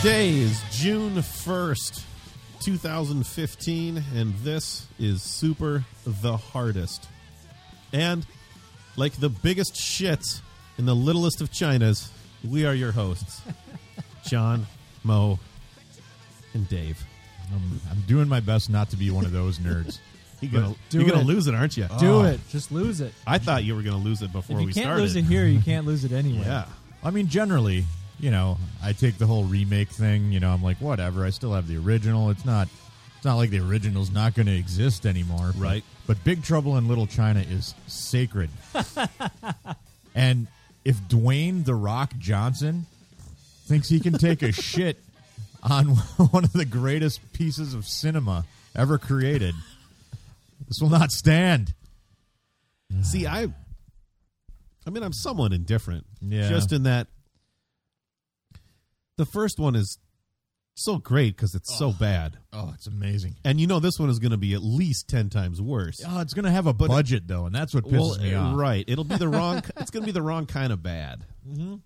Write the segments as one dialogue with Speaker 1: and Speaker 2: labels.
Speaker 1: Today is June 1st, 2015, and this is Super the Hardest. And like the biggest shits in the littlest of Chinas, we are your hosts John, Mo, and Dave.
Speaker 2: I'm, I'm doing my best not to be one of those nerds.
Speaker 1: You're gonna,
Speaker 3: Do
Speaker 1: you're gonna
Speaker 3: it.
Speaker 1: lose it, aren't you?
Speaker 3: Do
Speaker 2: Oh.
Speaker 3: it. Just lose it.
Speaker 1: I thought you were gonna lose it before
Speaker 3: If you
Speaker 1: we
Speaker 3: can't
Speaker 1: started.
Speaker 3: lose it here, you can't lose it anyway.
Speaker 1: yeah,
Speaker 2: I mean, generally, you know, I take the whole remake thing. You know, I'm like, whatever. I still have the original. It's not. It's not like the original's not going to exist anymore, but-
Speaker 1: Right.
Speaker 2: But Big Trouble in Little China is sacred. and if Dwayne the Rock Johnson thinks he can take a shit on one of the greatest pieces of cinema ever created, this will not stand.
Speaker 1: See, I, I mean, I'm somewhat indifferent.
Speaker 2: Yeah.
Speaker 1: Just in that, the first one is so great because it's so bad,
Speaker 2: Oh, it's amazing.
Speaker 1: and you know this one is going to be at least ten times worse.
Speaker 2: Oh, it's going to have a budget though, and that's what pisses
Speaker 1: Well, eh,
Speaker 2: me off.
Speaker 1: right? It'll be the wrong. it's going to be the wrong kind of bad.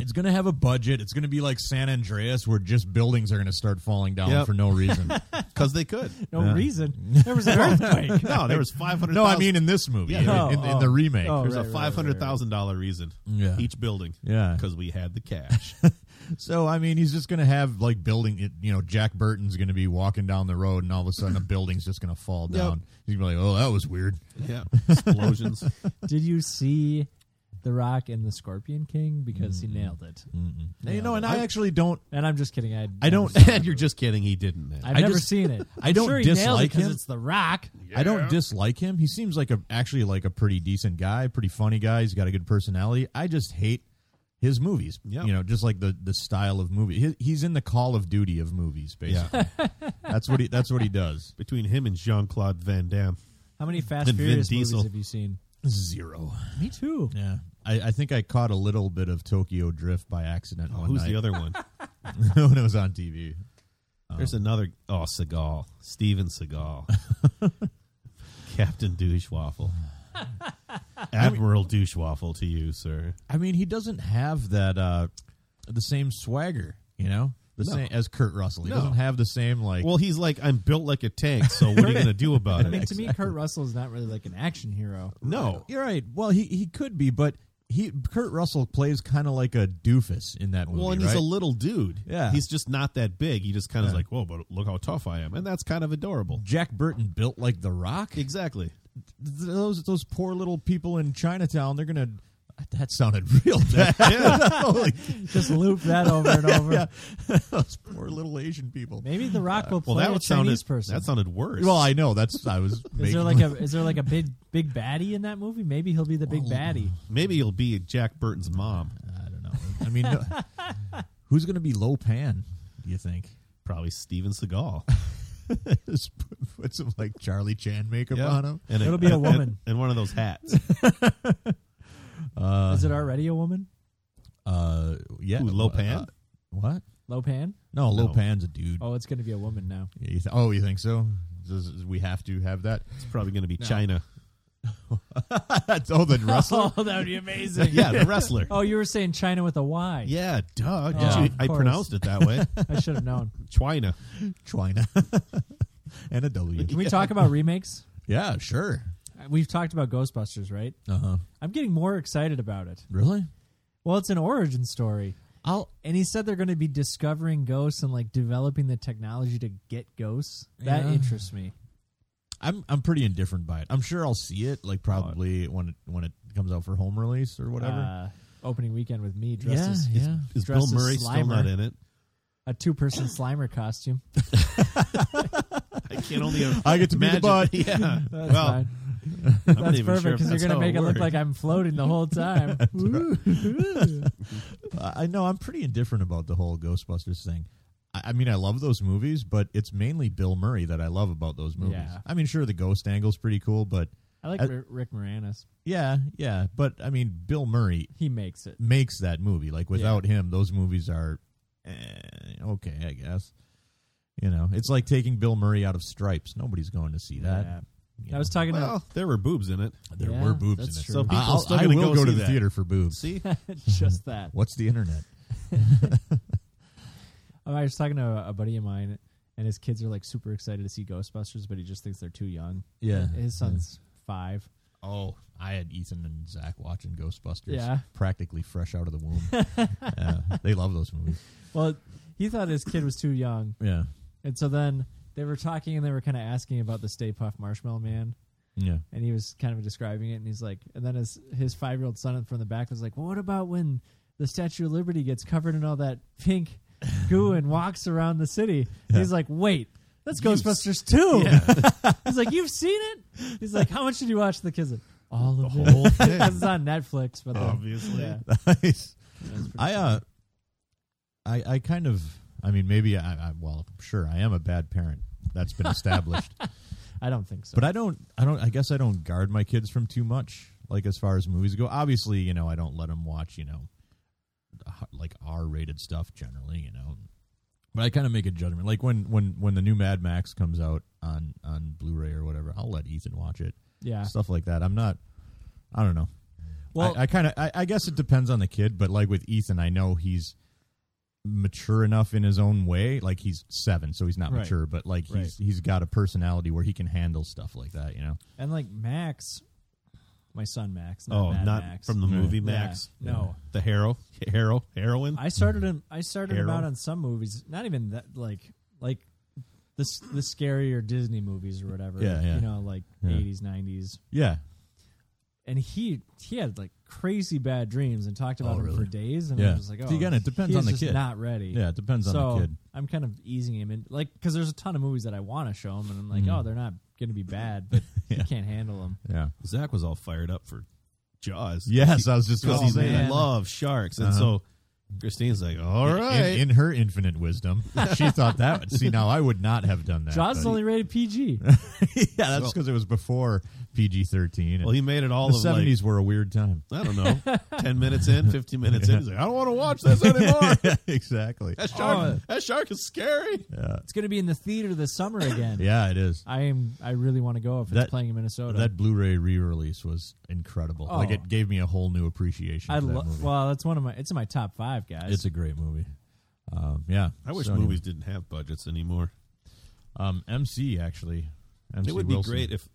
Speaker 2: It's going to have a budget. It's going to be like San Andreas, where just buildings are going to start falling down
Speaker 1: Yep.
Speaker 2: for no reason.
Speaker 1: Because they could.
Speaker 3: No
Speaker 2: Yeah.
Speaker 3: reason. There was an earthquake.
Speaker 1: No, there was five hundred.
Speaker 2: no, I mean in this movie,
Speaker 1: Yeah.
Speaker 2: in,
Speaker 3: Oh,
Speaker 2: in- in
Speaker 3: oh.
Speaker 2: the remake.
Speaker 3: Oh,
Speaker 1: there's
Speaker 3: right,
Speaker 1: a
Speaker 3: right, right,
Speaker 1: five hundred thousand dollar reason.
Speaker 2: Yeah.
Speaker 1: Each building.
Speaker 2: Yeah.
Speaker 1: Because we had the cash.
Speaker 2: So I mean, he's just going to have like building. It, you know, Jack Burton's going to be walking down the road, and all of a sudden, a building's just going to fall
Speaker 1: Yep.
Speaker 2: down. He's going to be like, "Oh, that was weird."
Speaker 1: yeah. Explosions.
Speaker 3: Did you see The Rock and the Scorpion King? Because he nailed it.
Speaker 2: you know, and
Speaker 3: I-
Speaker 2: I actually don't.
Speaker 3: And I'm just kidding. I
Speaker 2: I don't.
Speaker 1: and you're just kidding. He didn't. man.
Speaker 3: I've
Speaker 2: I
Speaker 3: never
Speaker 2: just-
Speaker 3: seen it.
Speaker 2: I
Speaker 3: I'm
Speaker 2: don't
Speaker 3: sure he nailed it
Speaker 2: dislike
Speaker 3: 'cause
Speaker 2: him.
Speaker 3: It's The Rock.
Speaker 2: I don't dislike him. He seems like a actually like a pretty decent guy, pretty funny guy. He's got a good personality. I just hate his movies.
Speaker 1: Yeah.
Speaker 2: You know, just like the the style of movie. He, he's in the Call of Duty of movies, basically. that's what he that's what he does.
Speaker 1: Between him and Jean Claude Van Damme.
Speaker 3: How many Fast
Speaker 1: And Vin
Speaker 3: Furious
Speaker 1: Diesel.
Speaker 3: movies have you seen?
Speaker 2: Zero.
Speaker 3: Me too.
Speaker 2: Yeah. I, I think I caught a little bit of Tokyo Drift by accident
Speaker 1: Oh,
Speaker 2: one
Speaker 1: who's
Speaker 2: night
Speaker 1: the other one?
Speaker 2: when it was on TV.
Speaker 1: There's another. Oh, Seagal. Steven Seagal. Captain Douchewaffle. Admiral Douchewaffle to you, sir.
Speaker 2: I mean, he doesn't have that uh the same swagger, you know? The
Speaker 1: No.
Speaker 2: same as Kurt Russell. He
Speaker 1: No.
Speaker 2: doesn't have the same like
Speaker 1: Well, he's like, I'm built like a tank, so what are you going to do about
Speaker 3: I mean,
Speaker 1: it?
Speaker 3: to me, Kurt Russell is not really like an action hero.
Speaker 1: No.
Speaker 2: You're right. Well, he, he could be, but he Kurt Russell plays kind of like a doofus in that movie.
Speaker 1: Well, and
Speaker 2: right?
Speaker 1: he's a little dude.
Speaker 2: Yeah.
Speaker 1: He's just not that big. He just kind of is
Speaker 2: Yeah.
Speaker 1: like, whoa, but look how tough I am. And that's kind of adorable.
Speaker 2: Jack Burton built like The Rock. Th-
Speaker 1: Exactly.
Speaker 2: Those those poor little people in Chinatown. They're gonna. That sounded real bad. Holy-
Speaker 3: Just loop that over and over.
Speaker 2: yeah. those poor little Asian people.
Speaker 3: Maybe The Rock will play
Speaker 1: Well, that
Speaker 3: a
Speaker 1: would
Speaker 3: Chinese
Speaker 1: sounded,
Speaker 3: person.
Speaker 1: that sounded worse.
Speaker 2: Well, I know that's. I was.
Speaker 3: Is
Speaker 2: making-
Speaker 3: there like a is there like a big big baddie in that movie? Maybe he'll be the big baddie.
Speaker 1: Maybe he'll be Jack Burton's mom.
Speaker 2: I don't know. I mean, no- who's gonna be low pan? Do you think?
Speaker 1: Probably Steven Seagal.
Speaker 2: Just put- Put some like Charlie Chan makeup
Speaker 1: Yeah.
Speaker 2: on him.
Speaker 1: And
Speaker 3: It'll be a
Speaker 1: and-
Speaker 3: woman.
Speaker 1: and one of those hats.
Speaker 3: Is it already a woman?
Speaker 2: Uh, yeah.
Speaker 1: Ooh, low
Speaker 2: uh,
Speaker 1: pan?
Speaker 2: what?
Speaker 3: Lopan?
Speaker 1: No.
Speaker 2: No, Low Pan's a dude.
Speaker 3: Oh, it's going to be a woman now.
Speaker 2: Yeah, you th- oh, you think so? Does, does we have to have that?
Speaker 1: It's probably going to be China.
Speaker 2: That's oh, then Russell.
Speaker 3: Oh, that would be amazing.
Speaker 1: Yeah, the wrestler.
Speaker 3: Oh, you were saying China with a Y.
Speaker 1: Yeah, duh. Did
Speaker 3: Yeah,
Speaker 1: you-
Speaker 3: of
Speaker 1: I
Speaker 3: course.
Speaker 1: pronounced it that way.
Speaker 3: I should have known.
Speaker 1: China.
Speaker 2: China and a W.
Speaker 3: Can we talk about remakes?
Speaker 2: Yeah, sure.
Speaker 3: Uh, We've talked about Ghostbusters, right?
Speaker 2: Uh huh.
Speaker 3: I'm getting more excited about it.
Speaker 2: Really?
Speaker 3: Well, it's an origin story.
Speaker 2: I'll.
Speaker 3: And he said they're going to be discovering ghosts and like developing the technology to get ghosts. That
Speaker 2: Yeah.
Speaker 3: interests me.
Speaker 2: I'm. I'm pretty indifferent by it. I'm sure I'll see it. Like probably when it when it comes out for home release or whatever.
Speaker 3: Uh, opening weekend with me dressed as
Speaker 2: yeah.
Speaker 1: Is
Speaker 3: Dressed
Speaker 1: Bill
Speaker 3: as
Speaker 1: Murray still
Speaker 3: Slimer.
Speaker 1: not in it?
Speaker 3: a two person Slimer costume.
Speaker 1: I can only
Speaker 2: I get to be the
Speaker 1: imagine.
Speaker 2: butt.
Speaker 1: Yeah.
Speaker 3: That's
Speaker 1: well,
Speaker 3: fine.
Speaker 1: I'm not
Speaker 3: That's
Speaker 1: even sure
Speaker 3: perfect
Speaker 1: if
Speaker 3: because
Speaker 1: that's
Speaker 3: you're going
Speaker 1: how
Speaker 3: to make it look
Speaker 1: works.
Speaker 3: like I'm floating the whole time.
Speaker 2: uh, I know. I'm pretty indifferent about the whole Ghostbusters thing. I, I mean, I love those movies, but it's mainly Bill Murray that I love about those movies.
Speaker 3: Yeah.
Speaker 2: I mean, sure, the ghost angle's pretty cool, but
Speaker 3: I like
Speaker 2: I-
Speaker 3: Ri- Rick Moranis.
Speaker 2: yeah, yeah. But I mean, Bill Murray
Speaker 3: He makes it.
Speaker 2: makes that movie. Like without him, those movies are eh, okay, I guess. You know, it's like taking Bill Murray out of Stripes. Nobody's going to see that.
Speaker 3: Yeah.
Speaker 2: you
Speaker 3: I was
Speaker 2: know.
Speaker 3: talking about
Speaker 1: Well, there were boobs in it.
Speaker 2: There
Speaker 3: Yeah,
Speaker 2: were boobs in
Speaker 3: that's
Speaker 2: it.
Speaker 3: true.
Speaker 1: So people
Speaker 2: I'll,
Speaker 1: still
Speaker 2: I
Speaker 1: gonna
Speaker 2: will
Speaker 1: go
Speaker 2: go, to
Speaker 1: see
Speaker 2: the
Speaker 1: that.
Speaker 2: theater for boobs.
Speaker 1: See?
Speaker 3: just that.
Speaker 2: What's the internet?
Speaker 3: I was talking to a- a buddy of mine, and his kids are like super excited to see Ghostbusters, but he just thinks they're too young.
Speaker 2: Yeah.
Speaker 3: his son's five.
Speaker 2: Oh, I had Ethan and Zach watching Ghostbusters.
Speaker 3: Yeah.
Speaker 2: Practically fresh out of the womb. yeah, they love those movies.
Speaker 3: Well, he thought his kid was too young,
Speaker 2: Yeah.
Speaker 3: and so then they were talking and they were kind of asking about the Stay Puft Marshmallow Man,
Speaker 2: Yeah.
Speaker 3: and he was kind of describing it, and he's like, and then his his five year old son from the back was like, well, what about when the Statue of Liberty gets covered in all that pink goo and walks around the city?
Speaker 2: Yeah.
Speaker 3: He's like, wait. That's
Speaker 1: You-
Speaker 3: Ghostbusters too. He's like, you've seen it. He's like, how much did you watch? The kids like, all of it.
Speaker 1: whole thing.
Speaker 3: Because it's on Netflix, but the-
Speaker 1: Obviously.
Speaker 3: yeah,
Speaker 2: Nice.
Speaker 3: that's pretty
Speaker 2: I uh, I I kind of. I mean, maybe I, I. Well, sure, I am a bad parent. That's been established.
Speaker 3: funny. I don't think so.
Speaker 2: but I don't. I don't. I guess I don't guard my kids from too much. Like as far as movies go, obviously, you know, I don't let them watch. You know, the h- like R-rated stuff generally. You know, but I kind of make a judgment. Like when when when the new Mad Max comes out on on Blu-ray or whatever, I'll let Ethan watch it.
Speaker 3: yeah,
Speaker 2: Stuff like that. I'm not. I don't know.
Speaker 3: well,
Speaker 2: I, I kind of, I, I guess it depends on the kid, but like with Ethan, I know he's mature enough in his own way. Like he's seven, so he's not
Speaker 3: Right.
Speaker 2: mature, but like he's he's got a personality where he can handle stuff like that. You know,
Speaker 3: and like Max, my son Max. Not
Speaker 1: Oh,
Speaker 3: Mad
Speaker 1: not
Speaker 3: Max.
Speaker 1: from the
Speaker 2: Yeah.
Speaker 1: movie
Speaker 3: Yeah,
Speaker 1: Max.
Speaker 3: no.
Speaker 1: The hero, hero, heroine.
Speaker 3: I started him. I started him
Speaker 1: Harold.
Speaker 3: out on some movies. Not even that. Like like this the scarier Disney movies or whatever.
Speaker 2: Yeah, yeah.
Speaker 3: You know, like
Speaker 2: Yeah.
Speaker 3: eighties, nineties.
Speaker 2: yeah,
Speaker 3: And he he had like crazy bad dreams and talked about
Speaker 2: Oh,
Speaker 3: him for
Speaker 2: really?
Speaker 3: days. And I
Speaker 2: Yeah.
Speaker 3: was like, oh,
Speaker 2: See, again, it depends
Speaker 3: he's
Speaker 2: on the
Speaker 3: just
Speaker 2: kid.
Speaker 3: Not ready.
Speaker 2: yeah. It depends
Speaker 3: so
Speaker 2: on the kid.
Speaker 3: I'm kind of easing him in, like, because there's a ton of movies that I want to show him, and I'm like,
Speaker 2: Mhm.
Speaker 3: oh, they're not going to be bad, but
Speaker 2: Yeah.
Speaker 3: he can't handle them.
Speaker 2: Yeah.
Speaker 1: Zach was all fired up for Jaws.
Speaker 2: Yes, I was just
Speaker 1: because
Speaker 2: about
Speaker 3: Oh,
Speaker 2: to
Speaker 1: he's
Speaker 2: say
Speaker 1: in
Speaker 3: man.
Speaker 2: that.
Speaker 1: love sharks, and
Speaker 2: Uh-huh.
Speaker 1: so Christine's like, "All
Speaker 2: In-
Speaker 1: right,
Speaker 2: in, her infinite wisdom, she thought that. Would, see, now I would not have done that.
Speaker 3: Jaws is
Speaker 2: but-
Speaker 3: only rated PG.
Speaker 2: yeah, that's because it was before PG thirteen.
Speaker 1: Well, he made it all
Speaker 2: the
Speaker 1: of like
Speaker 2: seventies were a weird time.
Speaker 1: I don't know, ten minutes in, fifteen minutes in. He's like, "I don't want to watch this anymore.
Speaker 2: exactly.
Speaker 1: That shark, that shark is scary."
Speaker 3: It's going to be in the theater this summer again.
Speaker 2: Yeah, it is.
Speaker 3: I am. I really want to go if
Speaker 2: That-
Speaker 3: it's playing in Minnesota.
Speaker 2: That Blu-ray re-release was incredible. Like
Speaker 3: Oh.
Speaker 2: it gave me a whole new appreciation.
Speaker 3: I
Speaker 2: for that
Speaker 3: lo-
Speaker 2: movie.
Speaker 3: well, that's one of my. It's in my top five, guys.
Speaker 2: it's a great movie. Um, yeah,
Speaker 1: I wish
Speaker 2: So anyway,
Speaker 1: movies didn't have budgets anymore.
Speaker 2: Um, MC actually, MC
Speaker 1: it would be
Speaker 2: Wilson.
Speaker 1: great if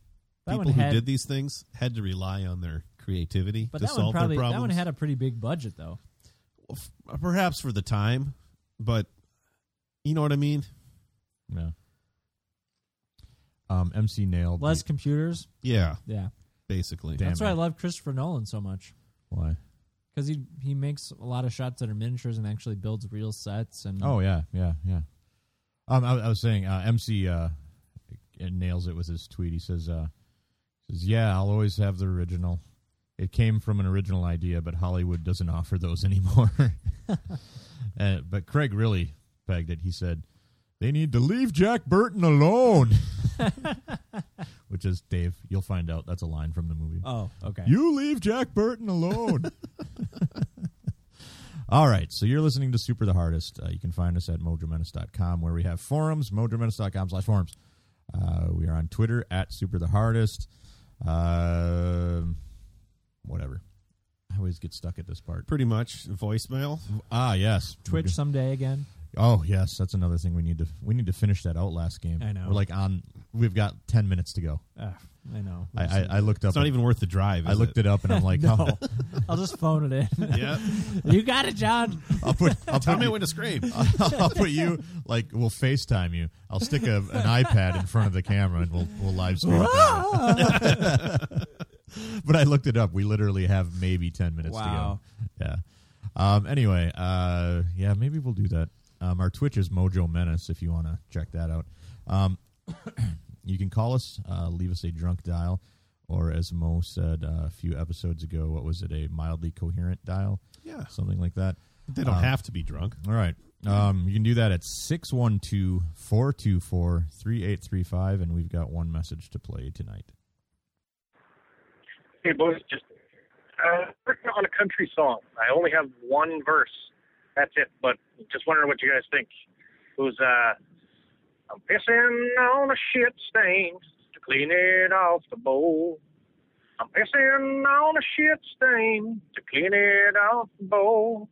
Speaker 3: That
Speaker 1: people
Speaker 3: one
Speaker 1: who
Speaker 3: had-
Speaker 1: did these things had to rely on their creativity
Speaker 3: but
Speaker 1: to
Speaker 3: that one
Speaker 1: solve
Speaker 3: probably
Speaker 1: their
Speaker 3: that one
Speaker 1: problems.
Speaker 3: had a pretty big budget though.
Speaker 1: F- Perhaps for the time, but you know what I mean.
Speaker 2: Yeah. Um, MC nailed.
Speaker 3: Less
Speaker 2: the-
Speaker 3: computers.
Speaker 1: Yeah,
Speaker 3: Yeah,
Speaker 1: basically.
Speaker 2: Damn
Speaker 3: that's why
Speaker 2: it.
Speaker 3: I love Christopher Nolan so much
Speaker 2: why?
Speaker 3: because he he makes a lot of shots that are miniatures and actually builds real sets and
Speaker 2: Oh yeah, yeah, yeah. Um, I, I was saying uh, MC uh, it nails it with his tweet. He says, uh, "says Yeah, I'll always have the original. It came from an original idea, but Hollywood doesn't offer those anymore." uh, but Craig really pegged it. He said, "They need to leave Jack Burton alone," which is Dave. You'll find out that's a line from the movie.
Speaker 3: oh okay.
Speaker 2: You leave Jack Burton alone. All right, so you're listening to Super the Hardest. Uh, you can find us at mojomenace.com where we have forums, mojomenace.com slash forums. Uh, we are on Twitter at Super the Hardest. Um whatever. I always get stuck at this part.
Speaker 1: Pretty much voicemail.
Speaker 2: Ah, yes.
Speaker 3: Twitch someday again.
Speaker 2: Oh, yes. That's another thing we need to we need to finish that Outlast game.
Speaker 3: I know.
Speaker 2: We're like on. We've got ten minutes to go.
Speaker 3: Ugh, I know.
Speaker 2: I, I, I looked up.
Speaker 1: It's not even worth the drive.
Speaker 2: I
Speaker 1: is
Speaker 2: looked it? up and I'm like,
Speaker 3: no, I'll just phone it in.
Speaker 1: it? Yeah.
Speaker 3: you got it, John.
Speaker 2: I'll put I'll
Speaker 1: Tell
Speaker 2: put
Speaker 1: me
Speaker 2: you-
Speaker 1: when to scream.
Speaker 2: I'll put you like we'll FaceTime you. I'll stick a, an iPad in front of the camera and we'll we'll live stream. it that way. But I looked it up. We literally have maybe ten minutes to go.
Speaker 3: Wow.
Speaker 2: Yeah. Um, anyway, uh, yeah, maybe we'll do that. Um, our Twitch is Mojo Menace if you want to check that out. Um, you can call us, uh, leave us a drunk dial, or as Mo said uh, a few episodes ago, what was it, a mildly coherent dial,
Speaker 1: Yeah.
Speaker 2: something like that.
Speaker 1: They don't
Speaker 2: Um,
Speaker 1: have to be drunk.
Speaker 2: All right. Um, you can do that at 612 424 3835, and we've got one message to play tonight.
Speaker 4: Hey, boys, just uh, working on a country song. I only have one verse. That's it. But just wondering what you guys think. It was uh, I'm pissing on a shit stain to clean it off the bowl. I'm pissing on a shit stain to clean it off the bowl.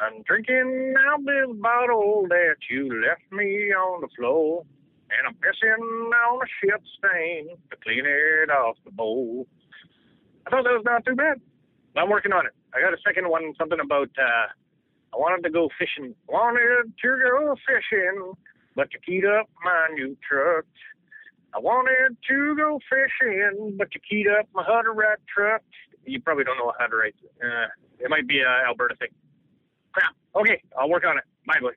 Speaker 4: I'm drinking now this bottle that you left me on the floor. And I'm pissing on a ship stain to clean it off the bowl. I thought that was not too bad. I'm working on it. I got a second one, something about uh, I wanted to go fishing. Wanted to go fishing, but you keyed up my new truck. I wanted to go fishing, but you keyed up my Hudder Rat truck. You probably don't know a Hudder Rat. Uh, it might be a Alberta thing. Crap. Okay, I'll work on it. Bye, buddy.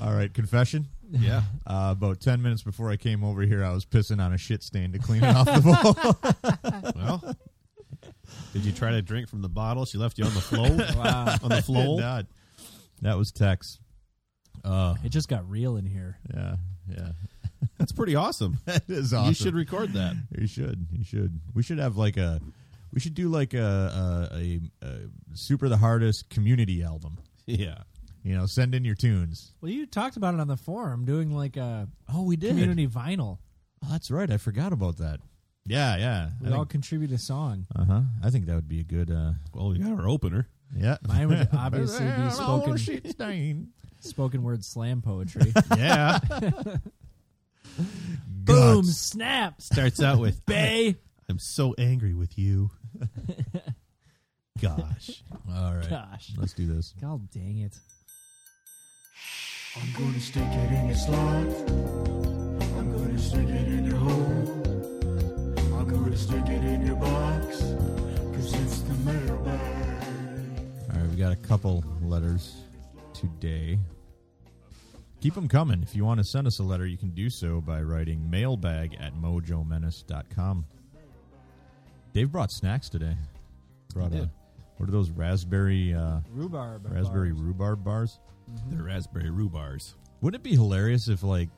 Speaker 2: All right, confession.
Speaker 1: Yeah.
Speaker 2: Uh, about ten minutes before I came over here, I was pissing on a shit stain to clean it off the bowl.
Speaker 1: Well, did you try to drink from the bottle? She left you on the floor.
Speaker 3: Wow.
Speaker 1: On the floor.
Speaker 2: Not. That was Tex. Uh,
Speaker 3: It just got real in here.
Speaker 2: yeah, yeah.
Speaker 1: That's pretty awesome.
Speaker 2: That is awesome.
Speaker 1: You should record that.
Speaker 2: You should. You should. We should have like a. We should do like a a, a, a super the hardest community album.
Speaker 1: Yeah.
Speaker 2: You know, send in your tunes.
Speaker 3: Well, you talked about it on the forum, doing like a
Speaker 2: Oh, we did.
Speaker 3: community vinyl.
Speaker 2: Oh, that's right. I forgot about that. Yeah, yeah.
Speaker 3: We all contribute a song.
Speaker 2: Uh huh. I think that would be a good. uh
Speaker 1: Well, we got our opener.
Speaker 2: Yeah.
Speaker 3: Mine would obviously be spoken
Speaker 2: spoken.
Speaker 3: spoken word slam poetry.
Speaker 2: yeah.
Speaker 3: Boom,
Speaker 2: Guts.
Speaker 3: snaps,
Speaker 1: Starts out with
Speaker 3: bay.
Speaker 1: I'm so angry with you. Gosh.
Speaker 2: All right.
Speaker 3: Gosh,
Speaker 2: Let's do this.
Speaker 3: god dang it!
Speaker 5: I'm gonna stick it in your slot. I'm gonna stick it in your hole. I'm gonna stick it in your box. Cause it's the mailbag.
Speaker 2: All right, we got a couple letters today. Keep them coming. If you want to send us a letter, you can do so by writing mailbag at mojomenace.com. Dave brought snacks today. Brought
Speaker 1: did.
Speaker 2: a, what are those raspberry uh,
Speaker 3: Rhubarb,
Speaker 2: raspberry rhubarb bars?
Speaker 1: They're raspberry rhubarbs.
Speaker 2: Wouldn't it be hilarious if like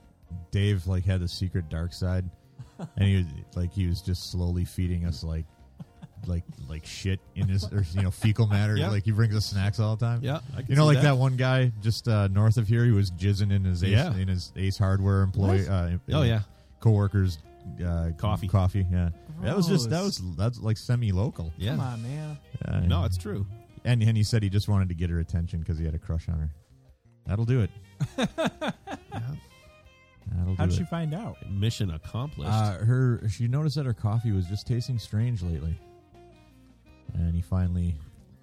Speaker 2: Dave like had the secret dark side, and he was like he was just slowly feeding us like like like shit in his or you know fecal matter.
Speaker 1: Yeah.
Speaker 2: Like he brings us snacks all the time.
Speaker 1: Yeah, I can
Speaker 2: you know
Speaker 1: see
Speaker 2: like
Speaker 1: that.
Speaker 2: that. one guy just uh, north of here, he was jizzing in his ace,
Speaker 1: Yeah.
Speaker 2: in his Ace Hardware employee. Uh,
Speaker 1: Oh, yeah.
Speaker 2: coworkers. Uh,
Speaker 1: Coffee.
Speaker 2: coffee. Yeah, that was just that
Speaker 3: Gross.
Speaker 2: was that's like semi local.
Speaker 1: Yeah.
Speaker 3: Come on, man.
Speaker 1: No, it's true.
Speaker 2: and and he said he just wanted to get her attention because he had a crush on her. That'll do it. That'll
Speaker 3: How'd
Speaker 2: do
Speaker 3: she
Speaker 2: it.
Speaker 3: find out?
Speaker 1: Mission accomplished.
Speaker 2: Uh, her she noticed that her coffee was just tasting strange lately, and he finally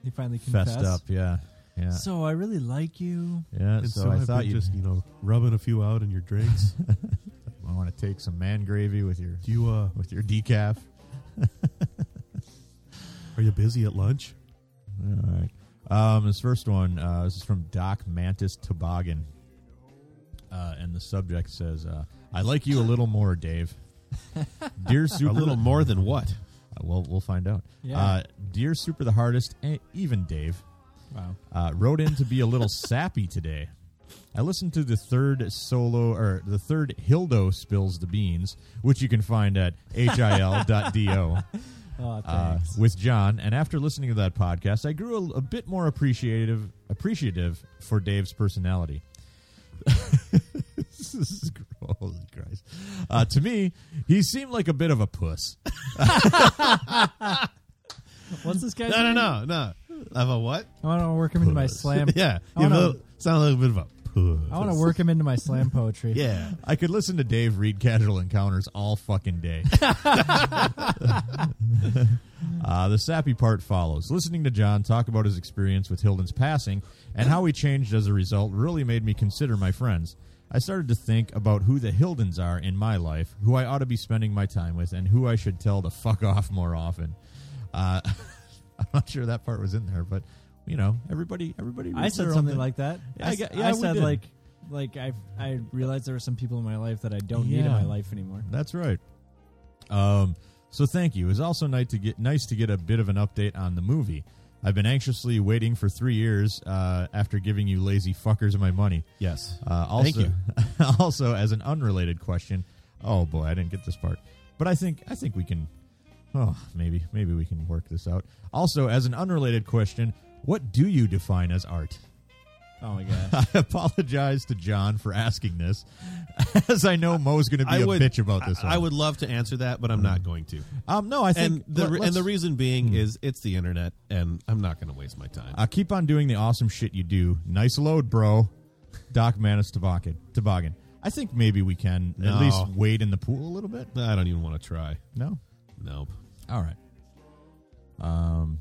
Speaker 3: He finally confessed.
Speaker 2: fessed up. Yeah, yeah,
Speaker 3: So I really like you.
Speaker 2: yeah. So, I thought you
Speaker 1: you know rubbing a few out in your drinks.
Speaker 2: I want to take some man gravy with your
Speaker 1: you uh
Speaker 2: with your decaf.
Speaker 1: are you busy at lunch?
Speaker 2: All right. Um, this first one, uh, this is from Doc Mantis Toboggan. Uh, and the subject says, uh, I like you a little more, Dave. Dear Super.
Speaker 1: A little more than what?
Speaker 2: Uh, well, we'll find out.
Speaker 3: Yeah.
Speaker 2: Uh, Dear Super the Hardest, and even Dave,
Speaker 3: Wow.
Speaker 2: uh, wrote in to be a little sappy today. I listened to the third solo or the third Hildo spills the beans, which you can find at hil.do
Speaker 3: Oh,
Speaker 2: uh,
Speaker 3: thanks.
Speaker 2: with John, and after listening to that podcast, I grew a, a bit more appreciative appreciative for Dave's personality. this is gross, holy Christ. Uh, to me, he seemed like a bit of a puss.
Speaker 3: What's this guy's
Speaker 1: No,
Speaker 3: name?
Speaker 1: no, no, no. Of a what?
Speaker 3: I want to work him into my
Speaker 1: Puss.
Speaker 3: slam.
Speaker 1: yeah,
Speaker 3: I
Speaker 1: you
Speaker 3: wanna-
Speaker 1: know, sound a little bit of a puss.
Speaker 3: I want to work him into my slam poetry.
Speaker 1: Yeah,
Speaker 2: I could listen to Dave read Casual Encounters all fucking day. uh, the sappy part follows. Listening to John talk about his experience with Hilden's passing and how he changed as a result really made me consider my friends. I started to think about who the Hildens are in my life, who I ought to be spending my time with, and who I should tell to fuck off more often. Uh, I'm not sure that part was in there, but you know, everybody, everybody.
Speaker 3: I
Speaker 2: reads
Speaker 3: said
Speaker 2: their own
Speaker 3: something
Speaker 2: thing.
Speaker 3: like that.
Speaker 2: Yeah, I
Speaker 3: s-
Speaker 2: get- yeah, we
Speaker 3: said
Speaker 2: did.
Speaker 3: like like I I realized there were some people in my life that I don't need in
Speaker 2: Yeah.
Speaker 3: my life anymore.
Speaker 2: That's right. Um, so thank you. It was also nice to get nice to get a bit of an update on the movie. I've been anxiously waiting for three years uh, after giving you lazy fuckers my money.
Speaker 1: yes.
Speaker 2: Uh, also,
Speaker 1: Thank you.
Speaker 2: also, as an unrelated question, oh boy, I didn't get this part, but I think I think we can. Oh, maybe maybe we can work this out. Also, as an unrelated question, what do you define as art?
Speaker 3: Oh my gosh.
Speaker 2: I apologize to John for asking this, as I know Mo's going to be
Speaker 1: I
Speaker 2: a
Speaker 1: would,
Speaker 2: bitch about this.
Speaker 1: I-
Speaker 2: one.
Speaker 1: I would love to answer that, but I'm not going to.
Speaker 2: Um, no, I think
Speaker 1: And the and
Speaker 2: let-
Speaker 1: the
Speaker 2: let's- Mm.
Speaker 1: reason being is it's the internet, and I'm not going to waste my time.
Speaker 2: uh, keep on doing the awesome shit you do. Nice load, bro. Doc Manis toboggan. Toboggan. I think maybe we can
Speaker 1: No.
Speaker 2: at least wade in the pool a little bit.
Speaker 1: I don't even want to try.
Speaker 2: No.
Speaker 1: Nope.
Speaker 2: All right. Um,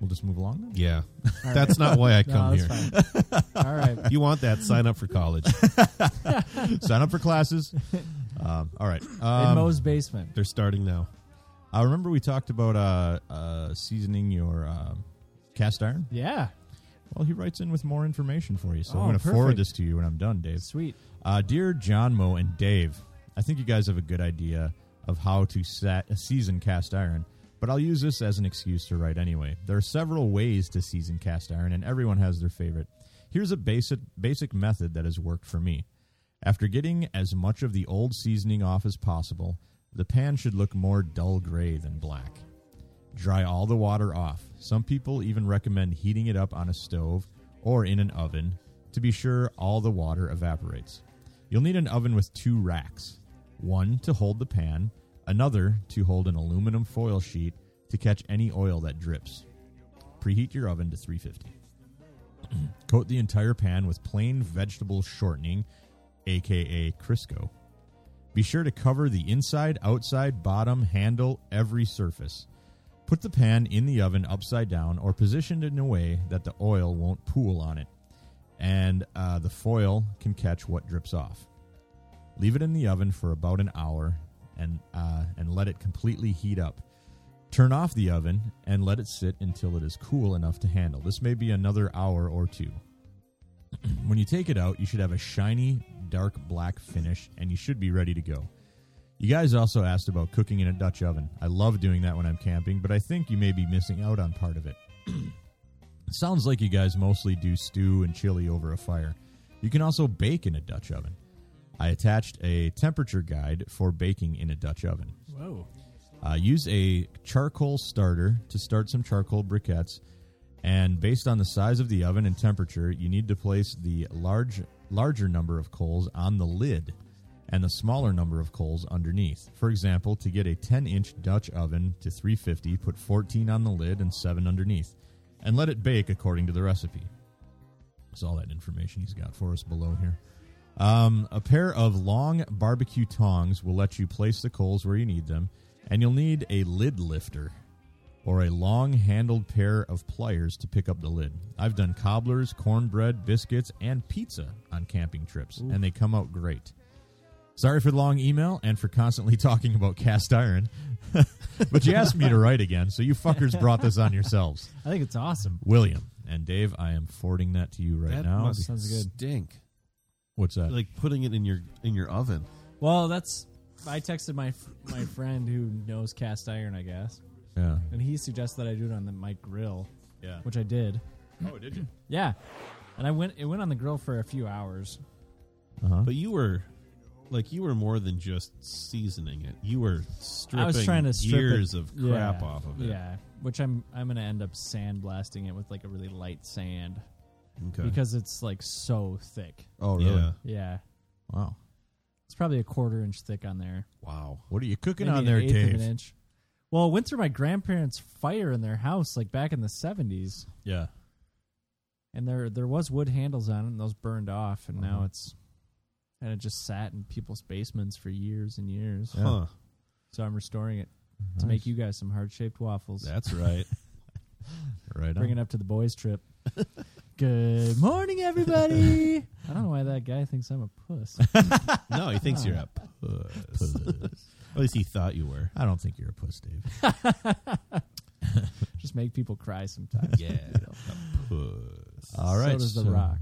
Speaker 2: we'll just move along then.
Speaker 1: Yeah,
Speaker 3: All
Speaker 1: that's
Speaker 3: right.
Speaker 1: not why I
Speaker 3: No,
Speaker 1: come
Speaker 3: Oh, that's
Speaker 1: here.
Speaker 3: fine. All right.
Speaker 1: You want that? Sign up for college.
Speaker 2: Sign up for classes. Um, all right.
Speaker 3: In
Speaker 2: Um,
Speaker 3: Mo's basement.
Speaker 1: They're starting now.
Speaker 2: I remember we talked about uh, uh, seasoning your um cast iron.
Speaker 3: Yeah.
Speaker 2: Well, he writes in with more information for you, so
Speaker 3: Oh,
Speaker 2: I'm going to forward
Speaker 3: perfect.
Speaker 2: this to you when I'm done, Dave.
Speaker 3: Sweet.
Speaker 2: Uh, Dear John Mo and Dave, I think you guys have a good idea of how to sa- season cast iron, but I'll use this as an excuse to write anyway. There are several ways to season cast iron, and everyone has their favorite. Here's a basic basic method that has worked for me. After getting as much of the old seasoning off as possible, the pan should look more dull gray than black. Dry all the water off. Some people even recommend heating it up on a stove or in an oven to be sure all the water evaporates. You'll need an oven with two racks one to hold the pan, another to hold an aluminum foil sheet to catch any oil that drips. Preheat your oven to 350. Coat the entire pan with plain vegetable shortening, aka Crisco. Be sure to cover the inside, outside, bottom, handle, every surface. Put the pan in the oven upside down or positioned in a way that the oil won't pool on it and uh, the foil can catch what drips off. Leave it in the oven for about an hour and, uh, and let it completely heat up. Turn off the oven and let it sit until it is cool enough to handle. This may be another hour or two. when you take it out, you should have a shiny, dark black finish and you should be ready to go. You guys also asked about cooking in a Dutch oven. I love doing that when I'm camping, but I think you may be missing out on part of it. It sounds like you guys mostly do stew and chili over a fire. You can also bake in a Dutch oven. I attached a temperature guide for baking in a Dutch oven.
Speaker 3: Whoa.
Speaker 2: Uh, use a charcoal starter to start some charcoal briquettes, and based on the size of the oven and temperature, you need to place the large larger number of coals on the lid and the smaller number of coals underneath. For example, to get a 10-inch Dutch oven to 350, put 14 on the lid and 7 underneath, and let it bake according to the recipe. That's all that information he's got for us below here. Um, a pair of long barbecue tongs will let you place the coals where you need them, and you'll need a lid lifter or a long handled pair of pliers to pick up the lid. I've done cobblers, cornbread, biscuits, and pizza on camping trips, and they come out great. Sorry for the long email and for constantly talking about cast iron, but you asked me to write again, so you fuckers brought this on yourselves.
Speaker 3: I think it's awesome.
Speaker 2: William and Dave, I am forwarding that to you right
Speaker 1: that
Speaker 2: now.
Speaker 1: must
Speaker 3: Sounds good.
Speaker 1: stink.
Speaker 2: What's that?
Speaker 1: Like putting it in your in your oven.
Speaker 3: Well, that's. I texted my my friend who knows cast iron, I guess,
Speaker 2: yeah.
Speaker 3: and he suggested that I do it on the my grill,
Speaker 2: Yeah.
Speaker 3: which I did.
Speaker 2: Oh, did you?
Speaker 3: Yeah, and I went. It went on the grill for a few hours.
Speaker 1: But you were like you were more than just seasoning it. You were stripping
Speaker 3: I was trying to strip
Speaker 1: years
Speaker 3: it-
Speaker 1: of crap
Speaker 3: yeah,
Speaker 1: off of it.
Speaker 3: Yeah, which I'm I'm gonna end up sandblasting it with like a really light sand
Speaker 1: Okay.
Speaker 3: because it's like so thick.
Speaker 2: Oh, really?
Speaker 1: yeah.
Speaker 3: Yeah,
Speaker 2: Wow.
Speaker 3: it's probably a quarter inch thick on there.
Speaker 1: Wow.
Speaker 2: What are you cooking
Speaker 3: Maybe
Speaker 2: on
Speaker 3: an
Speaker 2: there,
Speaker 3: eighth Of
Speaker 2: Dave?
Speaker 3: an inch. Well, it went through my grandparents' fire in their house, like back in the seventies,
Speaker 2: Yeah.
Speaker 3: and there there was wood handles on it, and those burned off, and now it's and it just sat in people's basements for years and years.
Speaker 1: Huh.
Speaker 3: So I'm restoring it to make you guys some heart shaped waffles.
Speaker 1: That's right.
Speaker 2: Right
Speaker 3: Bring it
Speaker 2: on.
Speaker 3: up to the boys' trip. Good morning, everybody. I don't know why that guy thinks I'm a puss.
Speaker 1: no, he thinks you're a puss. At least he thought you were.
Speaker 2: I don't think you're a puss, Dave.
Speaker 3: just make people cry sometimes.
Speaker 1: Yeah. Puss.
Speaker 2: All right.
Speaker 3: So does The Rock.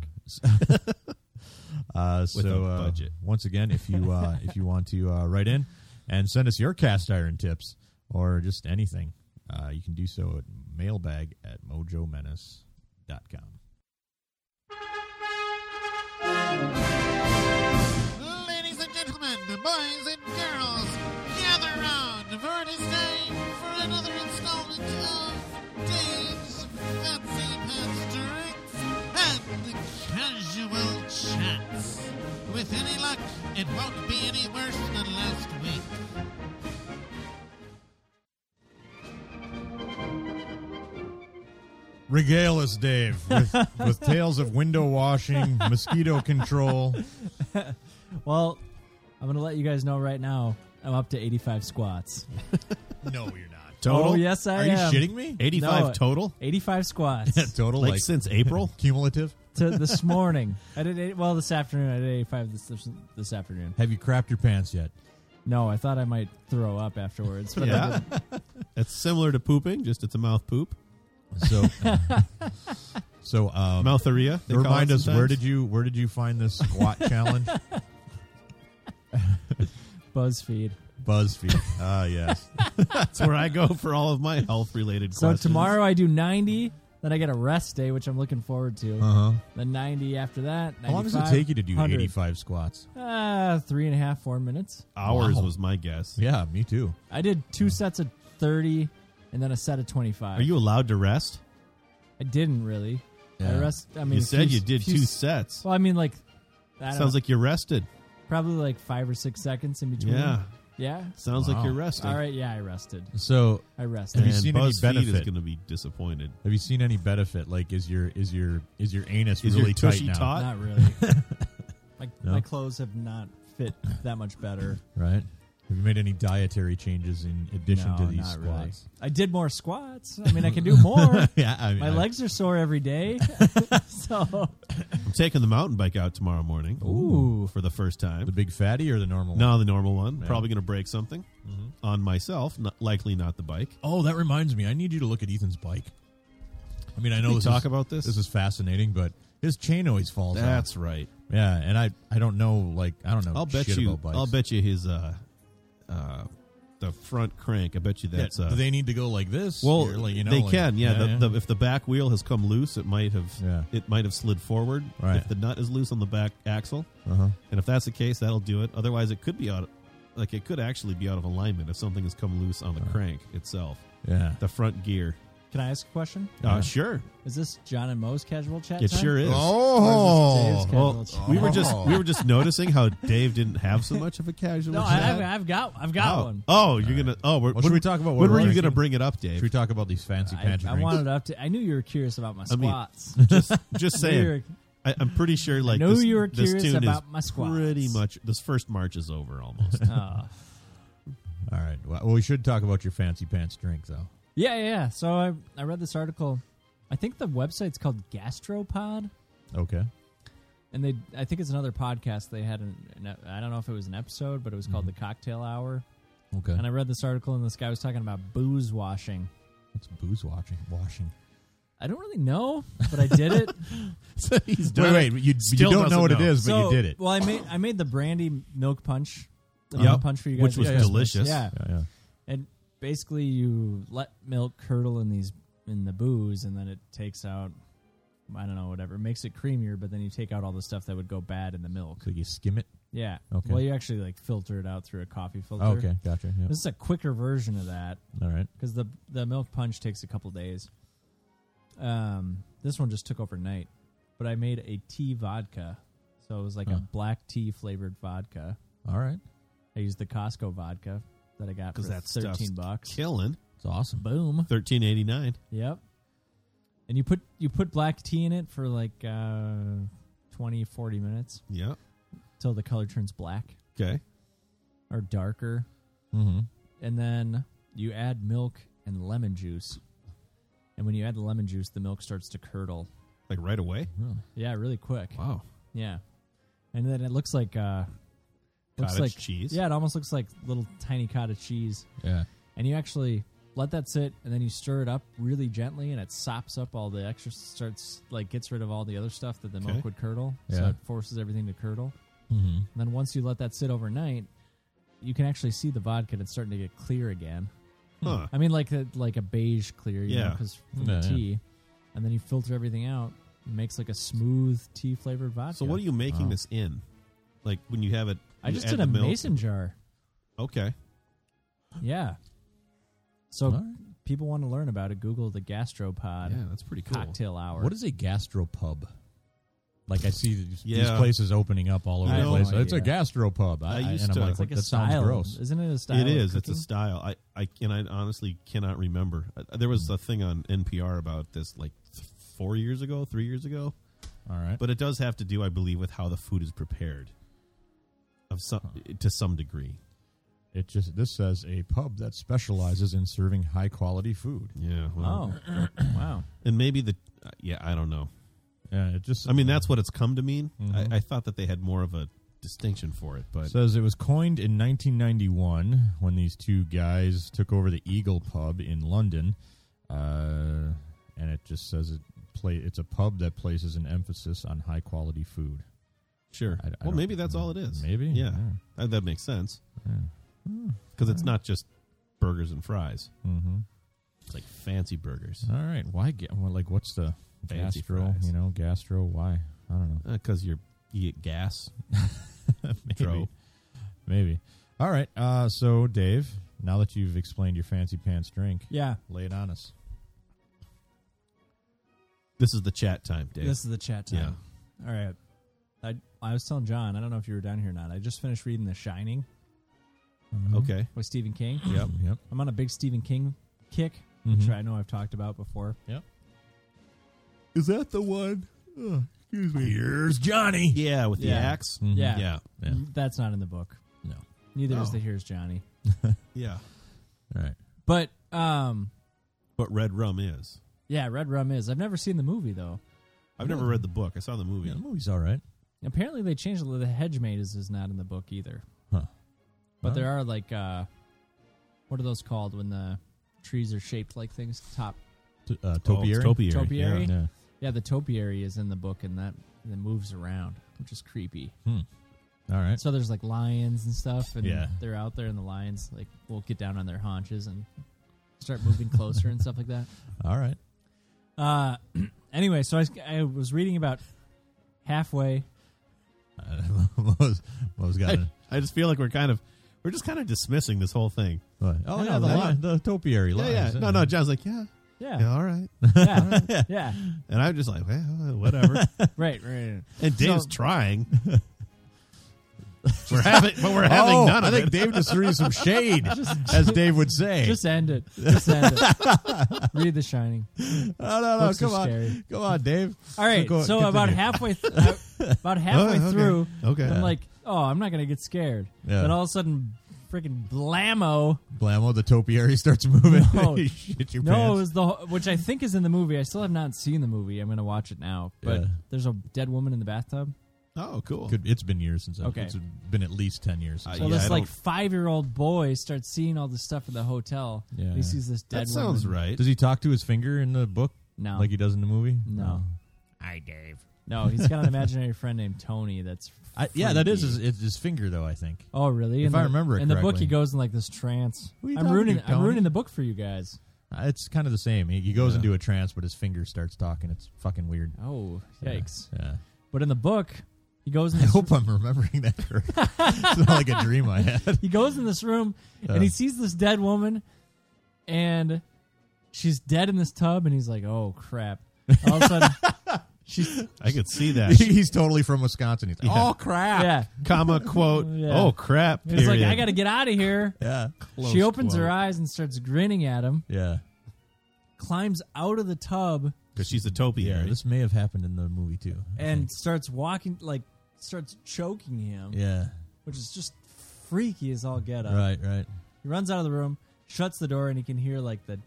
Speaker 2: Uh, so,
Speaker 1: a
Speaker 2: uh,
Speaker 1: budget.
Speaker 2: once again, if you uh, if you want to uh, write in and send us your cast iron tips or just anything, uh, you can do so at mailbag at mojomenace.com.
Speaker 6: Ladies and gentlemen, boys and girls, gather round, for it is time for another installment of Dave's Fancy Pants Drinks and weeks. With any luck, it won't be any worse than last week.
Speaker 2: Regale us, Dave, with, with tales of window washing, mosquito control.
Speaker 3: Well, I'm gonna let you guys know right now. I'm up to 85 squats.
Speaker 2: No, you're not.
Speaker 1: Total?
Speaker 3: Oh yes, I
Speaker 2: Are you
Speaker 3: am.
Speaker 2: shitting me?
Speaker 1: 85
Speaker 3: No.
Speaker 1: total?
Speaker 3: 85 squats
Speaker 2: Total,
Speaker 1: Like,
Speaker 2: like,
Speaker 1: since April?
Speaker 2: cumulative.
Speaker 3: to this morning. I did eight, well this afternoon. I did 85 this, this this afternoon.
Speaker 2: Have you crapped your pants yet?
Speaker 3: No, I thought I might throw up afterwards, but I
Speaker 1: yeah.
Speaker 3: didn't.
Speaker 1: That's similar to pooping, just it's a mouth poop.
Speaker 2: So, uh, so um,
Speaker 1: Moutheria. they call it
Speaker 2: remind us where
Speaker 1: sometimes.
Speaker 2: did you where did you find this squat challenge?
Speaker 3: BuzzFeed.
Speaker 2: BuzzFeed. Ah, yes.
Speaker 1: That's where I go for all of my health related
Speaker 3: So
Speaker 1: questions.
Speaker 3: tomorrow I do 90. Then I get a rest day, which I'm looking forward to.
Speaker 2: Uh huh.
Speaker 3: Then 90 after that.
Speaker 2: How long does it
Speaker 3: 95,
Speaker 2: take you to do
Speaker 3: 100.
Speaker 2: 85 squats?
Speaker 3: Uh, three and a half, four minutes.
Speaker 1: Hours
Speaker 2: Wow.
Speaker 1: was my guess.
Speaker 2: Yeah, me too.
Speaker 3: I did two sets of 30 and then a set of 25.
Speaker 1: Are you allowed to rest?
Speaker 3: I didn't really.
Speaker 2: Yeah.
Speaker 3: I rest. I mean,
Speaker 1: you
Speaker 3: a
Speaker 1: said
Speaker 3: few-
Speaker 1: you did
Speaker 3: few
Speaker 1: two
Speaker 3: s-
Speaker 1: sets.
Speaker 3: Well, I mean, like, I don't
Speaker 1: Sounds like you rested.
Speaker 3: know, probably like five or six seconds in between.
Speaker 1: Yeah.
Speaker 3: Yeah.
Speaker 1: Sounds
Speaker 2: Wow.
Speaker 1: like you're resting.
Speaker 3: All right. Yeah, I rested.
Speaker 2: So,
Speaker 3: I rested.
Speaker 2: Have you
Speaker 1: And
Speaker 2: seen any
Speaker 1: BuzzFeed is
Speaker 2: benefit?
Speaker 1: going to be disappointed.
Speaker 2: have you seen any benefit? Like, is your is your is your anus
Speaker 1: Is your
Speaker 2: really tight
Speaker 1: tushy
Speaker 2: now?
Speaker 1: taut?
Speaker 3: Not really. my,
Speaker 2: No?
Speaker 3: my clothes have not fit that much better.
Speaker 2: Right. Have you made any dietary changes in addition
Speaker 3: No,
Speaker 2: to these
Speaker 3: not really.
Speaker 2: squats?
Speaker 3: I did more squats. I mean, I can do more.
Speaker 2: yeah, I mean,
Speaker 3: My
Speaker 2: I-
Speaker 3: legs are sore every day. so,
Speaker 1: I'm taking the mountain bike out tomorrow morning
Speaker 3: ooh,
Speaker 1: for the first time.
Speaker 2: The big fatty or the normal? one?
Speaker 1: No, the normal one.
Speaker 2: Yeah. Mm-hmm.
Speaker 1: Probably going to break something on myself. Not, likely not the bike.
Speaker 2: Oh, that reminds me. I need you to look at Ethan's bike. I mean, I know
Speaker 1: we
Speaker 2: this
Speaker 1: talk
Speaker 2: is,
Speaker 1: about this?
Speaker 2: This is fascinating, but his chain always falls.
Speaker 1: That's right.
Speaker 2: off. yeah, and I I don't know. Like I don't know.
Speaker 1: I'll bet
Speaker 2: shit
Speaker 1: you.
Speaker 2: About bikes.
Speaker 1: I'll bet you his uh, uh, the front crank. I bet you
Speaker 2: Yeah,
Speaker 1: that's uh,
Speaker 2: do they need to go like this?
Speaker 1: well.
Speaker 2: Or, like, you know,
Speaker 1: they
Speaker 2: like-
Speaker 1: can. Yeah. the, The, if the back wheel has come loose, it might have.
Speaker 2: Yeah.
Speaker 1: It might have slid forward.
Speaker 2: Right.
Speaker 1: If the nut is loose on the back axle,
Speaker 2: uh-huh.
Speaker 1: and if that's the case, that'll do it. Otherwise, it could be out. Like it could actually be out of alignment if something has come loose on the
Speaker 2: Uh-huh.
Speaker 1: crank itself,
Speaker 2: Yeah.
Speaker 1: the front gear.
Speaker 3: can I ask a question?
Speaker 2: Uh-huh.
Speaker 1: Uh, sure,
Speaker 3: Is this John and Mo's casual chat?
Speaker 1: it
Speaker 3: time?
Speaker 1: sure is.
Speaker 2: Oh,
Speaker 3: Or is this Dave's casual
Speaker 1: Well,
Speaker 3: chat?
Speaker 1: we were just we were just noticing how Dave didn't have so much of a casual.
Speaker 3: No, I,
Speaker 1: chat.
Speaker 3: I've, I've got, I've got
Speaker 1: oh,
Speaker 3: one.
Speaker 1: Oh, you're gonna. Oh, we're,
Speaker 2: Well,
Speaker 1: when-
Speaker 2: should we talk about what
Speaker 1: when
Speaker 2: we're
Speaker 1: were you gonna
Speaker 2: drinking?
Speaker 1: bring it up, Dave?
Speaker 2: Should we talk about these fancy
Speaker 3: I,
Speaker 2: pantry
Speaker 3: I
Speaker 2: drinks?
Speaker 3: wanted to update. I knew you were curious about my
Speaker 1: I mean,
Speaker 3: squats.
Speaker 1: just just saying.
Speaker 3: Lyric.
Speaker 1: I, I'm pretty sure. Like
Speaker 3: know
Speaker 1: this,
Speaker 3: you were
Speaker 1: this
Speaker 3: curious
Speaker 1: tune
Speaker 3: about
Speaker 1: is
Speaker 3: my squats.
Speaker 1: pretty much. This first march is over almost.
Speaker 3: Ah.
Speaker 2: All right. Well, we should talk about your fancy pants drink though.
Speaker 3: yeah, yeah, yeah. So I, I read this article. I think the website's called Gastropod.
Speaker 2: Okay.
Speaker 3: and they I think it's another podcast they had an, an ep- I don't know if it was an episode but it was called the cocktail hour
Speaker 2: Okay.
Speaker 3: and I read this article and this guy was talking about booze washing
Speaker 2: What's booze watching? Washing.
Speaker 3: I don't really know but I did it
Speaker 1: so he's
Speaker 2: Wait,
Speaker 1: done.
Speaker 2: wait. You, you
Speaker 1: Still
Speaker 2: don't know
Speaker 1: doesn't
Speaker 2: what it
Speaker 1: know.
Speaker 2: is, but
Speaker 3: So,
Speaker 2: you did it.
Speaker 3: well I made I made the brandy milk punch the
Speaker 1: Yep.
Speaker 3: milk punch for you guys
Speaker 1: Which
Speaker 3: at
Speaker 1: was
Speaker 3: Christmas.
Speaker 1: delicious.
Speaker 3: yeah
Speaker 2: Yeah, yeah.
Speaker 3: and basically you let milk curdle in these in the booze and then it takes out I don't know whatever makes it creamier but then you take out all the stuff that would go bad in the milk
Speaker 2: So you skim it.
Speaker 3: yeah
Speaker 2: Okay.
Speaker 3: well you actually like filter it out through a coffee filter
Speaker 2: Oh, okay. Gotcha. Yeah.
Speaker 3: This is a quicker version of that
Speaker 2: All right.
Speaker 3: because the the milk punch takes a couple days. Um, this one just took overnight, but I made a tea vodka, so it was like
Speaker 2: Huh.
Speaker 3: a black tea flavored vodka.
Speaker 2: All right.
Speaker 3: I used the Costco vodka that I got for
Speaker 1: Because that
Speaker 3: thirteen
Speaker 1: stuff's
Speaker 3: bucks.
Speaker 1: killing.
Speaker 2: It's awesome.
Speaker 3: Boom.
Speaker 1: Thirteen eighty nine.
Speaker 3: Yep. And you put you put black tea in it for like uh, 20, 40 minutes
Speaker 1: Yeah.
Speaker 3: till the color turns black
Speaker 1: Okay.
Speaker 3: or darker.
Speaker 2: Mm-hmm.
Speaker 3: and then you add milk and lemon juice. And when you add the lemon juice, the milk starts to curdle.
Speaker 1: Like right away.
Speaker 3: Yeah, really quick.
Speaker 1: Wow.
Speaker 3: Yeah, and then it looks like uh, looks
Speaker 1: Cottage
Speaker 3: like
Speaker 1: cheese.
Speaker 3: Yeah, it almost looks like little tiny cottage cheese.
Speaker 2: Yeah.
Speaker 3: And you actually let that sit, and then you stir it up really gently, and it sops up all the extra. Starts like gets rid of all the other stuff that the
Speaker 1: Okay.
Speaker 3: milk would curdle. So
Speaker 2: Yeah.
Speaker 3: it forces everything to curdle.
Speaker 2: Mm-hmm.
Speaker 3: And then once you let that sit overnight, you can actually see the vodka. and It's starting to get clear again.
Speaker 2: Hmm.
Speaker 1: Huh.
Speaker 3: I mean, like a, like a beige clear, you yeah,
Speaker 1: Yeah.
Speaker 3: because
Speaker 2: Yeah,
Speaker 3: the
Speaker 2: yeah.
Speaker 3: tea, and then you filter everything out. It makes like a smooth tea flavored vodka.
Speaker 1: So what are you making
Speaker 2: Wow.
Speaker 1: this in? Like when you have it.
Speaker 3: I
Speaker 1: you
Speaker 3: just
Speaker 1: add
Speaker 3: did
Speaker 1: the
Speaker 3: a
Speaker 1: milk.
Speaker 3: mason jar.
Speaker 1: Okay.
Speaker 3: Yeah. So Oh.
Speaker 2: All right.
Speaker 3: people want to learn about it. Google the gastropod
Speaker 1: Yeah, that's pretty cool.
Speaker 3: cocktail hour.
Speaker 2: What is a gastropub? Like I see these, these
Speaker 1: Yeah.
Speaker 2: places opening up all over
Speaker 1: I
Speaker 2: the
Speaker 1: know.
Speaker 2: place. It's a
Speaker 3: Yeah.
Speaker 2: gastropub. I,
Speaker 1: I used
Speaker 2: and I'm
Speaker 1: to-
Speaker 2: like,
Speaker 1: It's
Speaker 3: like a
Speaker 2: that sounds
Speaker 3: style.
Speaker 2: gross.
Speaker 3: Isn't it a style?
Speaker 1: It
Speaker 3: of
Speaker 1: is. It's a
Speaker 3: cooking?
Speaker 1: style. I, I and I honestly cannot remember. Uh, There was a thing on NPR about this like th- four years ago, three years ago.
Speaker 2: All right.
Speaker 1: But it does have to do, I believe, with how the food is prepared, of some eh, to some degree.
Speaker 2: It just this says a pub that specializes in serving high quality food.
Speaker 1: Yeah.
Speaker 3: Oh, wow.
Speaker 1: And maybe the uh, yeah, I don't know.
Speaker 2: Yeah, it just
Speaker 1: I mean, that's what it's come to mean.
Speaker 2: Mhm.
Speaker 1: I, I thought that they had more of a distinction for it, but
Speaker 2: says it was coined in 1991 when these two guys took over the Eagle Pub in London, uh, and it just says it play. It's a pub that places an emphasis on high quality food.
Speaker 1: sure.
Speaker 2: I- I
Speaker 1: well,
Speaker 2: don't-
Speaker 1: maybe that's all it is.
Speaker 2: Maybe,
Speaker 1: Yeah,
Speaker 2: yeah. Hmm.
Speaker 1: Uh, that makes sense because it's not just burgers and fries.
Speaker 2: Mm-hmm.
Speaker 1: It's like fancy burgers.
Speaker 2: All right, why get well, like what's the
Speaker 1: Fancy
Speaker 2: gastro?
Speaker 1: fries.
Speaker 2: You know, gastro. Why? I don't know.
Speaker 1: because Uh, you're you get gas.
Speaker 2: Maybe.
Speaker 1: Tro.
Speaker 2: Maybe. All right. Uh, so, Dave, now that you've explained your fancy pants drink,
Speaker 3: Yeah.
Speaker 2: lay it on us.
Speaker 1: This is the chat time, Dave.
Speaker 3: This is the chat time. All right. I I was telling John, I don't know if you were down here or not. I just finished reading The Shining
Speaker 2: Mm-hmm. Oh.
Speaker 1: okay.
Speaker 3: by Stephen King.
Speaker 1: Yep.
Speaker 2: Yep.
Speaker 3: I'm on a big Stephen King kick,
Speaker 2: Mhm.
Speaker 3: which I know I've talked about before.
Speaker 2: Is that the one? Oh, excuse me. Here's Johnny.
Speaker 1: Yeah, with the
Speaker 3: Yeah.
Speaker 1: axe.
Speaker 2: Mhm.
Speaker 3: Yeah.
Speaker 1: Mm-hmm.
Speaker 3: Mm-hmm.
Speaker 1: Yeah.
Speaker 2: Yeah.
Speaker 3: That's not in the book.
Speaker 2: No.
Speaker 3: Neither is
Speaker 1: Oh.
Speaker 3: the Here's Johnny.
Speaker 1: Yeah.
Speaker 2: All right.
Speaker 3: But um
Speaker 1: But red rum is.
Speaker 3: yeah, Red Rum is. I've never seen the movie though.
Speaker 1: I've never read the book. I saw the movie.
Speaker 2: Yeah, the movie's all right.
Speaker 3: Apparently they changed it. the hedge maid is, is not in the book either.
Speaker 2: Huh.
Speaker 3: But
Speaker 2: Huh.
Speaker 3: there are like uh what are those called when the trees are shaped like things? Top
Speaker 2: T- uh,
Speaker 1: Oh, it's
Speaker 2: topiary.
Speaker 1: topiary.
Speaker 3: Topiary?
Speaker 1: Yeah.
Speaker 2: Yeah.
Speaker 3: Yeah, the topiary is in the book, and that and it moves around, which is creepy.
Speaker 2: All right.
Speaker 3: So there's like lions and stuff, and
Speaker 2: Yeah.
Speaker 3: they're out there, and the lions like will get down on their haunches and start moving closer and stuff like that.
Speaker 2: All right.
Speaker 3: Uh, anyway, so I, was- I was reading about halfway.
Speaker 2: Uh, Mo's, Mo's got it.
Speaker 1: I, I just feel like we're kind of we're just kind of dismissing this whole thing.
Speaker 2: Oh
Speaker 3: no,
Speaker 2: yeah, the
Speaker 3: the
Speaker 2: li- the topiary.
Speaker 1: Yeah,
Speaker 2: lies,
Speaker 1: yeah. No, no. John's like, yeah, yeah,
Speaker 3: Yeah,
Speaker 1: all right.
Speaker 3: yeah, yeah,
Speaker 1: And I'm just like, well, uh, whatever.
Speaker 3: right, right, right.
Speaker 1: and Dave's
Speaker 3: So-
Speaker 1: trying. we're having, but we're having
Speaker 2: Oh,
Speaker 1: none of
Speaker 2: I think
Speaker 1: it.
Speaker 2: Dave just threw you some shade, as Dave would say.
Speaker 3: Just end it. Just end it. Read The Shining.
Speaker 2: no, no, no.
Speaker 3: Books are
Speaker 2: Oh, Come on,
Speaker 3: scary.
Speaker 2: come on, Dave.
Speaker 3: All right,
Speaker 2: Go-
Speaker 3: so about
Speaker 2: continue. Oh,
Speaker 3: halfway, th- uh, about halfway
Speaker 1: okay.
Speaker 3: through,
Speaker 1: Okay.
Speaker 3: I'm like, oh, I'm not gonna get scared.
Speaker 2: Yeah.
Speaker 3: Then all of a sudden, freaking blammo!
Speaker 2: Blammo, the topiary starts moving.
Speaker 3: No.
Speaker 2: You shit your
Speaker 3: No, it
Speaker 2: pants.
Speaker 3: was the whole- which I think is in the movie. I still have not seen the movie. I'm gonna watch it now. But
Speaker 2: Yeah.
Speaker 3: there's a dead woman in the bathtub.
Speaker 1: oh, cool.
Speaker 2: Could- it's been years since. I've-
Speaker 3: Okay.
Speaker 2: it's been at least ten years. Since
Speaker 1: I-
Speaker 3: So
Speaker 1: Uh, yeah,
Speaker 2: I've-
Speaker 3: this like
Speaker 1: don't-
Speaker 3: five year old boy starts seeing all this stuff in the hotel.
Speaker 2: Yeah.
Speaker 3: He sees this dead
Speaker 1: That sounds
Speaker 3: woman.
Speaker 1: right.
Speaker 2: Does he talk to his finger in the book
Speaker 3: No,
Speaker 2: like he does in the movie?
Speaker 3: no,
Speaker 6: Hi, Dave.
Speaker 3: no. He's got an imaginary friend named Tony. That's
Speaker 2: I, yeah, that is
Speaker 3: freaky.
Speaker 2: his, it's his finger though. I think.
Speaker 3: Oh really?
Speaker 2: If
Speaker 3: in
Speaker 2: I
Speaker 3: the,
Speaker 2: remember it
Speaker 3: in the book,
Speaker 2: correctly.
Speaker 3: he goes in like this trance.
Speaker 2: Who you
Speaker 3: I'm
Speaker 2: talking to,
Speaker 3: ruining. I'm
Speaker 2: Tony?
Speaker 3: ruining the book for you guys.
Speaker 2: Uh, It's kind of the same. He, he goes
Speaker 1: Yeah.
Speaker 2: into a trance, but his finger starts talking. It's fucking weird.
Speaker 3: Oh yikes!
Speaker 2: Yeah.
Speaker 3: But in the book, he goes in
Speaker 2: I
Speaker 3: this
Speaker 2: hope I'm remembering that correctly. it's not like a dream I had.
Speaker 3: he goes in this room
Speaker 2: Yeah.
Speaker 3: and he sees this dead woman and she's dead in this tub and he's like oh crap all of a sudden she's
Speaker 1: I could see that.
Speaker 2: He's totally from Wisconsin. He's like,
Speaker 1: Yeah.
Speaker 2: oh crap.
Speaker 3: yeah
Speaker 1: Comma quote.
Speaker 3: Yeah.
Speaker 1: Oh crap.
Speaker 3: it's like
Speaker 1: period.
Speaker 3: i gotta get out of here
Speaker 2: Yeah.
Speaker 3: she opens her eyes and starts grinning at him
Speaker 2: Yeah.
Speaker 3: climbs out of the tub
Speaker 1: because she's a
Speaker 2: Yeah.
Speaker 1: topiary.
Speaker 2: This may have happened in the movie too. I
Speaker 3: and
Speaker 2: think.
Speaker 3: starts walking like starts choking him
Speaker 2: yeah.
Speaker 3: which is just freaky as all get up
Speaker 2: Right. Right.
Speaker 3: he runs out of the room shuts the door and he can hear like the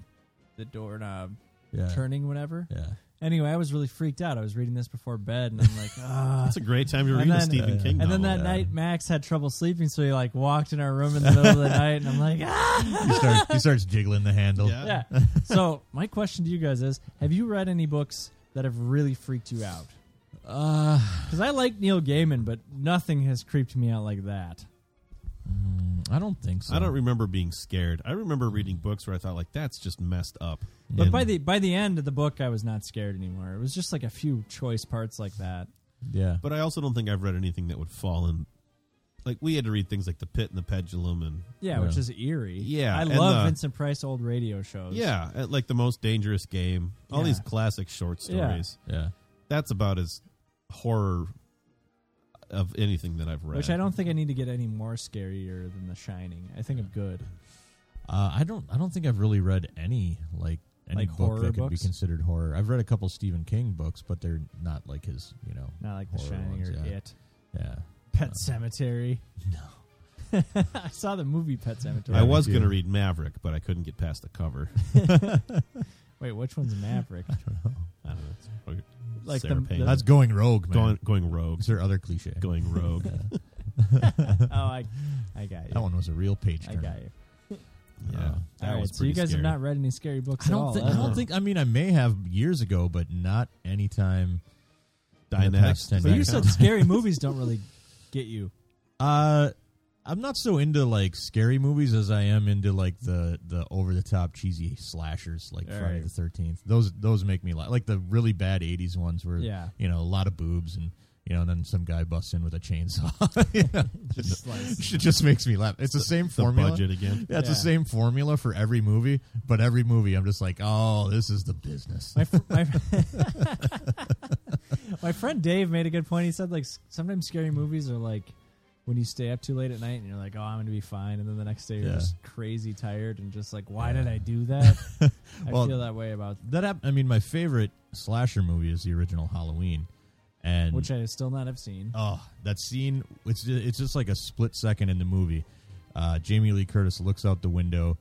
Speaker 3: the doorknob
Speaker 2: Yeah.
Speaker 3: turning whatever
Speaker 2: Yeah.
Speaker 3: Anyway, I was really freaked out. I was reading this before bed, and I'm like, ah.
Speaker 1: That's a great time to
Speaker 3: And
Speaker 1: read a
Speaker 3: then- uh,
Speaker 1: Stephen
Speaker 2: Yeah.
Speaker 1: King
Speaker 3: And then
Speaker 1: novel.
Speaker 3: that night, Max had trouble sleeping, so he like walked in our room in the middle of the night, and I'm like, ah.
Speaker 2: He starts. he starts jiggling the handle.
Speaker 1: Yeah.
Speaker 3: Yeah. So my question to you guys is: Have you read any books that have really freaked you out?
Speaker 2: Uh,
Speaker 3: Because I like Neil Gaiman, but nothing has creeped me out like that.
Speaker 2: I don't think so.
Speaker 1: I don't remember being scared. I remember reading books where I thought like that's just messed up.
Speaker 3: But
Speaker 1: And-
Speaker 3: by the by the end of the book, I was not scared anymore. It was just like a few choice parts like that.
Speaker 2: Yeah.
Speaker 1: but I also don't think I've read anything that would fall in. Like we had to read things like The Pit and the Pendulum and
Speaker 3: Yeah,
Speaker 2: Yeah.
Speaker 3: which is eerie.
Speaker 1: Yeah,
Speaker 3: I
Speaker 1: and
Speaker 3: love
Speaker 1: the-
Speaker 3: Vincent Price old radio shows.
Speaker 1: yeah, uh, and, like the most dangerous game. All
Speaker 3: Yeah.
Speaker 1: these classic short
Speaker 3: Yeah.
Speaker 1: stories.
Speaker 2: Yeah.
Speaker 1: That's about as horror of anything that I've read.
Speaker 3: Which I don't think I need to get any more scarier than The Shining. I think I'm good.
Speaker 2: Uh, I don't. I don't think I've really read any like any
Speaker 3: Like
Speaker 2: book
Speaker 3: horror
Speaker 2: that could be
Speaker 3: books?
Speaker 2: considered horror. I've read a couple Stephen King books, but they're not like his. You know,
Speaker 3: Not like The
Speaker 2: horror
Speaker 3: Shining
Speaker 2: ones,
Speaker 3: or
Speaker 2: yeah.
Speaker 3: It.
Speaker 2: yeah.
Speaker 3: Pet Cemetery. No. I saw the movie Pet Cemetery.
Speaker 1: I was
Speaker 2: Yeah.
Speaker 1: going to read Maverick, but I couldn't get past the cover.
Speaker 3: Wait, which one's Maverick?
Speaker 1: I don't know. It's fucking
Speaker 3: Like
Speaker 1: Sarah
Speaker 3: the-
Speaker 1: Palin.
Speaker 3: the-
Speaker 2: That's going rogue, man.
Speaker 1: going going rogue.
Speaker 2: Is there other cliche?
Speaker 1: Going rogue. Uh,
Speaker 3: oh, I, I got you.
Speaker 2: That one was a real page
Speaker 3: I
Speaker 2: turner.
Speaker 3: got you.
Speaker 1: Yeah.
Speaker 3: all right, so you guys have not read any scary books
Speaker 2: I
Speaker 3: at all. Uh-huh.
Speaker 2: don't think. I
Speaker 3: huh?
Speaker 2: don't think. I mean, I may have years ago, but not anytime. in the past
Speaker 1: Dynetics.
Speaker 2: ten
Speaker 3: But you
Speaker 2: years.
Speaker 3: said scary movies don't really get you.
Speaker 2: Uh, I'm not so into like scary movies as I am into like the the over the top cheesy slashers like
Speaker 3: All
Speaker 2: Friday
Speaker 3: right.
Speaker 2: the Thirteenth. Those those make me laugh. Like the really bad '80s ones where
Speaker 3: Yeah.
Speaker 2: you know a lot of boobs and you know and then some guy busts in with a chainsaw. You know,
Speaker 3: Just like-
Speaker 2: it just makes me laugh. It's the same
Speaker 1: the
Speaker 2: formula.
Speaker 1: budget again.
Speaker 2: Yeah, it's the
Speaker 3: Yeah.
Speaker 2: same formula for every movie, but every movie I'm just like, oh, this is the business.
Speaker 3: my, fr- my, my friend Dave made a good point. He said like s- sometimes scary movies are like when you stay up too late at night and you're like, oh, I'm gonna be fine, and then the next day you're
Speaker 2: Yeah.
Speaker 3: just crazy tired and just like, why did I do that? I
Speaker 2: Well,
Speaker 3: feel that way about
Speaker 2: That hap- I mean, my favorite slasher movie is the original Halloween, and
Speaker 3: which I still not have seen.
Speaker 2: Oh, that scene! It's ju- it's just like a split second in the movie. Uh, Jamie Lee Curtis looks out the window.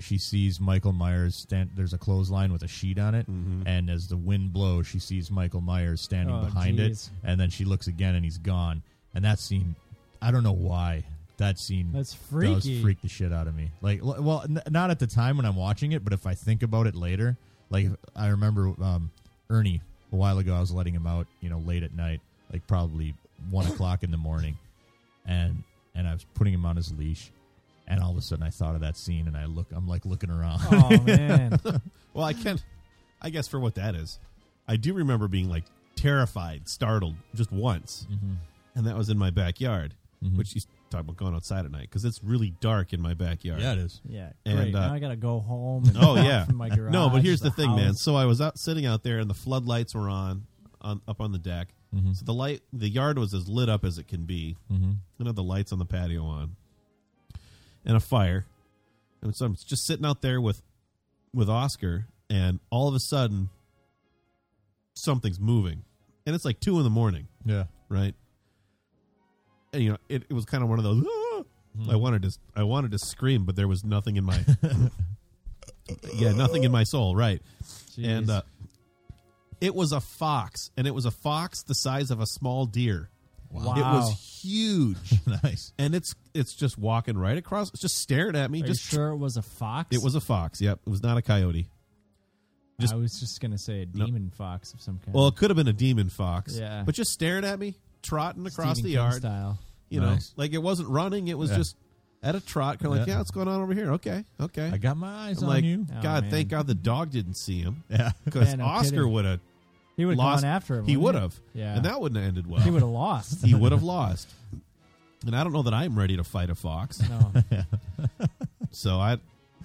Speaker 2: She sees Michael Myers stand. There's a clothesline with a sheet on it, and as the wind blows, she sees Michael Myers standing
Speaker 3: Mm-hmm. Oh,
Speaker 2: behind
Speaker 3: jeez.
Speaker 2: it. And then she looks again, and he's gone. And that scene, I don't know why that scene
Speaker 3: That's
Speaker 2: does
Speaker 3: freaky.
Speaker 2: freak the shit out of me. Like, l- well, n- not at the time when I'm watching it, but if I think about it later, like I remember um, Ernie a while ago. I was letting him out, you know, late at night, like probably one o'clock in the morning, and and I was putting him on his leash, and all of a sudden I thought of that scene, and I look, I'm like looking around.
Speaker 3: Oh man,
Speaker 1: Well, I can't. I guess for what that is, I do remember being like terrified, startled, just once, and that was in my backyard. Which you talk about going outside at night because it's really dark in my backyard.
Speaker 2: yeah, it is.
Speaker 3: yeah, great.
Speaker 1: And, uh,
Speaker 3: now I gotta go home. And
Speaker 1: Oh
Speaker 3: walk
Speaker 1: yeah.
Speaker 3: from my garage.
Speaker 1: no, but here's
Speaker 3: to
Speaker 1: the, thing, man.
Speaker 3: house.
Speaker 1: So I was out sitting out there, and the floodlights were on, on up on the deck. So the light, the yard was as lit up as it can be. Mm-hmm. And had the lights on the patio on, and a fire. And so I'm just sitting out there with, with Oscar, and all of a sudden, something's moving, and it's like two in the morning
Speaker 2: Yeah,
Speaker 1: right? And you know, it, it was kind of one of those. "Ah!"
Speaker 3: Mm-hmm.
Speaker 1: I wanted to, I wanted to scream, but there was nothing in my, yeah, nothing in my soul, right? And
Speaker 3: Jeez.
Speaker 1: uh, it was a fox, and it was a fox the size of a small deer.
Speaker 3: wow,
Speaker 1: It was huge,
Speaker 2: nice.
Speaker 1: and it's it's just walking right across. It's just stared at me.
Speaker 3: Are
Speaker 1: just
Speaker 3: you sure it was a fox?
Speaker 1: it was a fox. Yep, it was not a coyote. just-
Speaker 3: I was just gonna say a
Speaker 1: No.
Speaker 3: demon fox of some kind.
Speaker 1: Well, it could have been a demon fox.
Speaker 3: Yeah.
Speaker 1: but just stared at me, trotting across
Speaker 3: Stephen
Speaker 1: the
Speaker 3: King
Speaker 1: yard.
Speaker 3: style.
Speaker 1: You
Speaker 2: Nice.
Speaker 1: know, like it wasn't running. It was
Speaker 2: Yeah.
Speaker 1: just at a trot, kind of like,
Speaker 2: Yeah.
Speaker 1: yeah, what's going on over here? Okay, okay.
Speaker 2: I got my eyes
Speaker 1: I'm
Speaker 2: on
Speaker 1: like,
Speaker 2: you.
Speaker 3: Oh,
Speaker 1: God, thank
Speaker 3: man.
Speaker 1: God the dog didn't see him
Speaker 2: Yeah,
Speaker 1: because
Speaker 3: Yeah, no
Speaker 1: Oscar
Speaker 3: kidding.
Speaker 1: would have
Speaker 3: He would have
Speaker 1: lost
Speaker 3: gone after him.
Speaker 1: He would
Speaker 3: wouldn't
Speaker 1: have,
Speaker 3: Yeah.
Speaker 1: and that wouldn't have ended well.
Speaker 3: He would have lost.
Speaker 1: He would have lost. And I don't know that I'm ready to fight a fox.
Speaker 3: no.
Speaker 1: So I,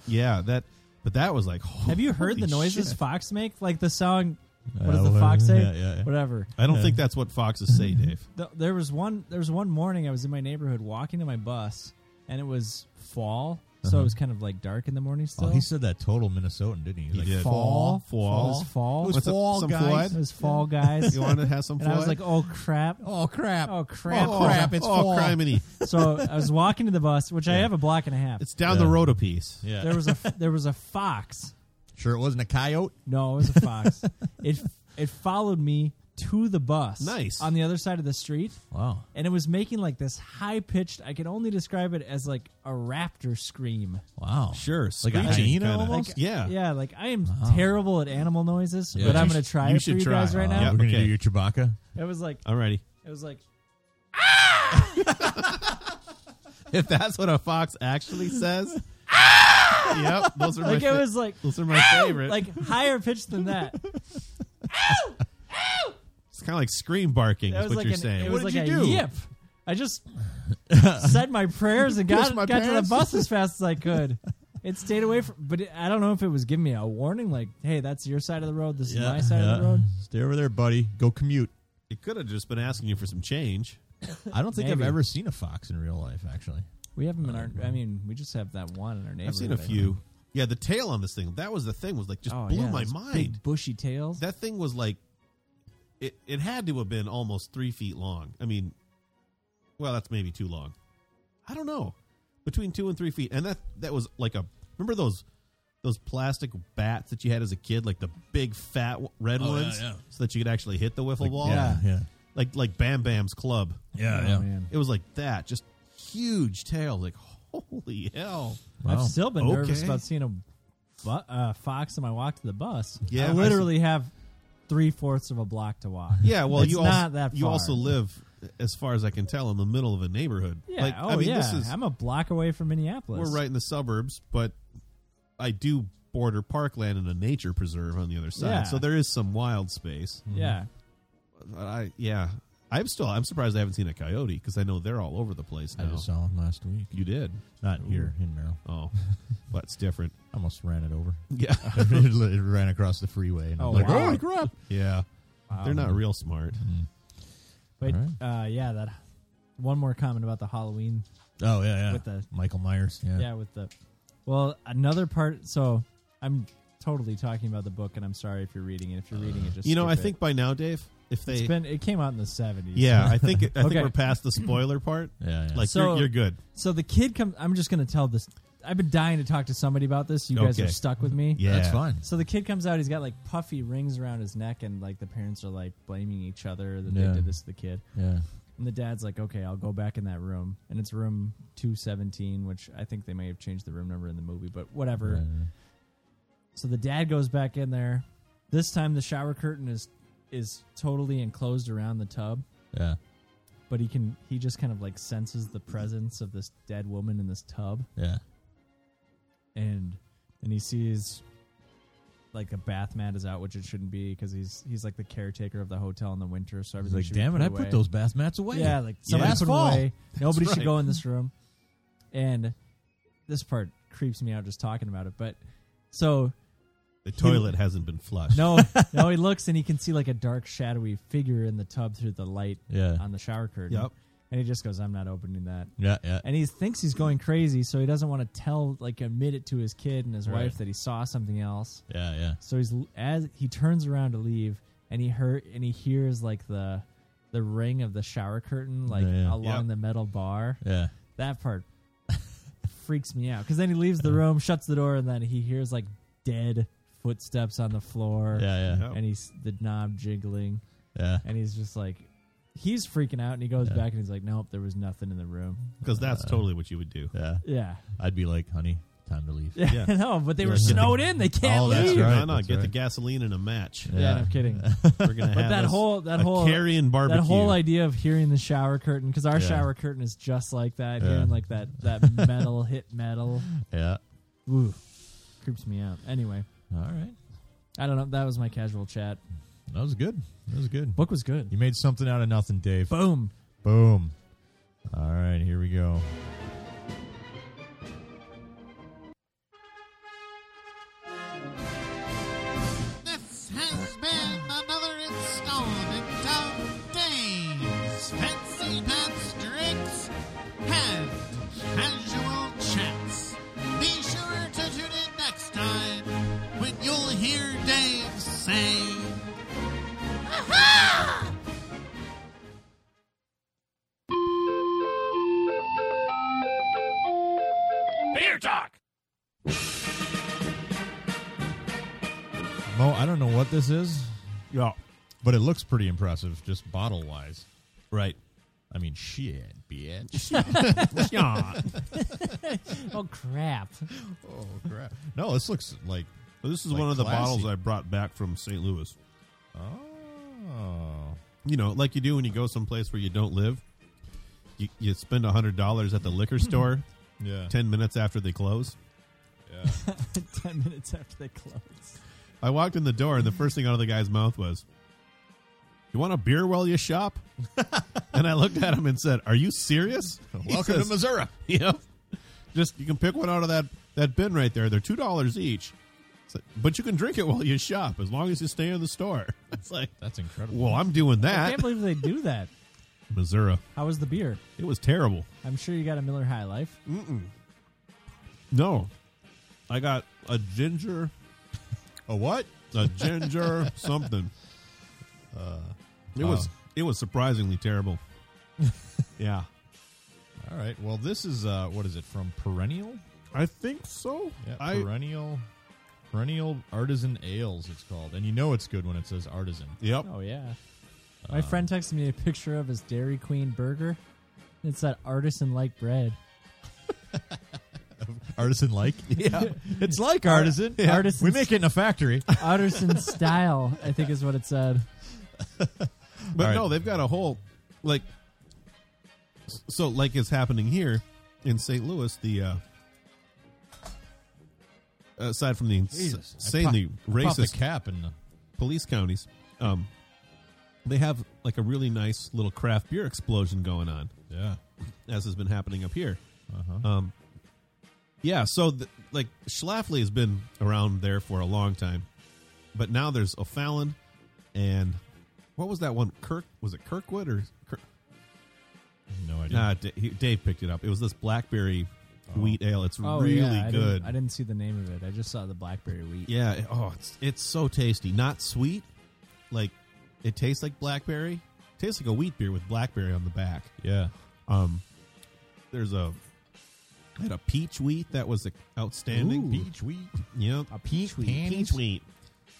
Speaker 1: yeah, that. But that was like,
Speaker 3: Have you heard
Speaker 1: holy
Speaker 3: the noises
Speaker 1: shit.
Speaker 3: fox make? Like the song. What
Speaker 2: Uh,
Speaker 3: does the
Speaker 2: whatever.
Speaker 3: fox say?
Speaker 2: Yeah, yeah, yeah.
Speaker 3: Whatever.
Speaker 1: I don't think that's what foxes say, Dave.
Speaker 3: Th- There was one. There was one morning I was in my neighborhood walking to my bus, and it was fall,
Speaker 1: Uh-huh.
Speaker 3: so it was kind of like dark in the morning still.
Speaker 2: Oh, he said that total Minnesotan, didn't he? He's
Speaker 1: He
Speaker 2: like,
Speaker 1: did.
Speaker 3: fall,
Speaker 1: Fall.
Speaker 3: It was fall.
Speaker 2: It was
Speaker 1: What's up,
Speaker 2: fall,
Speaker 1: some
Speaker 2: guys.
Speaker 1: Floyd?
Speaker 3: It was fall, guys.
Speaker 1: You want to have some?
Speaker 3: and I was
Speaker 1: Floyd?
Speaker 3: like, oh crap.
Speaker 2: Oh crap!
Speaker 3: Oh, crap.
Speaker 2: Oh crap! It's
Speaker 1: oh,
Speaker 2: fall.
Speaker 1: criminy!
Speaker 3: So I was walking to the bus, which I have a block and a half.
Speaker 1: It's down
Speaker 2: Yeah.
Speaker 1: the road a piece.
Speaker 2: Yeah,
Speaker 3: There was a f- there was a fox
Speaker 2: sure it wasn't a coyote.
Speaker 3: No, it was a fox. it it followed me to the bus.
Speaker 1: Nice.
Speaker 3: On the other side of the street.
Speaker 2: Wow.
Speaker 3: And it was making like this high pitched I can only describe it as like a raptor scream.
Speaker 2: Wow.
Speaker 1: Sure,
Speaker 2: Like
Speaker 1: screeching
Speaker 2: a hyena
Speaker 1: kinda.
Speaker 2: almost?
Speaker 1: Like- yeah,
Speaker 3: Yeah, like I am terrible at animal noises,
Speaker 2: Yeah.
Speaker 3: but I'm
Speaker 2: You
Speaker 3: gonna
Speaker 2: sh-
Speaker 3: try
Speaker 1: you
Speaker 3: it for
Speaker 1: should
Speaker 3: you
Speaker 1: try.
Speaker 3: guys right
Speaker 1: Wow.
Speaker 3: now.
Speaker 2: We're gonna
Speaker 1: Okay.
Speaker 2: do your Chewbacca.
Speaker 3: It was like
Speaker 1: Alrighty.
Speaker 3: it was like
Speaker 1: If that's what a fox actually says, yep, those are my
Speaker 3: Ah! like it
Speaker 1: fa-
Speaker 3: was like
Speaker 1: those are my favorite.
Speaker 3: like higher pitched than that.
Speaker 1: it's kind of like scream barking.
Speaker 3: That
Speaker 1: Is what
Speaker 3: was like
Speaker 1: you're
Speaker 3: an,
Speaker 1: saying.
Speaker 3: it was
Speaker 2: What
Speaker 3: like
Speaker 2: did
Speaker 3: a
Speaker 2: you do?
Speaker 3: yip. I just said my prayers and got,
Speaker 2: Pissed my
Speaker 3: got to the
Speaker 2: pants?
Speaker 3: bus as fast as I could. It stayed away from, but it, I don't know if it was giving me a warning, like, "Hey, that's your side of the road. This is my side of the road."
Speaker 2: Stay over there, buddy. Go commute.
Speaker 1: It could have just been asking you for some change.
Speaker 2: I don't think
Speaker 3: Maybe.
Speaker 2: I've ever seen a fox in real life, actually.
Speaker 3: We have them in our. I mean, we just have that one in our neighborhood.
Speaker 1: I've seen a
Speaker 3: I think.
Speaker 1: few. Yeah, the tail on this thing. That was the thing. Was like just
Speaker 3: Oh,
Speaker 1: blew
Speaker 3: yeah,
Speaker 1: my
Speaker 3: those
Speaker 1: mind.
Speaker 3: Big bushy tails.
Speaker 1: that thing was like it it had to have been almost three feet long i mean well that's maybe too long i don't know between two and three feet and that that was like a remember those those plastic bats that you had as a kid like the big fat w- red
Speaker 2: Oh, yeah,
Speaker 1: ones
Speaker 2: yeah.
Speaker 1: so that you could actually hit the wiffle
Speaker 2: Like,
Speaker 1: ball
Speaker 2: Yeah, yeah,
Speaker 1: like like bam bam's club
Speaker 2: yeah,
Speaker 3: oh,
Speaker 2: yeah.
Speaker 3: man.
Speaker 1: it was like that just huge tail like holy hell
Speaker 2: Wow.
Speaker 3: I've still been nervous
Speaker 1: Okay.
Speaker 3: about seeing a bu- uh, fox in my walk to the bus.
Speaker 1: Yeah,
Speaker 3: I
Speaker 1: I
Speaker 3: literally have three fourths of a block to walk.
Speaker 1: yeah well
Speaker 3: It's
Speaker 1: you also
Speaker 3: not that
Speaker 1: you
Speaker 3: far.
Speaker 1: also live as far as i can tell in the middle of a neighborhood
Speaker 3: Yeah.
Speaker 1: like
Speaker 3: oh
Speaker 1: i mean
Speaker 3: yeah.
Speaker 1: this is
Speaker 3: I'm a block away from Minneapolis.
Speaker 1: We're right in the suburbs, but I do border parkland and a nature preserve on the other side,
Speaker 3: Yeah.
Speaker 1: so there is some wild space.
Speaker 3: Yeah.
Speaker 1: Mm-hmm. But I yeah, I'm still I'm surprised I haven't seen a coyote because I know they're all over the place
Speaker 2: I
Speaker 1: now.
Speaker 2: just saw him last week.
Speaker 1: you did,
Speaker 2: Not here in Merrill.
Speaker 1: oh, that's different.
Speaker 2: Almost ran it over.
Speaker 1: Yeah,
Speaker 2: it ran across the freeway. And
Speaker 3: Oh,
Speaker 2: I'm like,
Speaker 3: wow.
Speaker 2: oh, crap.
Speaker 1: yeah,
Speaker 3: Wow.
Speaker 1: they're not real smart.
Speaker 3: mm, But
Speaker 2: All
Speaker 3: uh, yeah, that. One more comment about the Halloween
Speaker 2: Oh, yeah, yeah.
Speaker 3: With the-
Speaker 2: Michael Myers. Yeah.
Speaker 3: yeah with the well another part so i'm totally talking about the book and i'm sorry if you're reading it if you're reading it just
Speaker 1: You know, I
Speaker 3: skip it.
Speaker 1: think by now, Dave, if
Speaker 3: it's
Speaker 1: they
Speaker 3: been it came out in the 70s
Speaker 1: yeah, I think I think
Speaker 3: Okay.
Speaker 1: we're past the spoiler part.
Speaker 2: Yeah, yeah.
Speaker 1: Like
Speaker 3: So-
Speaker 1: you're, you're good.
Speaker 3: so the kid comes i'm just gonna tell this i've been dying to talk to somebody about this you guys
Speaker 1: Okay. Mm-hmm.
Speaker 3: are stuck with me
Speaker 1: Yeah,
Speaker 2: That's fine.
Speaker 3: so the kid comes out he's got like puffy rings around his neck and like the parents are like blaming each other that
Speaker 2: Yeah.
Speaker 3: they did this to the kid
Speaker 2: Yeah.
Speaker 3: and the dad's like okay i'll go back in that room and it's room 217 which i think they may have changed the room number in the movie but whatever
Speaker 2: Yeah,
Speaker 3: So the dad goes back in there. This time the shower curtain is is totally enclosed around the tub,
Speaker 2: yeah.
Speaker 3: but he can he just kind of like senses the presence of this dead woman in this tub
Speaker 2: Yeah.
Speaker 3: and and he sees like a bath mat is out, which it shouldn't be because he's he's like the caretaker of the hotel in the winter,
Speaker 2: He's
Speaker 3: so everything.
Speaker 2: like,
Speaker 3: should be
Speaker 2: damn it, I
Speaker 3: away."
Speaker 2: put those bath mats away.
Speaker 3: Yeah, like somebody
Speaker 2: Last
Speaker 3: put
Speaker 2: fall.
Speaker 3: them away. Nobody
Speaker 1: right.
Speaker 3: should go in this room. And this part creeps me out just talking about it, but so
Speaker 1: The toilet hasn't been flushed.
Speaker 3: No, no, he looks and he can see like a dark, shadowy figure in the tub through the light
Speaker 2: Yeah.
Speaker 3: on the shower curtain.
Speaker 1: Yep.
Speaker 3: And he just goes, I'm not opening that.
Speaker 2: Yeah, yeah.
Speaker 3: And he thinks he's going crazy, so he doesn't want to tell, like, admit it to his kid and his
Speaker 2: Right.
Speaker 3: wife that he saw something else.
Speaker 2: Yeah, yeah.
Speaker 3: So he's as he turns around to leave, and he heard and he hears like the the ring of the shower curtain, like
Speaker 2: Yeah, yeah.
Speaker 3: along
Speaker 1: Yep.
Speaker 3: the metal bar.
Speaker 2: Yeah.
Speaker 3: That part freaks me out because then he leaves the room, shuts the door, and then he hears like dead footsteps on the floor
Speaker 2: Yeah, yeah.
Speaker 1: Yeah.
Speaker 3: and he's the knob jiggling
Speaker 2: Yeah.
Speaker 3: and he's just like he's freaking out and he goes
Speaker 2: Yeah.
Speaker 3: back and he's like nope there was nothing in the room
Speaker 1: because that's totally what you would do.
Speaker 2: Yeah.
Speaker 3: yeah
Speaker 2: I'd be like, honey, time to leave.
Speaker 3: yeah,
Speaker 1: Yeah.
Speaker 3: no but they were
Speaker 2: Yeah.
Speaker 3: snowed in they can't
Speaker 2: Oh, that's
Speaker 3: leave
Speaker 2: right.
Speaker 1: no, no,
Speaker 2: that's
Speaker 1: get the
Speaker 2: right.
Speaker 1: gasoline and a match.
Speaker 3: yeah. no kidding
Speaker 1: We're gonna have
Speaker 3: but that
Speaker 1: us
Speaker 3: whole that
Speaker 1: a
Speaker 3: whole
Speaker 1: carrion barbecue.
Speaker 3: that whole idea of hearing the shower curtain because our
Speaker 2: Yeah.
Speaker 3: shower curtain is just like that
Speaker 2: Yeah.
Speaker 3: hearing like that that metal hit metal
Speaker 2: Yeah.
Speaker 3: Ooh, creeps me out anyway
Speaker 2: All right.
Speaker 3: I don't know that was my casual chat
Speaker 2: That was good. That was good.
Speaker 3: book was good
Speaker 2: You made something out of nothing, Dave.
Speaker 3: boom
Speaker 2: Boom. All right, here we go.
Speaker 6: This has been another installment of Dave's Fancy Pants Drinks and Casual Chats. Be sure to tune in next time when you'll hear Dave say, Aha!
Speaker 2: Mo, I don't know what this is,
Speaker 1: Yeah,
Speaker 2: but it looks pretty impressive, just bottle wise.
Speaker 1: right.
Speaker 2: I mean, shit, bitch.
Speaker 1: Yeah.
Speaker 3: oh crap
Speaker 2: oh crap! No, this looks like
Speaker 1: Well, this is
Speaker 2: Like
Speaker 1: one of the
Speaker 2: classy.
Speaker 1: bottles I brought back from St. Louis.
Speaker 2: oh
Speaker 1: You know, like you do when you go someplace where you don't live. You, you spend hundred dollars at the liquor store
Speaker 2: yeah
Speaker 1: ten minutes after they close.
Speaker 2: yeah.
Speaker 3: 10 minutes after they close
Speaker 1: I walked in the door and the first thing out of the guy's mouth was, "You want a beer while you shop?" and I looked at him and said, "Are you serious?" He
Speaker 2: Welcome
Speaker 1: says,
Speaker 2: to Missouri.
Speaker 1: Yep. Just you can pick one out of that that bin right there. They're two dollars each. It's like, but you can drink it while you shop as long as you stay in the store. It's like,
Speaker 2: That's incredible.
Speaker 1: well, I'm doing
Speaker 3: I
Speaker 1: that.
Speaker 3: can't believe they do that.
Speaker 1: Missouri.
Speaker 3: How was the beer?
Speaker 1: It was terrible.
Speaker 3: I'm sure you got a Miller High Life.
Speaker 1: Mm. No. I got a ginger,
Speaker 2: A what?
Speaker 1: a ginger something. Uh, it was
Speaker 2: wow.
Speaker 1: it was surprisingly terrible. yeah.
Speaker 2: All right. Well, this is uh, what is it from Perennial?
Speaker 1: I think so.
Speaker 2: Yeah,
Speaker 1: I,
Speaker 2: perennial, perennial artisan ales. It's called, and you know it's good when it says artisan.
Speaker 1: Yep.
Speaker 3: Oh yeah.
Speaker 1: Uh,
Speaker 3: My friend texted me a picture of his Dairy Queen burger. It's that artisan like bread.
Speaker 2: Artisan like. Yeah, it's like artisan.
Speaker 3: Yeah. Artisan-
Speaker 2: We make it in a factory.
Speaker 3: Artisan style, I think is what it said.
Speaker 1: But
Speaker 2: All
Speaker 1: no,
Speaker 2: right.
Speaker 1: they've got a whole like so like is happening here in St. Louis. The uh, aside from the ins-
Speaker 2: Jesus, I
Speaker 1: insanely
Speaker 2: pop- I popped the
Speaker 1: racist
Speaker 2: cap and
Speaker 1: police counties, um, they have like a really nice little craft beer explosion going on,
Speaker 2: yeah. Uh-huh.
Speaker 1: as has been happening up here. Um, yeah, so th- like Schlafly has been around there for a long time, but now there's O'Fallon and what was that one? Kirk was it Kirkwood or Kirk?
Speaker 2: No idea.
Speaker 1: Nah, D- he, Dave picked it up. It was this blackberry wheat ale. It's
Speaker 3: Oh
Speaker 1: really
Speaker 3: yeah, I didn't-
Speaker 1: good.
Speaker 3: I didn't see the name of it. I just saw the blackberry wheat.
Speaker 1: yeah. it- Oh, it's it's so tasty. Not sweet. Like it tastes like blackberry. tastes like a wheat beer with blackberry on the back.
Speaker 2: yeah.
Speaker 1: Um, there's a I had a peach wheat that was outstanding. Peach,
Speaker 2: Peach wheat.
Speaker 1: yep.
Speaker 3: A peach wheat.
Speaker 1: peach wheat.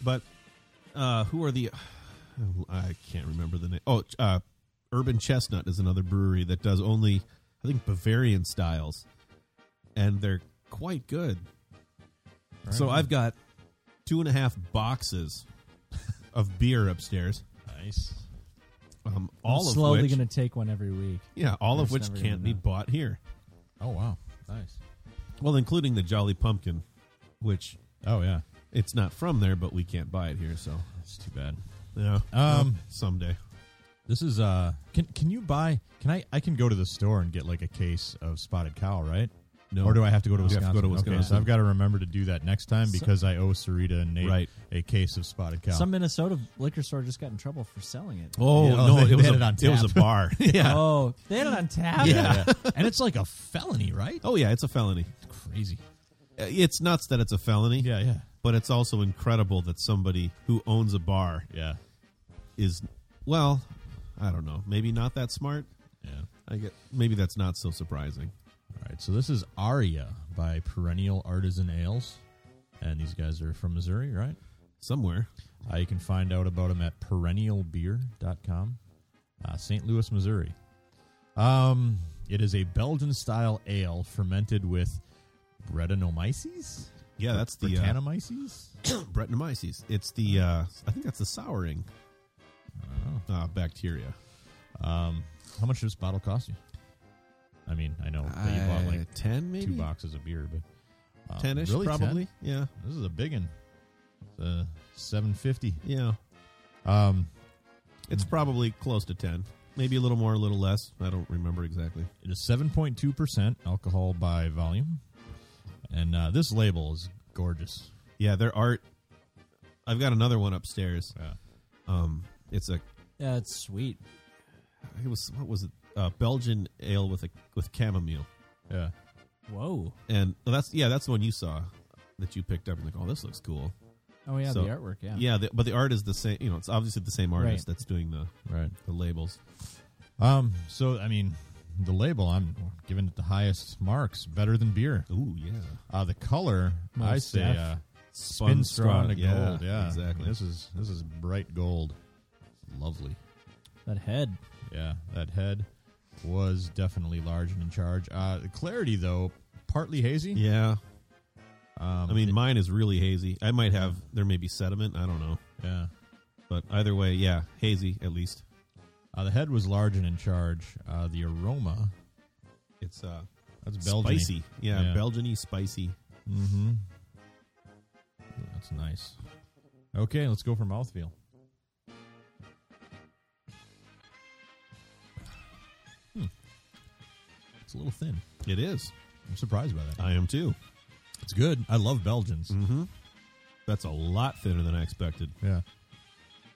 Speaker 1: But uh, who are the? I can't remember the name. Oh, uh, Urban Chestnut is another brewery that does only, I think, Bavarian styles, and they're quite good. so I've got two and a half boxes of beer upstairs.
Speaker 2: Nice.
Speaker 1: Um,
Speaker 3: I'm
Speaker 1: all of
Speaker 3: slowly
Speaker 1: which,
Speaker 3: going to take one every week.
Speaker 1: yeah, all of
Speaker 3: There's
Speaker 1: which
Speaker 3: never gonna
Speaker 1: can't be
Speaker 3: know.
Speaker 1: bought here.
Speaker 2: Oh wow. Nice.
Speaker 1: Well, including the Jolly Pumpkin, which
Speaker 2: Oh yeah.
Speaker 1: it's not from there, but we can't buy it here. So
Speaker 2: That's too bad.
Speaker 1: yeah,
Speaker 2: Um,
Speaker 1: someday.
Speaker 2: This is uh can can you buy can I I can go to the store and get like a case of spotted cow, right?
Speaker 1: No.
Speaker 2: Or do I have to go to
Speaker 1: You have
Speaker 2: Wisconsin?
Speaker 1: to go to
Speaker 2: Okay, so
Speaker 1: Wisconsin.
Speaker 2: I've got to remember to do that next time
Speaker 3: So-
Speaker 2: because I owe Sarita and Nate
Speaker 1: Right.
Speaker 2: a case of spotted cow.
Speaker 3: Some Minnesota liquor store just got in trouble for selling it.
Speaker 1: Oh
Speaker 2: Yeah,
Speaker 1: no,
Speaker 2: they-
Speaker 1: it
Speaker 2: they
Speaker 1: was
Speaker 2: had
Speaker 1: a,
Speaker 2: it on
Speaker 1: it was a
Speaker 2: tap.
Speaker 1: bar. yeah.
Speaker 3: Oh, they had it on tap.
Speaker 2: yeah. yeah. and it's like a felony, right?
Speaker 1: Oh yeah, it's a felony.
Speaker 2: Crazy.
Speaker 1: Uh, It's nuts that it's a felony.
Speaker 2: Yeah, yeah.
Speaker 1: But it's also incredible that somebody who owns a bar
Speaker 2: Yeah.
Speaker 1: is well, I don't know, maybe not that smart.
Speaker 2: Yeah.
Speaker 1: I get maybe that's not so surprising.
Speaker 2: All right. So this is Aria by Perennial Artisan Ales. And these guys are from Missouri, right?
Speaker 1: Somewhere.
Speaker 2: Uh, you can find out about them at perennialbeer.com, uh, St. Louis, Missouri. Um, it is a Belgian style ale fermented with Brettanomyces?
Speaker 1: Yeah, that's the uh,
Speaker 2: Brettanomyces?
Speaker 1: Brettanomyces. It's the uh, I think that's the souring uh, bacteria.
Speaker 2: Oh. Um, how much does this bottle cost you? I mean, I know that you bought like
Speaker 1: Uh, ten maybe
Speaker 2: two boxes of beer, but um,
Speaker 1: ten-ish
Speaker 2: really 10?
Speaker 1: probably. Yeah,
Speaker 2: This is a big one. It's uh, 750.
Speaker 1: yeah.
Speaker 2: Um,
Speaker 1: It's probably close to ten, maybe a little more, a little less. I don't remember exactly.
Speaker 2: It is 7.2% alcohol by volume. And uh, this label is gorgeous.
Speaker 1: Yeah, their art. I've got another one upstairs. Um, it's a
Speaker 3: Yeah, it's sweet.
Speaker 1: it was what was it? Uh, Belgian ale with a with chamomile,
Speaker 2: Yeah.
Speaker 3: Whoa.
Speaker 1: and well, that's yeah, that's the one you saw that you picked up and like, oh, this looks cool.
Speaker 3: Oh yeah,
Speaker 1: So-
Speaker 3: the artwork. Yeah.
Speaker 1: Yeah, the, but the art is the same. You know, it's obviously the same artist
Speaker 3: Right.
Speaker 1: that's doing the
Speaker 2: Right.
Speaker 1: the labels.
Speaker 2: Um, so, I mean, the label, I'm giving it the highest marks, better than beer.
Speaker 1: Ooh, yeah,
Speaker 2: Uh, the color,
Speaker 3: Most
Speaker 2: I say,
Speaker 3: def.
Speaker 2: uh,
Speaker 1: spun
Speaker 2: spin straw to
Speaker 1: yeah,
Speaker 2: gold. Yeah.
Speaker 1: exactly.
Speaker 2: This is this is bright gold. Lovely.
Speaker 3: That head.
Speaker 2: Yeah, that head was definitely large and in charge. Uh, the clarity, though, partly hazy.
Speaker 1: yeah,
Speaker 2: Um,
Speaker 1: I mean, mine is really hazy. I might have there may be sediment. I don't know,
Speaker 2: yeah.
Speaker 1: but either way, yeah, hazy at least.
Speaker 2: Uh, the head was large and in charge. Uh, the aroma
Speaker 1: It's uh
Speaker 2: That's Belgian.
Speaker 1: spicy. Yeah,
Speaker 2: Yeah.
Speaker 1: Belgian-y, spicy.
Speaker 2: Mm-hmm. That's nice. Okay, let's go for mouthfeel. Hmm. It's a little thin.
Speaker 1: It is.
Speaker 2: I'm surprised by that.
Speaker 1: I am too.
Speaker 2: It's good. I love Belgians.
Speaker 1: Mm-hmm. That's a lot thinner than I expected.
Speaker 2: Yeah.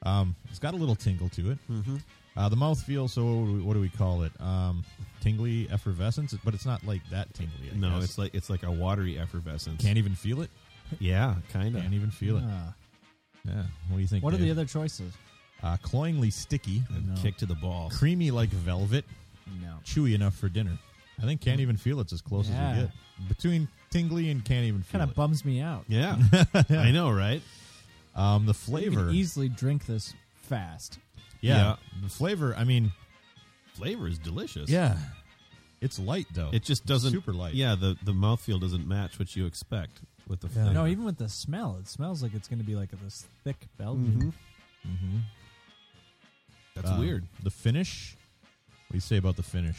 Speaker 2: Um, it's got a little tingle to it. Mm-hmm. Uh, the mouth feels so. What do we, what do we call it? Um, tingly effervescence, but it's not like that tingly. I
Speaker 1: no,
Speaker 2: guess.
Speaker 1: it's like it's like a watery effervescence.
Speaker 2: can't even feel it.
Speaker 1: yeah, kind of.
Speaker 2: Can't even feel it.
Speaker 3: Ah.
Speaker 2: Yeah. What do you think?
Speaker 3: what are the
Speaker 2: Dave?
Speaker 3: other choices?
Speaker 2: Uh, cloyingly sticky,
Speaker 1: Kick to the ball.
Speaker 2: creamy like velvet,
Speaker 3: No.
Speaker 2: chewy enough for dinner. I think can't even feel it's as close as
Speaker 3: Yeah.
Speaker 2: we get between tingly and can't even feel
Speaker 3: Kind of
Speaker 2: it.
Speaker 3: bums me out.
Speaker 1: Yeah, I know, right?
Speaker 2: Um, the
Speaker 3: You can
Speaker 2: flavor,
Speaker 3: easily drink this fast.
Speaker 2: yeah, the flavor. I mean,
Speaker 1: Flavor is delicious.
Speaker 2: yeah, it's light though.
Speaker 1: it just doesn't
Speaker 2: super light.
Speaker 1: Yeah, the the mouthfeel doesn't match what you expect with the flavor.
Speaker 3: No, even with the smell, it smells like it's going to be like this thick Belgian.
Speaker 2: Mm-hmm.
Speaker 1: That's
Speaker 2: Um,
Speaker 1: weird.
Speaker 2: The finish. What do you say about the finish?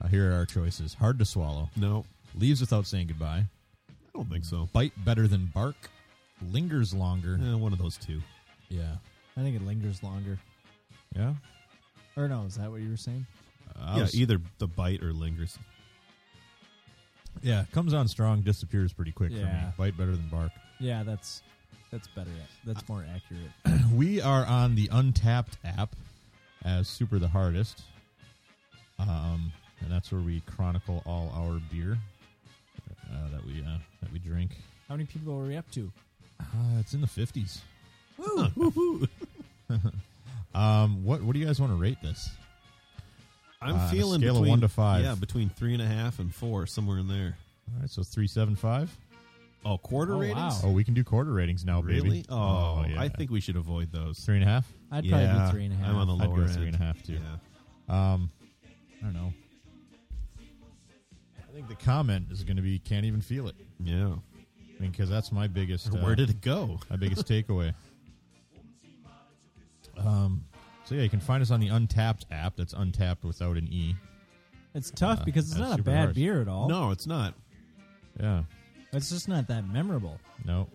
Speaker 2: Uh, here are our choices: hard to swallow,
Speaker 1: No,
Speaker 2: leaves without saying goodbye,
Speaker 1: I don't think so.
Speaker 2: bite better than bark, lingers longer.
Speaker 1: Eh, one of those two.
Speaker 2: Yeah,
Speaker 3: I think it lingers longer.
Speaker 2: yeah.
Speaker 3: Or no, is that what you were saying?
Speaker 2: I
Speaker 1: yeah,
Speaker 2: was-
Speaker 1: either the bite or lingers.
Speaker 2: yeah. Comes on strong, disappears pretty quick for
Speaker 3: Yeah.
Speaker 2: me. Bite better than bark.
Speaker 3: Yeah, that's that's better. That's more accurate.
Speaker 2: We are on the Untapped app as Super the Hardest. Um, and that's where we chronicle all our beer uh, that we uh, that we drink.
Speaker 3: How many people are we up to?
Speaker 2: Uh, it's in the fifties.
Speaker 1: Woohoo.
Speaker 2: Um, what what do you guys want to rate this?
Speaker 1: I'm
Speaker 2: Uh, on a
Speaker 1: feeling
Speaker 2: scale of
Speaker 1: between-
Speaker 2: one to five.
Speaker 1: Yeah, between three and a half and four, somewhere in there.
Speaker 2: All right, so three seven five.
Speaker 1: Oh, quarter
Speaker 3: Oh,
Speaker 1: ratings.
Speaker 3: wow.
Speaker 2: Oh, we can do quarter ratings now, baby.
Speaker 1: Really? Oh,
Speaker 2: yeah.
Speaker 1: I think we should avoid those.
Speaker 2: three and a half.
Speaker 3: I'd probably
Speaker 1: yeah,
Speaker 3: do three and a half.
Speaker 1: I'm on the
Speaker 2: I'd go
Speaker 1: lower end.
Speaker 2: three and a half, too.
Speaker 1: Yeah.
Speaker 2: Um, I don't know. I think the comment is going to be can't even feel it.
Speaker 1: Yeah.
Speaker 2: I mean, because that's my biggest. uh,
Speaker 1: Where did it go?
Speaker 2: my biggest takeaway. Um, so yeah, you can find us on the Untapped app. That's Untapped without an e.
Speaker 3: it's tough
Speaker 2: Uh,
Speaker 3: because it's
Speaker 2: that's
Speaker 3: not a
Speaker 2: super
Speaker 3: bad
Speaker 2: hard.
Speaker 3: beer at all.
Speaker 1: No, it's not.
Speaker 2: Yeah,
Speaker 3: It's just not that memorable.
Speaker 2: no,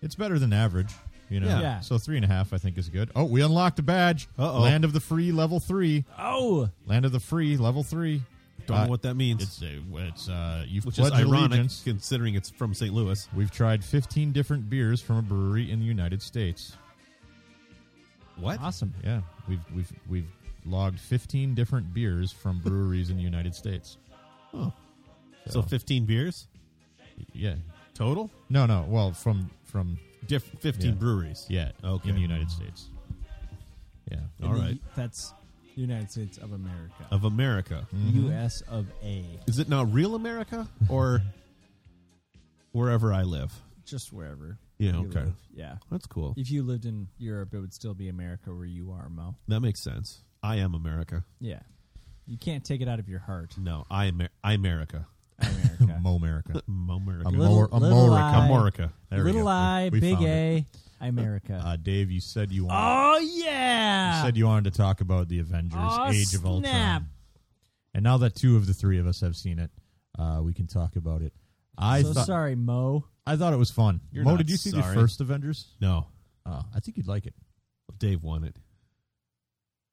Speaker 2: it's better than average. You know,
Speaker 1: Yeah.
Speaker 3: Yeah.
Speaker 2: So three and a half, I think, is good. Oh, we unlocked a badge.
Speaker 1: Uh-oh.
Speaker 2: Land of the free, level three.
Speaker 3: Oh,
Speaker 2: Land of the free, level three.
Speaker 1: Don't
Speaker 2: Uh,
Speaker 1: know what that means.
Speaker 2: It's uh, it's uh, you've
Speaker 1: which is
Speaker 2: pledged
Speaker 1: ironic
Speaker 2: allegiance.
Speaker 1: considering it's from St. Louis.
Speaker 2: We've tried 15 different beers from a brewery in the United States.
Speaker 1: What?
Speaker 3: awesome!
Speaker 2: Yeah, we've we've we've logged 15 different beers from breweries in the United States.
Speaker 1: Oh. So 15 beers
Speaker 2: Yeah.
Speaker 1: total?
Speaker 2: No, no. Well, from from
Speaker 1: Diff- 15
Speaker 2: Yeah.
Speaker 1: breweries.
Speaker 2: yeah,
Speaker 1: Okay.
Speaker 2: in the United States. Yeah.
Speaker 3: In
Speaker 1: All
Speaker 3: the-
Speaker 1: right.
Speaker 3: that's United States of America,
Speaker 1: Of America.
Speaker 2: Mm. Mm-hmm.
Speaker 3: U.S. of A.
Speaker 1: Is it now real America or wherever I live?
Speaker 3: Just wherever.
Speaker 1: Yeah,
Speaker 3: you
Speaker 1: okay.
Speaker 3: live. Yeah.
Speaker 1: That's cool.
Speaker 3: If you lived in Europe, it would still be America where you are, Mo.
Speaker 1: That makes sense. I am America.
Speaker 3: Yeah. You can't take it out of your heart,
Speaker 1: No, I am I America.
Speaker 3: America.
Speaker 2: Mo America.
Speaker 1: America.
Speaker 2: Amor-
Speaker 3: Little- little I.
Speaker 2: Amorica. There we
Speaker 3: Little
Speaker 2: go.
Speaker 3: I,
Speaker 2: We
Speaker 3: big
Speaker 2: found it.
Speaker 3: A, America.
Speaker 2: Uh, Dave, you said you wanted,
Speaker 3: oh
Speaker 2: you
Speaker 3: yeah!
Speaker 2: said you wanted to talk about the Avengers:
Speaker 3: Aw,
Speaker 2: Age of
Speaker 3: Oh, snap.
Speaker 2: Ultron. And now that two of the three of us have seen it, uh, we can talk about it. I
Speaker 3: so
Speaker 2: thought
Speaker 3: sorry, Mo.
Speaker 2: I thought it was fun.
Speaker 1: You're
Speaker 2: Mo,
Speaker 1: not
Speaker 2: did you see
Speaker 1: sorry.
Speaker 2: the first Avengers?
Speaker 1: No,
Speaker 2: Oh, I think you'd like it.
Speaker 1: Dave won it.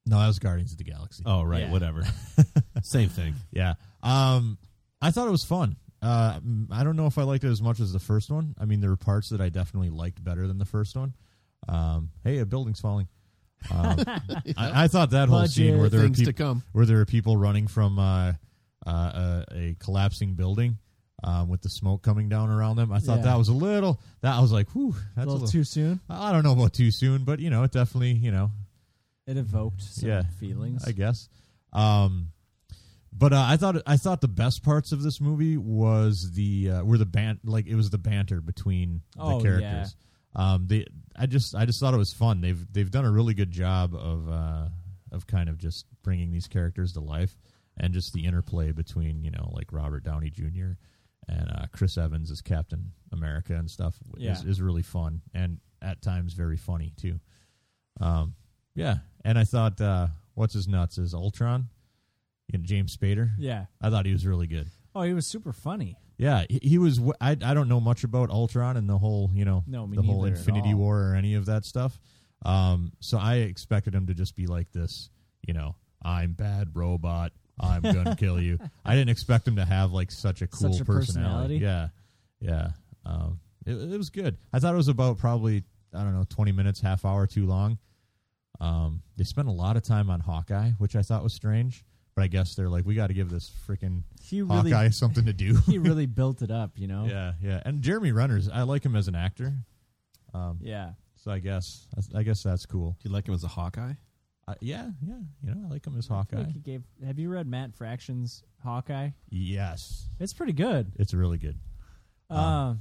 Speaker 2: No, that was Guardians of the Galaxy.
Speaker 1: Oh, right,
Speaker 3: Yeah.
Speaker 1: whatever. Same thing.
Speaker 2: Yeah. Um, I thought it was fun. Uh, m- I don't know if I liked it as much as the first one. I mean, there were parts that I definitely liked better than the first one. Um, hey, a building's falling. Um, I, I thought that whole scene where there were
Speaker 1: Things to
Speaker 2: peop-
Speaker 1: come.
Speaker 2: where there were people running from uh, uh, a, a collapsing building. Um, with the smoke coming down around them, I thought
Speaker 3: Yeah.
Speaker 2: that was a little. That I was like, "Whew, that's
Speaker 3: A little too soon.
Speaker 2: I don't know about too soon, but you know, it definitely, you know,
Speaker 3: It evoked some
Speaker 2: Yeah.
Speaker 3: feelings.
Speaker 2: I guess. Um, but uh, I thought I thought the best parts of this movie was the uh, were the ban like it was the banter between the
Speaker 3: Oh, yeah.
Speaker 2: characters. Um, they I just I just thought it was fun. They've they've done a really good job of uh, of kind of just bringing these characters to life and just the interplay between you know like Robert Downey Jr. and uh, Chris Evans as Captain America and stuff is,
Speaker 3: Yeah.
Speaker 2: is really fun and at times very funny too. Um, yeah, and I thought uh, what's his nuts is Ultron, you know, James Spader.
Speaker 3: yeah.
Speaker 2: I thought he was really good.
Speaker 3: Oh, he was super funny.
Speaker 2: Yeah, he, he was. wh- I I don't know much about Ultron and the whole you know
Speaker 3: No, me
Speaker 2: the whole
Speaker 3: neither at
Speaker 2: Infinity
Speaker 3: all.
Speaker 2: War or any of that stuff. Um, so I expected him to just be like this, you know, I'm bad robot. I'm gonna kill you. I didn't expect him to have like such a cool
Speaker 3: Such a personality.
Speaker 2: Yeah, yeah. Um, It, it was good. I thought it was about probably I don't know twenty minutes, half hour too long. Um, they spent a lot of time on Hawkeye, which I thought was strange. But I guess they're like, we got to give this freaking
Speaker 3: He really,
Speaker 2: Hawkeye something to do.
Speaker 3: he really built it up, you know.
Speaker 2: yeah, yeah. And Jeremy Renner's, I like him as an actor. Um,
Speaker 3: Yeah.
Speaker 2: so I guess I, I guess that's cool.
Speaker 1: Do you like him as a Hawkeye?
Speaker 2: I, yeah, yeah. You know, I like him as
Speaker 3: I feel
Speaker 2: Hawkeye.
Speaker 3: like he gave. Have you read Matt Fraction's Hawkeye?
Speaker 2: Yes,
Speaker 3: It's pretty good.
Speaker 2: it's really good.
Speaker 1: Uh-huh.
Speaker 3: Uh,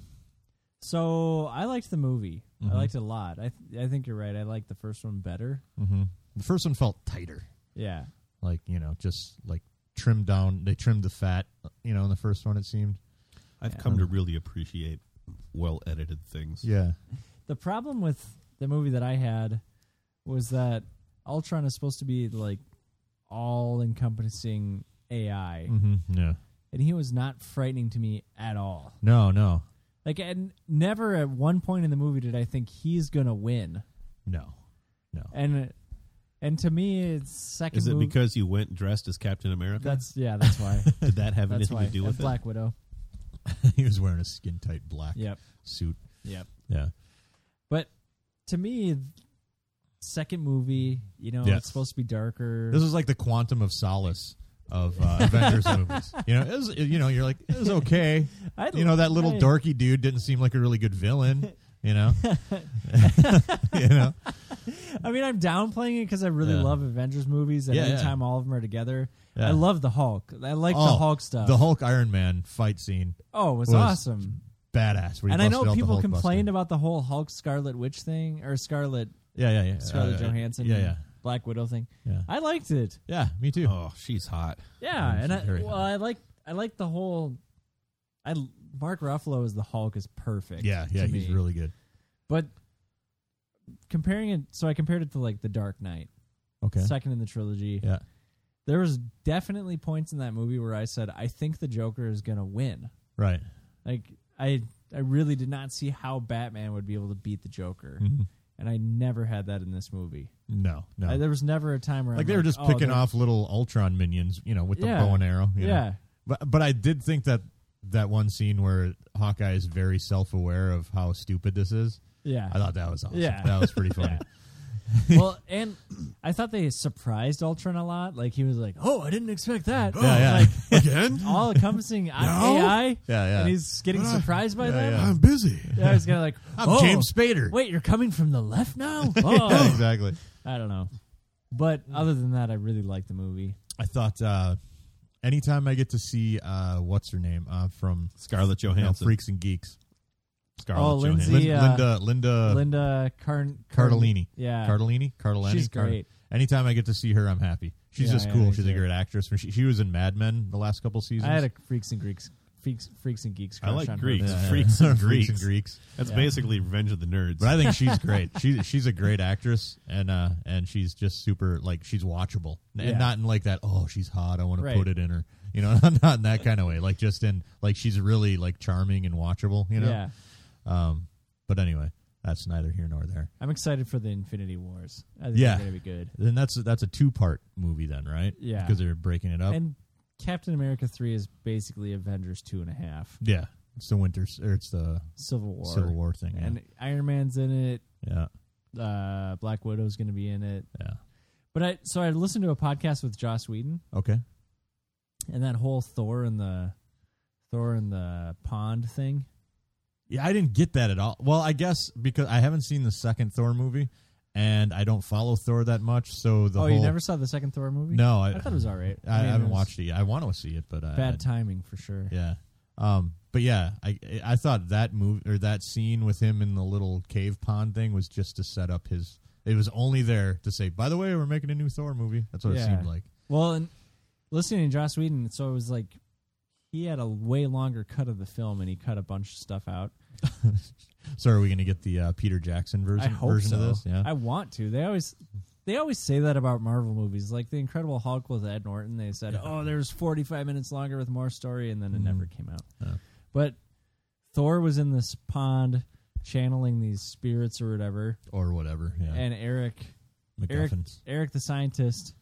Speaker 3: so I liked the movie.
Speaker 2: Mhm.
Speaker 1: Mm-hmm.
Speaker 3: I liked it a lot. I th- I think you're right. I liked the first one better.
Speaker 2: hmm The first one felt tighter.
Speaker 3: Yeah.
Speaker 2: like you know just like trimmed down they trimmed the fat you know in the first one it seemed
Speaker 1: I've come to really appreciate well edited things.
Speaker 2: yeah
Speaker 3: The problem with the movie that I had was that Ultron is supposed to be like all encompassing AI,
Speaker 1: Mm.
Speaker 2: mm-hmm. yeah
Speaker 3: and he was not frightening to me at all.
Speaker 2: no no
Speaker 3: Like, and never at one point in the movie did I think he's gonna win.
Speaker 2: no no
Speaker 3: And and to me, it's second.
Speaker 1: Is it
Speaker 3: mov-
Speaker 1: because you went dressed as Captain America?
Speaker 3: that's yeah? That's why.
Speaker 1: Did that have
Speaker 3: that's
Speaker 1: anything
Speaker 3: why.
Speaker 1: to do
Speaker 3: That's
Speaker 1: with it?
Speaker 3: Black Widow.
Speaker 2: he was wearing a skin tight black
Speaker 3: Yep.
Speaker 2: suit
Speaker 3: Yep.
Speaker 2: yeah
Speaker 3: But to me, second movie, you know,
Speaker 2: Yes.
Speaker 3: it's supposed to be darker.
Speaker 2: this was like the quantum of solace of uh, Avengers movies, you know, it was, you know, you're like it was okay,
Speaker 3: I'd-
Speaker 2: you know, that little
Speaker 3: I-
Speaker 2: dorky dude didn't seem like a really good villain, you know, you know,
Speaker 3: I mean, I'm downplaying it because I really
Speaker 2: Yeah.
Speaker 3: love Avengers movies. And
Speaker 2: Yeah, yeah.
Speaker 3: anytime all of them are together,
Speaker 2: Yeah.
Speaker 3: I love the Hulk. I like the
Speaker 2: Oh,
Speaker 3: Hulk stuff.
Speaker 2: the Hulk Iron Man fight scene,
Speaker 3: oh, it was,
Speaker 2: was-
Speaker 3: awesome.
Speaker 2: badass. Where he
Speaker 3: And I know
Speaker 2: busted out the
Speaker 3: people
Speaker 2: Hulk buster.
Speaker 3: complained about the whole Hulk Scarlet Witch thing or Scarlet
Speaker 2: yeah, yeah, yeah,
Speaker 3: Scarlet
Speaker 2: Uh,
Speaker 3: Johansson,
Speaker 2: yeah, yeah,
Speaker 3: Black Widow thing.
Speaker 2: yeah,
Speaker 3: I liked it.
Speaker 2: yeah, me too.
Speaker 1: Oh, she's hot.
Speaker 3: Yeah,
Speaker 2: she's
Speaker 3: and I,
Speaker 2: very
Speaker 3: well,
Speaker 2: hot.
Speaker 3: I like I like the whole. I Mark Ruffalo as the Hulk is perfect.
Speaker 2: Yeah,
Speaker 3: to
Speaker 2: yeah, he's
Speaker 3: me.
Speaker 2: really good.
Speaker 3: But comparing it, so I compared it to like The Dark Knight,
Speaker 2: Okay.
Speaker 3: second in the trilogy.
Speaker 2: Yeah.
Speaker 3: There was definitely points in that movie where I said, I think the Joker is gonna win.
Speaker 2: Right.
Speaker 3: Like I, I really did not see how Batman would be able to beat the Joker,
Speaker 2: Mhm.
Speaker 3: and I never had that in this movie.
Speaker 2: No, no.
Speaker 3: I, there was never a time where
Speaker 2: like
Speaker 3: I'm
Speaker 2: they were just
Speaker 3: "Oh,
Speaker 2: picking
Speaker 3: they're-
Speaker 2: off little Ultron minions, you know, with
Speaker 3: Yeah.
Speaker 2: the bow and arrow. you know.
Speaker 3: Yeah,
Speaker 2: But but I did think that that one scene where Hawkeye is very self aware of how stupid this is.
Speaker 3: yeah.
Speaker 2: I thought that was awesome.
Speaker 3: Yeah.
Speaker 2: That was pretty funny.
Speaker 3: well, and I thought they surprised Ultron a lot. Like he was like, "Oh, I didn't expect that."
Speaker 2: yeah.
Speaker 3: Like
Speaker 2: Again?
Speaker 3: all encompassing AI.
Speaker 2: Yeah, yeah.
Speaker 3: And he's getting surprised by
Speaker 2: yeah,
Speaker 3: them.
Speaker 2: yeah. I'm
Speaker 1: busy.
Speaker 3: Yeah, he's kind of like,
Speaker 2: I'm
Speaker 3: "Oh,
Speaker 2: James Spader.
Speaker 3: Wait, you're coming from the left now?
Speaker 2: Yeah,
Speaker 3: Oh,
Speaker 2: exactly.
Speaker 3: I don't know. But other than that, I really like the movie.
Speaker 2: I thought uh anytime I get to see uh what's her name? Uh from
Speaker 1: Scarlett
Speaker 2: you know,
Speaker 1: Johansson.
Speaker 2: Freaks and Geeks.
Speaker 1: Scarlett
Speaker 3: Oh,
Speaker 1: Johansson.
Speaker 3: Lindsay- The, uh,
Speaker 2: Linda Linda
Speaker 3: Linda Carn-
Speaker 2: Cardellini.
Speaker 3: Yeah.
Speaker 2: Cardellini, Cardellini.
Speaker 3: She's
Speaker 2: Card-
Speaker 3: great.
Speaker 2: Anytime I get to see her, I'm happy. She's
Speaker 3: Yeah,
Speaker 2: just
Speaker 3: yeah,
Speaker 2: cool.
Speaker 3: me
Speaker 2: She's a
Speaker 3: too.
Speaker 2: great actress. She, she was in Mad Men the last couple seasons.
Speaker 3: I had a Freaks and Greeks. Freaks, Freaks and Geeks.
Speaker 1: I
Speaker 3: Crush
Speaker 1: like
Speaker 3: on her.
Speaker 1: Greeks.
Speaker 3: Yeah.
Speaker 1: Freaks and
Speaker 2: Freaks
Speaker 1: Greeks.
Speaker 2: and Greeks.
Speaker 1: That's
Speaker 3: Yeah.
Speaker 1: basically Revenge of the Nerds.
Speaker 2: But I think she's great. She she's a great actress, and uh, and she's just super like she's watchable, and
Speaker 3: Yeah.
Speaker 2: not in like that. Oh, she's hot. I want
Speaker 3: Right.
Speaker 2: to put it in her. You know, not in that kind of way. Like just in like she's really like charming and watchable. You know.
Speaker 3: Yeah.
Speaker 2: Um. But anyway, that's neither here nor there.
Speaker 3: I'm excited for the Infinity Wars. I think
Speaker 2: Yeah.
Speaker 3: they're going to be good.
Speaker 2: Then that's that's a two part movie then, right?
Speaker 3: Yeah.
Speaker 2: Because they're breaking it up.
Speaker 3: And Captain America 3 is basically Avengers 2.5,
Speaker 2: Yeah, it's the winter s- or it's the
Speaker 3: Civil War.
Speaker 2: Civil War thing. Yeah,
Speaker 3: And Iron Man's in it.
Speaker 2: yeah,
Speaker 3: Uh, Black Widow's going to be in it.
Speaker 2: yeah.
Speaker 3: But I so I listened to a podcast with Joss Whedon
Speaker 2: Okay.
Speaker 3: and that whole Thor in the Thor in the pond thing.
Speaker 2: Yeah, I didn't get that at all. Well, I guess because I haven't seen the second Thor movie, and I don't follow Thor that much, so the
Speaker 3: oh,
Speaker 2: whole
Speaker 3: you never saw the second Thor movie?
Speaker 2: no, I,
Speaker 3: I thought it was all right.
Speaker 2: I,
Speaker 3: mean,
Speaker 2: haven't
Speaker 3: was
Speaker 2: watched it. yet. I want to see it, but I,
Speaker 3: Bad
Speaker 2: I-
Speaker 3: timing for sure.
Speaker 2: Yeah. Um. But yeah, I I thought that movie or that scene with him in the little cave pond thing was just to set up his. It was only there to say, by the way, we're making a new Thor movie. That's what it
Speaker 3: Yeah.
Speaker 2: seemed like.
Speaker 3: Well, and listening to Joss Whedon, so it was like he had a way longer cut of the film, and he cut a bunch of stuff out.
Speaker 2: So are we going to get the uh, Peter Jackson version
Speaker 3: I hope
Speaker 2: version
Speaker 3: so.
Speaker 2: of this? Yeah.
Speaker 3: I want to. They always they always say that about Marvel movies, like the Incredible Hulk with Ed Norton. They said, "Oh, there's 45 minutes longer with more story," and then it never came out.
Speaker 2: Mm. Yeah.
Speaker 3: But Thor was in this pond channeling these spirits or whatever,
Speaker 2: or whatever. Yeah.
Speaker 3: and Eric Eric
Speaker 2: MacGuffins.
Speaker 3: Eric the scientist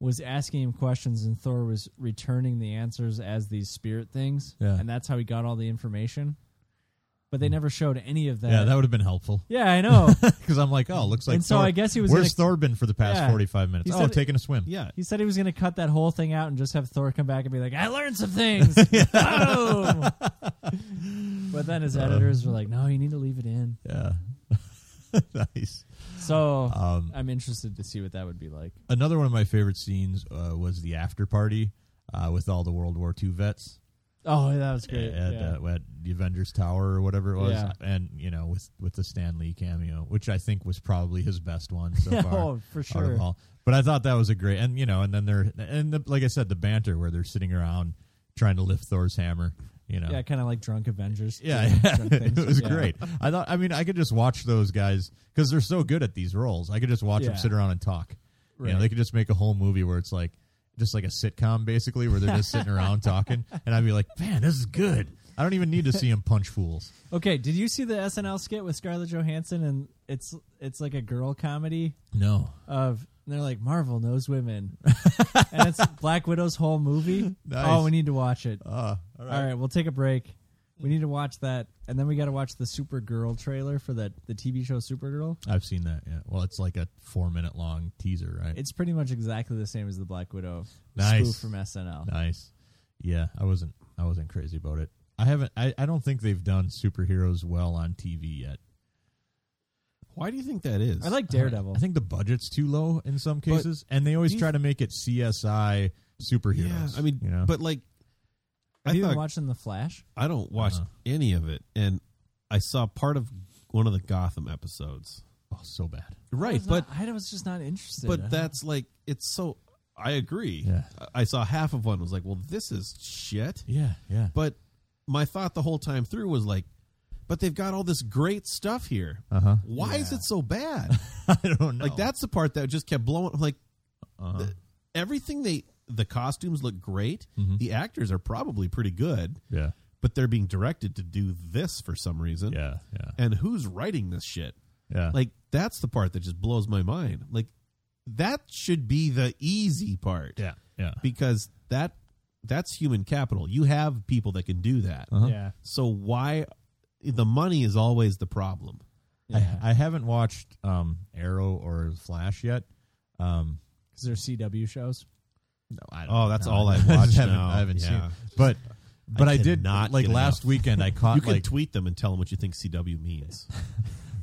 Speaker 3: was asking him questions and Thor was returning the answers as these spirit things
Speaker 2: Yeah. Hmm.
Speaker 3: and that's how he got all the information. but they never showed any of that.
Speaker 2: yeah, that would have been helpful.
Speaker 3: Yeah, I know.
Speaker 2: Because I'm like, oh, looks like.
Speaker 3: And so
Speaker 2: Thor-
Speaker 3: I guess he was
Speaker 2: Where's
Speaker 3: gonna-
Speaker 2: Thor been for the past
Speaker 3: Yeah.
Speaker 2: 45 minutes?
Speaker 3: He
Speaker 2: oh,
Speaker 3: said-
Speaker 2: taking a swim.
Speaker 1: Yeah.
Speaker 3: he said he was going to cut that whole thing out and just have Thor come back and be like, "I learned some things." Boom. but
Speaker 2: Uh,
Speaker 3: then his editors were like, "No, you need to leave it in."
Speaker 2: Yeah. nice.
Speaker 3: So
Speaker 2: Um,
Speaker 3: I'm interested to see what that would be like.
Speaker 2: Another one of my favorite scenes uh, was the after party uh, with all the World War II vets
Speaker 3: Oh, that was
Speaker 2: at,
Speaker 3: great. Yeah.
Speaker 2: uh, at the Avengers Tower or whatever it was,
Speaker 3: Yeah.
Speaker 2: and you know with with the Stan Lee cameo, which I think was probably his best one so far.
Speaker 3: oh,
Speaker 2: out
Speaker 3: for
Speaker 2: of
Speaker 3: sure.
Speaker 2: all. But I thought that was a great, and you know, and then they're and the, like I said, the banter where they're sitting around trying to lift Thor's hammer. You know,
Speaker 3: Yeah, kind of like drunk Avengers.
Speaker 2: yeah,
Speaker 3: doing
Speaker 2: yeah.
Speaker 3: drunk
Speaker 2: it
Speaker 3: things.
Speaker 2: was
Speaker 3: Yeah.
Speaker 2: great. I thought, I mean, I could just watch those guys because they're so good at these roles. I could just watch them
Speaker 3: Yeah.
Speaker 2: sit around and talk. You know,
Speaker 3: Right.
Speaker 2: they could just make a whole movie where it's like just like a sitcom basically, where they're just sitting around talking, and I'd be like, man, this is good. I don't even need to see him punch fools.
Speaker 3: Okay, did you see the SNL skit with Scarlett Johansson and it's it's like a girl comedy
Speaker 2: No,
Speaker 3: of and they're like Marvel knows women, and it's Black Widow's whole movie.
Speaker 2: Nice.
Speaker 3: Oh, we need to watch it.
Speaker 2: uh, all
Speaker 3: All right, we'll take a break. We need to watch that, and then we got to watch the Supergirl trailer for that the TV show Supergirl.
Speaker 2: I've seen that. Yeah, well, it's like a four minute long teaser, right?
Speaker 3: It's pretty much exactly the same as the Black Widow
Speaker 2: Nice.
Speaker 3: spoof from SNL.
Speaker 2: Nice. Yeah, I wasn't I wasn't crazy about it. I haven't I, I don't think they've done superheroes well on TV yet.
Speaker 1: Why do you think that is?
Speaker 3: I like Daredevil.
Speaker 2: I think the budget's too low in some cases and they always try to make it CSI superheroes.
Speaker 1: Yeah, I mean,
Speaker 2: you know.
Speaker 1: but like,
Speaker 3: Have
Speaker 1: I
Speaker 3: you
Speaker 1: thought
Speaker 3: been watching The Flash?
Speaker 1: I don't watch
Speaker 2: Uh-huh.
Speaker 1: any of it, and I saw part of one of the Gotham episodes.
Speaker 2: oh, so bad.
Speaker 1: Right,
Speaker 3: Was
Speaker 1: but
Speaker 3: not- I was just not interested. I
Speaker 1: but
Speaker 3: don't-
Speaker 1: that's like it's so. I agree.
Speaker 2: Yeah.
Speaker 1: I I saw half of one was like, well, this is shit.
Speaker 2: Yeah, yeah.
Speaker 1: But my thought the whole time through was like, but they've got all this great stuff here.
Speaker 2: Uh-huh.
Speaker 1: Why is it so bad?
Speaker 2: I don't know.
Speaker 1: Like that's the part that just kept blowing. I'm like
Speaker 2: Uh-huh.
Speaker 1: everything they the costumes look great.
Speaker 2: Mm-hmm.
Speaker 1: The actors are probably pretty good,
Speaker 2: Yeah.
Speaker 1: but they're being directed to do this for some reason.
Speaker 2: Yeah, yeah.
Speaker 1: And who's writing this shit?
Speaker 2: Yeah.
Speaker 1: Like that's the part that just blows my mind. Like that should be the easy part.
Speaker 2: yeah, yeah.
Speaker 1: Because that that's human capital. You have people that can do that.
Speaker 2: Uh-huh.
Speaker 3: yeah.
Speaker 1: So why the money is always the problem.
Speaker 3: Yeah.
Speaker 2: I, I haven't watched um Arrow or Flash yet. Um
Speaker 3: Because they're CW shows.
Speaker 2: no, I don't
Speaker 1: Oh, that's
Speaker 2: no,
Speaker 1: all I
Speaker 2: just
Speaker 1: watch
Speaker 2: haven't,
Speaker 1: now.
Speaker 2: I haven't
Speaker 1: Yeah.
Speaker 2: seen. But but I, did
Speaker 1: cannot
Speaker 2: like
Speaker 1: get
Speaker 2: last
Speaker 1: enough.
Speaker 2: weekend I caught
Speaker 1: You can
Speaker 2: like
Speaker 1: tweet them and tell them what you think CW means.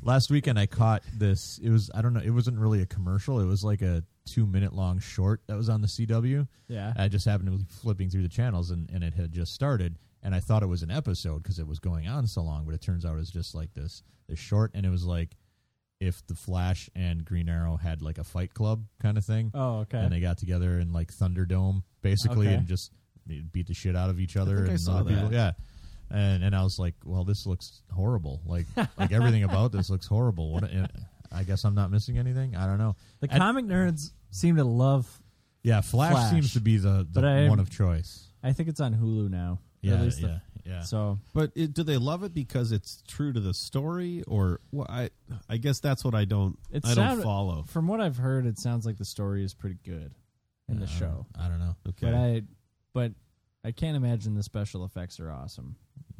Speaker 2: last weekend I caught this. It was I don't know. It wasn't really a commercial. It was like a two minute long short that was on the CW.
Speaker 3: Yeah.
Speaker 2: I just happened to be flipping through the channels and, and it had just started and I thought it was an episode because it was going on so long, but it turns out it was just like this this short and it was like if the Flash and Green Arrow had like a fight club kind of thing.
Speaker 3: Oh, okay.
Speaker 2: And they got together in like Thunderdome basically
Speaker 3: Okay.
Speaker 2: and just beat the shit out of each other
Speaker 1: think I
Speaker 2: and
Speaker 1: saw
Speaker 2: other people.
Speaker 1: that.
Speaker 2: Yeah. And and I was like, well, this looks horrible. Like like everything about this looks horrible. What a- I guess I'm not missing anything. I don't know.
Speaker 3: the
Speaker 2: and-
Speaker 3: comic nerds seem to love.
Speaker 2: Yeah, Flash,
Speaker 3: Flash.
Speaker 2: seems to be the, the
Speaker 3: But I-
Speaker 2: one of choice.
Speaker 3: I think it's on Hulu now. or
Speaker 2: Yeah,
Speaker 3: at least the-
Speaker 2: yeah, yeah.
Speaker 3: So
Speaker 1: But it, do they love it because it's true to the story, or well, I? I guess that's what I don't.
Speaker 3: It
Speaker 1: I don't
Speaker 3: sound-
Speaker 1: follow.
Speaker 3: from what I've heard, it sounds like the story is pretty good in the
Speaker 2: I don't
Speaker 3: show.
Speaker 2: know. I don't know.
Speaker 1: Okay,
Speaker 3: But I, but I can't imagine the special effects are awesome.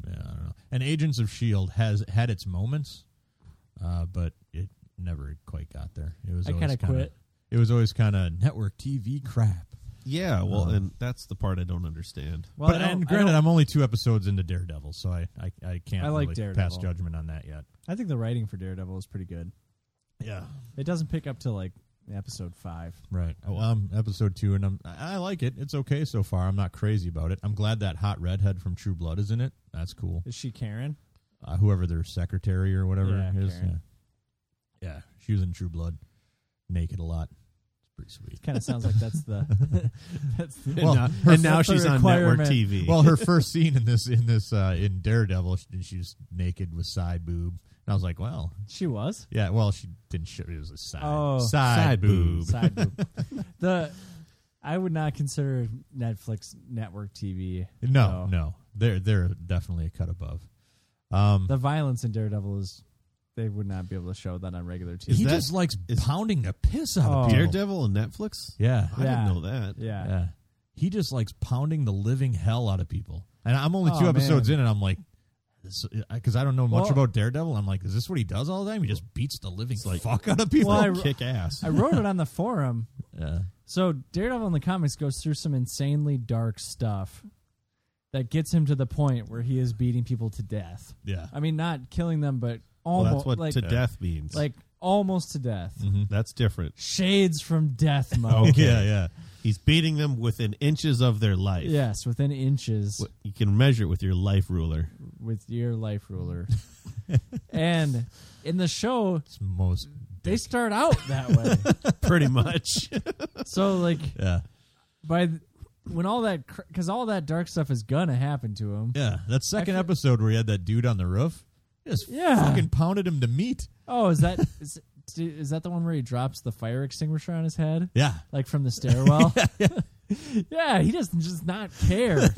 Speaker 2: Yeah, I don't know. And Agents of Shield has had its moments, uh, but it never quite got there. It was
Speaker 3: I
Speaker 2: always
Speaker 3: kinda
Speaker 2: kinda-
Speaker 3: quit.
Speaker 2: It was always kind of network TV crap.
Speaker 1: yeah. Well,
Speaker 2: Um,
Speaker 1: and that's the part I don't understand.
Speaker 3: Well,
Speaker 2: but
Speaker 3: I don't-
Speaker 2: and
Speaker 3: I don't-
Speaker 2: granted, I'm only two episodes into Daredevil, so I I, I can't
Speaker 3: I like
Speaker 2: really pass
Speaker 3: Daredevil.
Speaker 2: judgment on that yet.
Speaker 3: I think the writing for Daredevil is pretty good.
Speaker 2: Yeah,
Speaker 3: It doesn't pick up till like episode five.
Speaker 2: right. Oh, um, episode two, and I'm I I like it. It's okay so far. I'm not crazy about it. I'm glad that hot redhead from True Blood is in it. That's cool.
Speaker 3: Is she Karen?
Speaker 2: Uh, whoever their secretary or whatever
Speaker 3: Yeah,
Speaker 2: is.
Speaker 3: Karen.
Speaker 2: Yeah. yeah, she was in True Blood, naked a lot. It's pretty sweet.
Speaker 3: Kind of sounds like that's the. that's the
Speaker 2: Well,
Speaker 1: and
Speaker 2: her
Speaker 1: now, and now
Speaker 3: filter
Speaker 1: she's on network
Speaker 3: requirement-
Speaker 1: TV.
Speaker 2: well, her first scene in this in this uh, in Daredevil, she, she was naked with side boob, and I was like, well,
Speaker 3: she was
Speaker 2: yeah, well, she didn't show it was a side
Speaker 3: Oh.
Speaker 2: side,
Speaker 1: Side
Speaker 2: boob.
Speaker 1: boob.
Speaker 3: side boob. The I would not consider Netflix network TV.
Speaker 2: No,
Speaker 3: though.
Speaker 2: no, they're they're definitely a cut above. Um,
Speaker 3: The violence in Daredevil is they would not be able to show that on regular TV.
Speaker 2: he
Speaker 1: that-
Speaker 2: just likes
Speaker 1: is-
Speaker 2: pounding the piss out of
Speaker 3: Oh.
Speaker 2: people.
Speaker 1: Daredevil and Netflix.
Speaker 2: Yeah,
Speaker 1: I
Speaker 3: Yeah.
Speaker 1: didn't know that.
Speaker 3: yeah.
Speaker 2: Yeah. He just likes pounding the living hell out of people. And I'm only two
Speaker 3: Oh,
Speaker 2: episodes
Speaker 3: man.
Speaker 2: in and I'm like, Because I don't know much
Speaker 3: Well-
Speaker 2: about Daredevil. I'm like, is this what he does all the time? He just beats the living fuck out of people.
Speaker 3: Well, I-
Speaker 1: kick ass.
Speaker 3: I wrote it on the forum.
Speaker 2: yeah.
Speaker 3: So Daredevil in the comics goes through some insanely dark stuff that gets him to the point where he is beating people to death.
Speaker 2: Yeah.
Speaker 3: I mean, not killing them, but
Speaker 1: well,
Speaker 3: almost
Speaker 1: that's what
Speaker 3: like
Speaker 1: to death means.
Speaker 3: like almost to death.
Speaker 2: Mm-hmm.
Speaker 1: that's different.
Speaker 3: Shades from death mode.
Speaker 1: Okay.
Speaker 2: Yeah, yeah.
Speaker 1: He's beating them within inches of their life.
Speaker 3: Yes, within inches
Speaker 1: What- You can measure it with your life ruler.
Speaker 3: with your life ruler. and in the show,
Speaker 2: It's most.
Speaker 3: they start out that way.
Speaker 1: Pretty much.
Speaker 3: so like
Speaker 2: Yeah.
Speaker 3: by th- when all that because all that dark stuff is gonna happen to him.
Speaker 2: Yeah. That second
Speaker 3: feel-
Speaker 2: episode where he had that dude on the roof just
Speaker 3: Yeah.
Speaker 2: fucking pounded him to meat.
Speaker 3: Oh, is that is, is that the one where he drops the fire extinguisher on his head,
Speaker 2: Yeah.
Speaker 3: like from the stairwell? yeah, he doesn't just not care,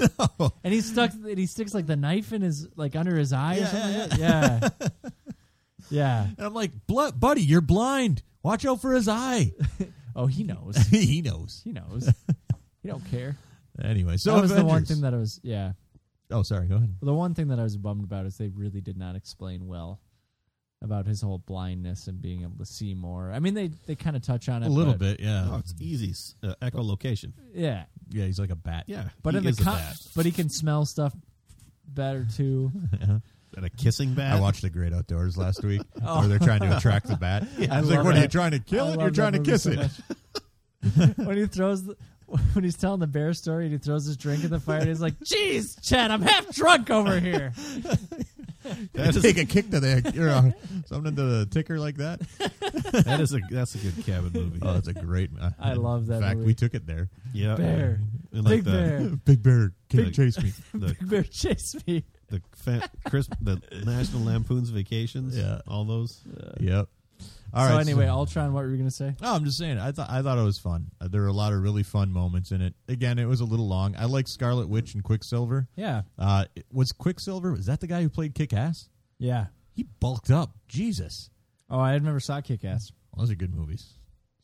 Speaker 3: and he stuck and he sticks like the knife in his like under his eye or
Speaker 2: Yeah,
Speaker 3: something.
Speaker 2: yeah,
Speaker 3: like that? Yeah, yeah.
Speaker 2: And I'm like, "Blu- buddy, you're blind. Watch out for his eye.
Speaker 3: Oh, he knows.
Speaker 2: he knows.
Speaker 3: He knows. he don't care.
Speaker 2: Anyway, so
Speaker 3: that was the one
Speaker 2: Avengers.
Speaker 3: thing that I was. Yeah,
Speaker 2: Oh, sorry. Go ahead.
Speaker 3: the one thing that I was bummed about is they really did not explain well about his whole blindness and being able to see more. I mean, they they kind of touch on it
Speaker 2: A little
Speaker 3: but-
Speaker 2: bit, yeah.
Speaker 1: Oh, it's easy. S- Uh, echolocation.
Speaker 3: Yeah,
Speaker 2: Yeah, he's like a bat.
Speaker 1: Yeah.
Speaker 3: But
Speaker 1: he
Speaker 3: in the
Speaker 1: is a
Speaker 3: co-
Speaker 1: bat.
Speaker 3: but he can smell stuff better too.
Speaker 1: And a kissing bat.
Speaker 2: I watched The Great Outdoors last week, where they're trying to attract the bat. I was like,
Speaker 3: Oh. love
Speaker 2: "What are you
Speaker 3: that.
Speaker 2: trying to kill
Speaker 3: I
Speaker 2: it?
Speaker 3: love
Speaker 2: You're
Speaker 3: that
Speaker 2: trying to
Speaker 3: movie
Speaker 2: kiss
Speaker 3: so
Speaker 2: it."
Speaker 3: when he throws the, when he's telling the bear story and he throws his drink in the fire and he's like, "Jeez, Chad, I'm half drunk over here."
Speaker 1: That
Speaker 2: Take a kick to the you know, something to the ticker like that.
Speaker 1: that is a that's a good cabin movie.
Speaker 2: Oh, that's a great. Uh,
Speaker 3: I love that
Speaker 2: In fact,
Speaker 3: movie.
Speaker 2: we took it there.
Speaker 1: yeah.
Speaker 3: Bear.
Speaker 1: And
Speaker 3: Big bear.
Speaker 2: Big bear can
Speaker 1: Big-
Speaker 2: chase me.
Speaker 1: The,
Speaker 3: Big bear chased me.
Speaker 1: the fa- Chris, the National Lampoon's Vacations.
Speaker 2: Yeah.
Speaker 1: All those.
Speaker 2: yep. All right.
Speaker 3: Uh, so anyway, Ultron, what were you gonna say?
Speaker 2: No, I'm just saying. I thought I thought it was fun. Uh, there were a lot of really fun moments in it. Again, it was a little long. I like Scarlet Witch and Quicksilver.
Speaker 3: Yeah,
Speaker 2: Uh, it- was Quicksilver? Was that the guy who played Kick Ass?
Speaker 3: yeah.
Speaker 2: He bulked up. Jesus,
Speaker 3: Oh, I never saw Kick Ass.
Speaker 2: well, those are good movies.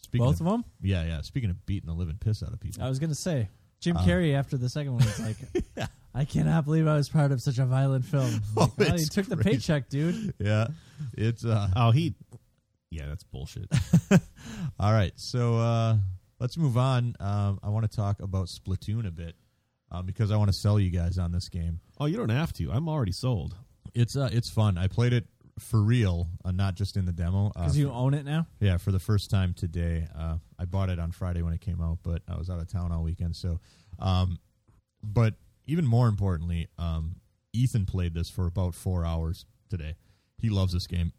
Speaker 2: Speaking
Speaker 3: Both of them.
Speaker 2: Yeah, yeah. Speaking of beating the living piss out of people,
Speaker 3: I was gonna say Jim
Speaker 2: Uh-huh.
Speaker 3: Carrey after the second one was like, "I cannot believe I was part of such a violent film." Like,
Speaker 2: Oh,
Speaker 3: well, you
Speaker 2: it's
Speaker 3: took the
Speaker 2: crazy.
Speaker 3: paycheck, dude.
Speaker 2: yeah, it's uh,
Speaker 1: Oh, he. Yeah, that's bullshit.
Speaker 2: all right. So uh, let's move on. Um, I want to talk about Splatoon a bit um, because I want to sell you guys on this game.
Speaker 1: oh, you don't have to. I'm already sold.
Speaker 2: It's uh, it's fun. I played it for real, uh, not just in the demo. Uh,
Speaker 3: Because you own it now.
Speaker 2: yeah, for the first time today. Uh, I bought it on Friday when it came out, but I was out of town all weekend. So, um, but even more importantly, um, Ethan played this for about four hours today. He loves this game,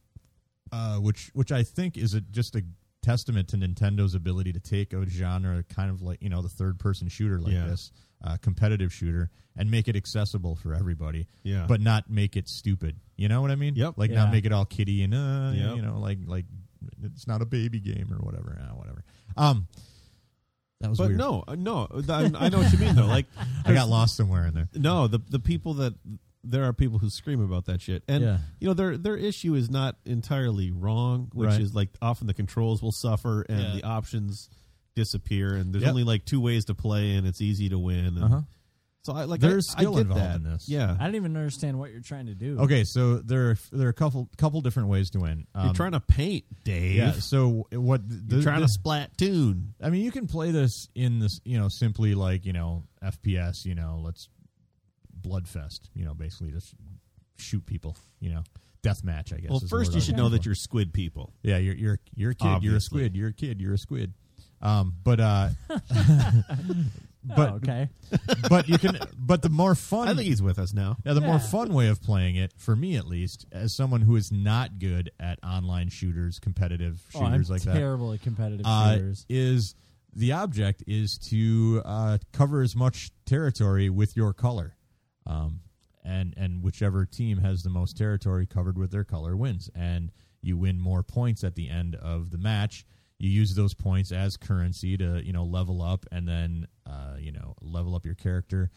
Speaker 2: uh, which which I think is a, just a testament to Nintendo's ability to take a genre, kind of like you know the third person shooter like
Speaker 1: Yeah.
Speaker 2: this, uh, competitive shooter, and make it accessible for everybody
Speaker 1: Yeah.
Speaker 2: but not make it stupid. You know what I mean?
Speaker 1: Yep.
Speaker 2: Like
Speaker 3: Yeah.
Speaker 2: not make it all kiddie and uh,
Speaker 1: Yep.
Speaker 2: you know, like like it's not a baby game or whatever. Ah, whatever. Um, that was
Speaker 1: But
Speaker 2: weird.
Speaker 1: no, uh, no, th- I, I know what you mean though. Like,
Speaker 2: I got lost somewhere in there.
Speaker 1: no, the the people that there are people who scream about that shit, and
Speaker 2: Yeah.
Speaker 1: you know their their issue is not entirely wrong, which
Speaker 2: Right.
Speaker 1: is like often the controls will suffer and
Speaker 2: Yeah.
Speaker 1: the options disappear, and there's
Speaker 2: Yep.
Speaker 1: only like two ways to play, and it's easy to win. And
Speaker 2: Uh-huh.
Speaker 1: So I like
Speaker 2: There's
Speaker 1: I, I
Speaker 2: skill
Speaker 1: get
Speaker 2: involved
Speaker 1: that.
Speaker 2: in this.
Speaker 1: Yeah,
Speaker 3: I don't even understand what you're trying to do.
Speaker 2: Uh-huh. Okay, so there are there are a couple couple different ways to win. Um,
Speaker 1: you're trying to paint, Dave.
Speaker 2: yeah. So what? The,
Speaker 1: You're trying
Speaker 2: the-
Speaker 1: to splat tune.
Speaker 2: I mean, you can play this in this, you know, simply like you know FPS. You know, let's bloodfest. You know, basically just shoot people. You know, deathmatch. I guess.
Speaker 1: Well,
Speaker 2: is the
Speaker 1: first
Speaker 2: word
Speaker 1: you
Speaker 2: I
Speaker 1: should
Speaker 2: was
Speaker 1: know
Speaker 2: looking
Speaker 1: that
Speaker 2: for.
Speaker 1: you're squid people.
Speaker 2: Yeah, you're you're you're a kid. You're a
Speaker 1: Obviously.
Speaker 2: squid. You're a kid. You're a squid. Um, but uh,
Speaker 3: Oh,
Speaker 2: but
Speaker 3: okay.
Speaker 2: but you can. But the more fun.
Speaker 1: Oh, I think he's with us now.
Speaker 2: yeah, the
Speaker 3: Yeah.
Speaker 2: more fun way of playing it, for me at least, as someone who is not good at online shooters, competitive
Speaker 3: Oh, I'm
Speaker 2: shooters like that,
Speaker 3: terrible at competitive
Speaker 2: uh,
Speaker 3: shooters.
Speaker 2: is the object is to uh, cover as much territory with your color, um, and and whichever team has the most territory covered with their color wins, and you win more points at the end of the match. You use those points as currency to you know level up, and then uh, you know level up your character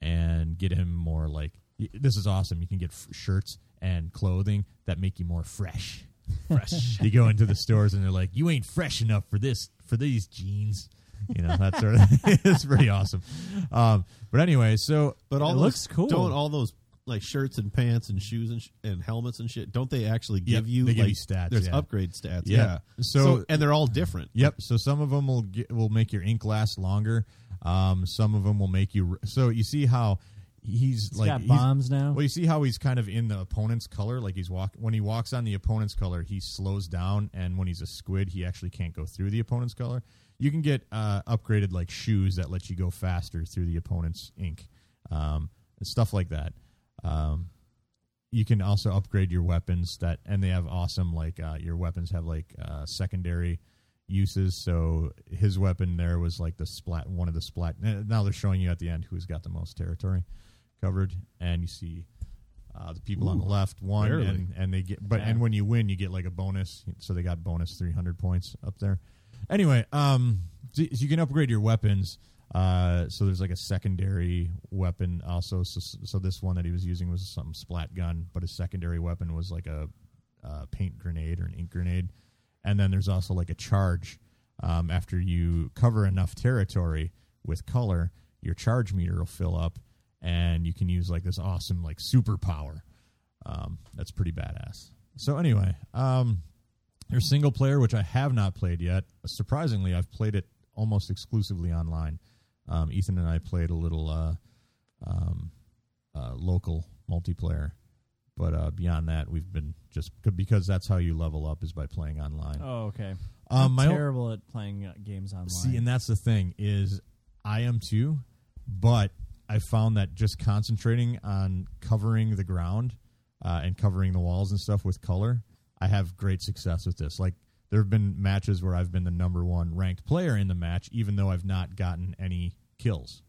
Speaker 2: and get him more like y- this is awesome. You can get f- shirts and clothing that make you more fresh. Fresh. you go into the stores and they're like, "You ain't fresh enough for this for these jeans." You know that sort of. it's pretty awesome. Um, but anyway, so
Speaker 1: But all
Speaker 3: It
Speaker 1: those,
Speaker 3: looks cool.
Speaker 1: Don't all those like shirts and pants and shoes and sh- and helmets and shit, don't they actually
Speaker 2: Yep,
Speaker 1: give you
Speaker 2: they give
Speaker 1: like
Speaker 2: you stats,
Speaker 1: There's
Speaker 2: yeah.
Speaker 1: upgrade stats.
Speaker 2: Yeah.
Speaker 1: Yeah.
Speaker 2: So-
Speaker 1: and they're all different.
Speaker 2: Yep. So some of them will get, will make your ink last longer. Um, some of them will make you. So you see how he's
Speaker 3: He's
Speaker 2: like
Speaker 3: got
Speaker 2: he's-
Speaker 3: bombs now.
Speaker 2: Well, you see how he's kind of in the opponent's color. Like he's walk when he walks on the opponent's color, he slows down, and when he's a squid, he actually can't go through the opponent's color. You can get uh, upgraded like shoes that let you go faster through the opponent's ink, um, and stuff like that. Um, you can also upgrade your weapons that, and they have awesome like uh, your weapons have like uh, secondary uses. So his weapon there was like the splat, one of the splat. eh, Now they're showing you at the end who's got the most territory covered, and you see uh, the people on the
Speaker 1: Ooh,
Speaker 2: left one,
Speaker 1: barely.
Speaker 2: and, and they get. But and
Speaker 3: Yeah.
Speaker 2: when you win, you get like a bonus. So they got bonus three hundred points up there. Anyway, um, so so you can upgrade your weapons. Uh, so there's like a secondary weapon also. So, so this one that he was using was some splat gun, but his secondary weapon was like a uh, paint grenade or an ink grenade. And then there's also like a charge. Um, after you cover enough territory with color, your charge meter will fill up, and you can use like this awesome like superpower. Um, that's pretty badass. So anyway, um, there's single player, which I have not played yet. Surprisingly, I've played it almost exclusively online. Um, Ethan and I played a little uh, um, uh, local multiplayer, but uh, beyond that, we've been just because that's how you level up is by playing online.
Speaker 3: oh, okay.
Speaker 2: um, my
Speaker 3: I'm
Speaker 2: own-
Speaker 3: terrible at playing uh, games online.
Speaker 2: See, and that's the thing is I am too, but I found that just concentrating on covering the ground uh, and covering the walls and stuff with color, I have great success with this. Like there have been matches where I've been the number one ranked player in the match, even though I've not gotten any kills.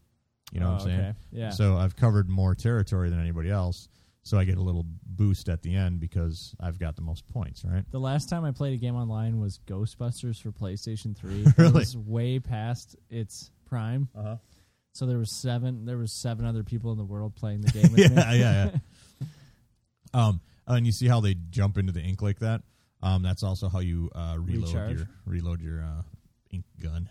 Speaker 2: You know what I'm
Speaker 3: Oh,
Speaker 2: saying?
Speaker 3: okay. Yeah.
Speaker 2: So I've covered more territory than anybody else, so I get a little boost at the end because I've got the most points, right?
Speaker 3: the last time I played a game online was Ghostbusters for PlayStation 3. It
Speaker 2: Really?
Speaker 3: was way past its prime.
Speaker 2: Uh-huh.
Speaker 3: So there was seven there was seven other people in the world playing the game with me.
Speaker 2: yeah, yeah, yeah. um, and you see how they jump into the ink like that. Um, that's also how you uh, reload
Speaker 3: Recharge.
Speaker 2: your reload your uh, ink gun.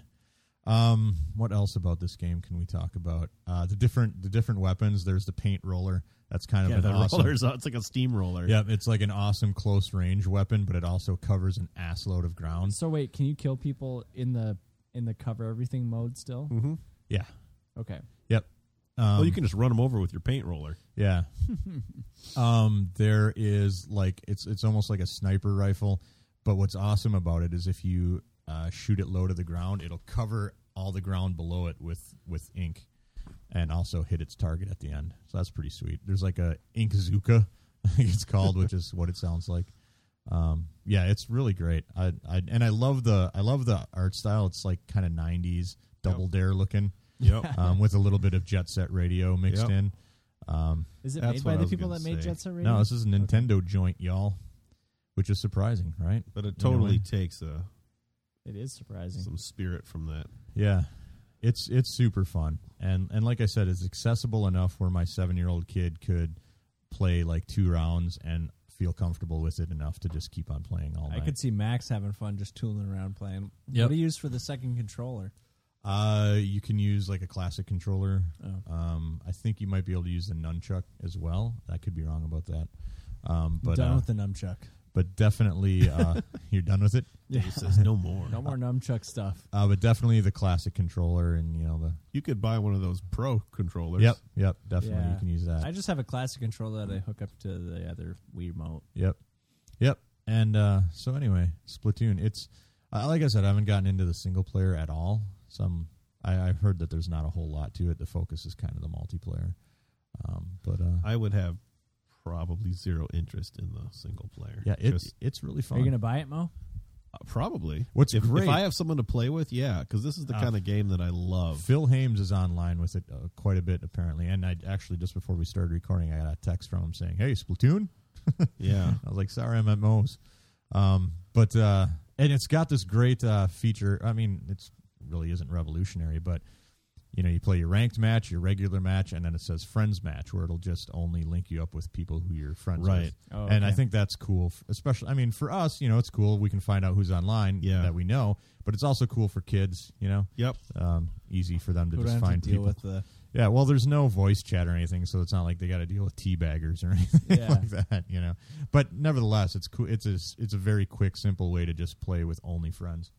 Speaker 2: Um, what else about this game can we talk about? Uh, the different the different weapons. There's the paint roller. That's kind of
Speaker 1: Yeah,
Speaker 2: an
Speaker 1: the
Speaker 2: awesome.
Speaker 1: rollers. It's like a steamroller.
Speaker 2: Yep, it's like an awesome close range weapon, but it also covers an ass load of ground.
Speaker 3: So wait, can you kill people in the in the cover everything mode still?
Speaker 2: Yeah.
Speaker 3: Okay.
Speaker 2: Yep. Um,
Speaker 1: well, you can just run them over with your paint roller.
Speaker 2: Yeah. um, there is like it's it's almost like a sniper rifle, but what's awesome about it is if you uh, shoot it low to the ground, it'll cover all the ground below it with with ink, and also hit its target at the end. So that's pretty sweet. There's like a ink zuka, I think it's called, which is what it sounds like. Um, yeah, it's really great. I, I and I love the I love the art style. It's like kind of '90s double dare looking,
Speaker 1: Yep.
Speaker 2: um, with a little bit of jet set radio mixed
Speaker 1: Yep.
Speaker 2: in. Um,
Speaker 3: Is it
Speaker 1: That's
Speaker 3: made
Speaker 1: what
Speaker 3: by
Speaker 1: I
Speaker 3: the
Speaker 1: was
Speaker 3: people
Speaker 1: gonna
Speaker 3: that made
Speaker 1: say.
Speaker 3: Jet Set Radio?
Speaker 2: No, this is a Nintendo joint, y'all, which is surprising, right?
Speaker 1: But it
Speaker 2: You know what?
Speaker 1: totally takes uh,
Speaker 3: it is surprising.
Speaker 1: some spirit from that.
Speaker 2: Yeah, it's it's super fun, and and like I said, it's accessible enough where my seven year old kid could play like two rounds and feel comfortable with it enough to just keep on playing all
Speaker 3: I
Speaker 2: night.
Speaker 3: could see Max having fun just tooling around playing.
Speaker 2: Yep.
Speaker 3: What do you use for the second controller?
Speaker 2: uh, you can use like a classic controller.
Speaker 3: Oh.
Speaker 2: Um, I think you might be able to use the nunchuck as well. I could be wrong about that. Um, but
Speaker 3: done
Speaker 2: uh,
Speaker 3: with the nunchuck.
Speaker 2: but definitely uh, you're done with it.
Speaker 1: He says no more.
Speaker 3: No more nunchuck stuff.
Speaker 2: Uh, but definitely the classic controller and you know the
Speaker 1: You could buy one of those pro controllers.
Speaker 2: Yep, yep, definitely.
Speaker 3: Yeah.
Speaker 2: You can use that.
Speaker 3: I just have a classic controller that I hook up to the other Wii remote.
Speaker 2: yep, yep. And uh, so anyway, Splatoon. It's uh, like I said, I haven't gotten into the single player at all. Some I, I've heard that there's not a whole lot to it. The focus is kind of the multiplayer. Um, but uh,
Speaker 1: I would have probably zero interest in the single player.
Speaker 2: yeah,
Speaker 1: Just-
Speaker 2: it's it's really
Speaker 3: Are
Speaker 2: fun.
Speaker 3: you gonna buy it, Mo?
Speaker 1: Uh, Probably.
Speaker 2: What's
Speaker 1: if,
Speaker 2: great-
Speaker 1: If I have someone to play with, yeah, because this is the
Speaker 2: Uh,
Speaker 1: kind of game that I love.
Speaker 2: Phil Hames is online with it uh, quite a bit apparently. And I actually just before we started recording, I got a text from him saying, "Hey, Splatoon."
Speaker 1: Yeah.
Speaker 2: I was like, sorry, I'm at Moe's. Um, but uh, and it's got this great uh, feature. I mean, it's really isn't revolutionary, but you know, you play your ranked match, your regular match, and then it says friends match, where it'll just only link you up with people who you're friends
Speaker 1: Right.
Speaker 2: with.
Speaker 3: Oh,
Speaker 2: And I
Speaker 3: okay.
Speaker 2: think that's cool, f- especially. I mean, for us, you know, it's cool. We can find out who's online
Speaker 1: Yeah.
Speaker 2: that we know, but it's also cool for kids. You know,
Speaker 1: Yep.
Speaker 2: um, easy for them to
Speaker 3: Who do
Speaker 2: just
Speaker 3: I have to
Speaker 2: find
Speaker 3: deal
Speaker 2: people.
Speaker 3: with the
Speaker 2: Yeah, well, there's no voice chat or anything, so it's not like they got to deal with teabaggers or anything
Speaker 3: Yeah.
Speaker 2: like that, you know. But nevertheless, it's cool. It's a s- it's a very quick, simple way to just play with only friends.